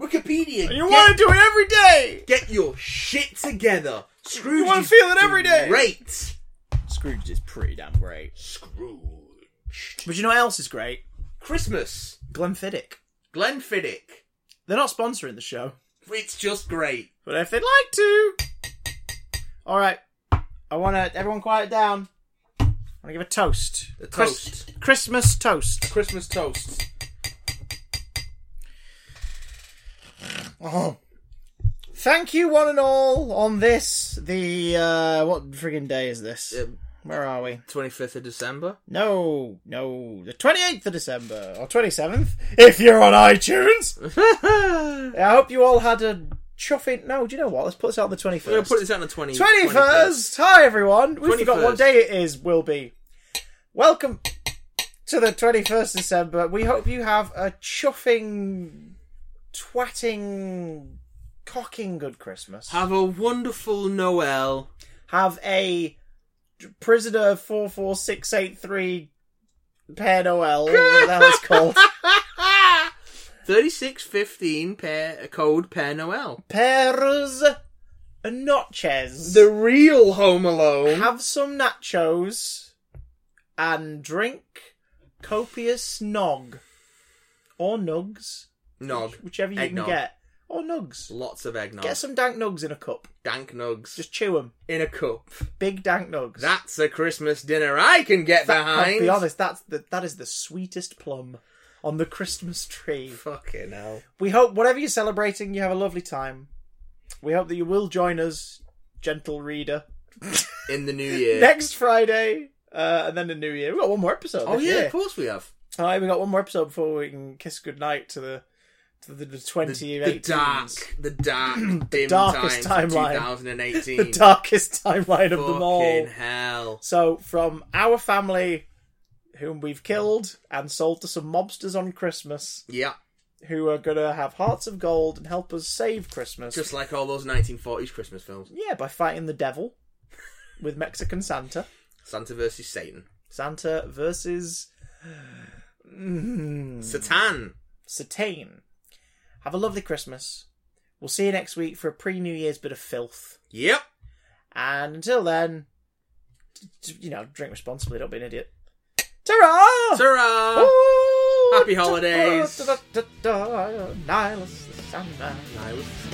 B: Wikipedia.
A: You
B: get,
A: want to do it every day!
B: get your shit together. Scrooge.
A: You wanna
B: is
A: feel it every day.
B: Great.
A: Scrooged is pretty damn great.
B: Scrooge.
A: But you know what else is great?
B: Christmas.
A: Glenfiddich.
B: Glenfiddich.
A: They're not sponsoring the show.
B: It's just great.
A: But if they'd like to. All right. I want to. Everyone quiet down. I want to give a toast.
B: The toast.
A: Christmas toast.
B: Christmas toast.
A: Oh. Thank you, one and all, on this. The. uh What friggin' day is this? Where are we?
B: Twenty fifth of December.
A: No, no. The 28th of December. Or 27th. If you're on iTunes. I hope you all had a chuffing. No, do you know what? Let's put this out on the twenty
B: We're gonna
A: first.
B: put this out on the 20,
A: Twenty first. Hi everyone. We forgot
B: 21st.
A: what day it is. Will be. Welcome to the twenty first December. We hope you have a chuffing, twatting, cocking good Christmas.
B: Have a wonderful Noel.
A: Have a prisoner four four six eight three. Pair Noel, whatever the hell it's called.
B: 3615 pair, code Père Noel.
A: Pears and notches.
B: The real Home Alone.
A: have some nachos and drink copious nog or nugs,
B: Nog.
A: whichever you
B: Eggnog.
A: can get, or nugs.
B: Lots of eggnog.
A: Get some dank nugs in a cup.
B: Dank nugs. Just
A: Just chew them.
B: in a cup.
A: Big dank nugs.
B: That's a Christmas dinner I can get
A: That-
B: behind.
A: I'll be honest, that's the, that is the sweetest plum on the Christmas tree.
B: Fucking hell.
A: We hope whatever you're celebrating, you have a lovely time. We hope that you will join us, gentle reader,
B: In the new year.
A: next Friday. Uh, and then the new year. We've got one more episode.
B: oh
A: this
B: yeah,
A: year.
B: of course we have.
A: All right, we got one more episode before we can kiss goodnight to the to the, the twenty
B: The dark, the dark, dim
A: darkest
B: time for
A: timeline.
B: 2018.
A: the darkest timeline of them all.
B: Fucking hell.
A: So, from our family, whom we've killed and sold to some mobsters on Christmas,
B: Yeah,
A: who are gonna have hearts of gold and help us save Christmas.
B: just like all those 1940s Christmas films.
A: yeah, by fighting the devil with Mexican Santa,
B: Santa versus Satan.
A: Santa versus mm,
B: Satan.
A: Satan. Have a lovely Christmas. We'll see you next week for a pre-New Year's bit of filth.
B: Yep.
A: And until then, t- t- you know, drink responsibly. Don't be an idiot. Ta-ra!
B: ta
A: Ooh,
B: Happy holidays.
A: da- da- da- da- da- Nihilus the Sandman.
B: I was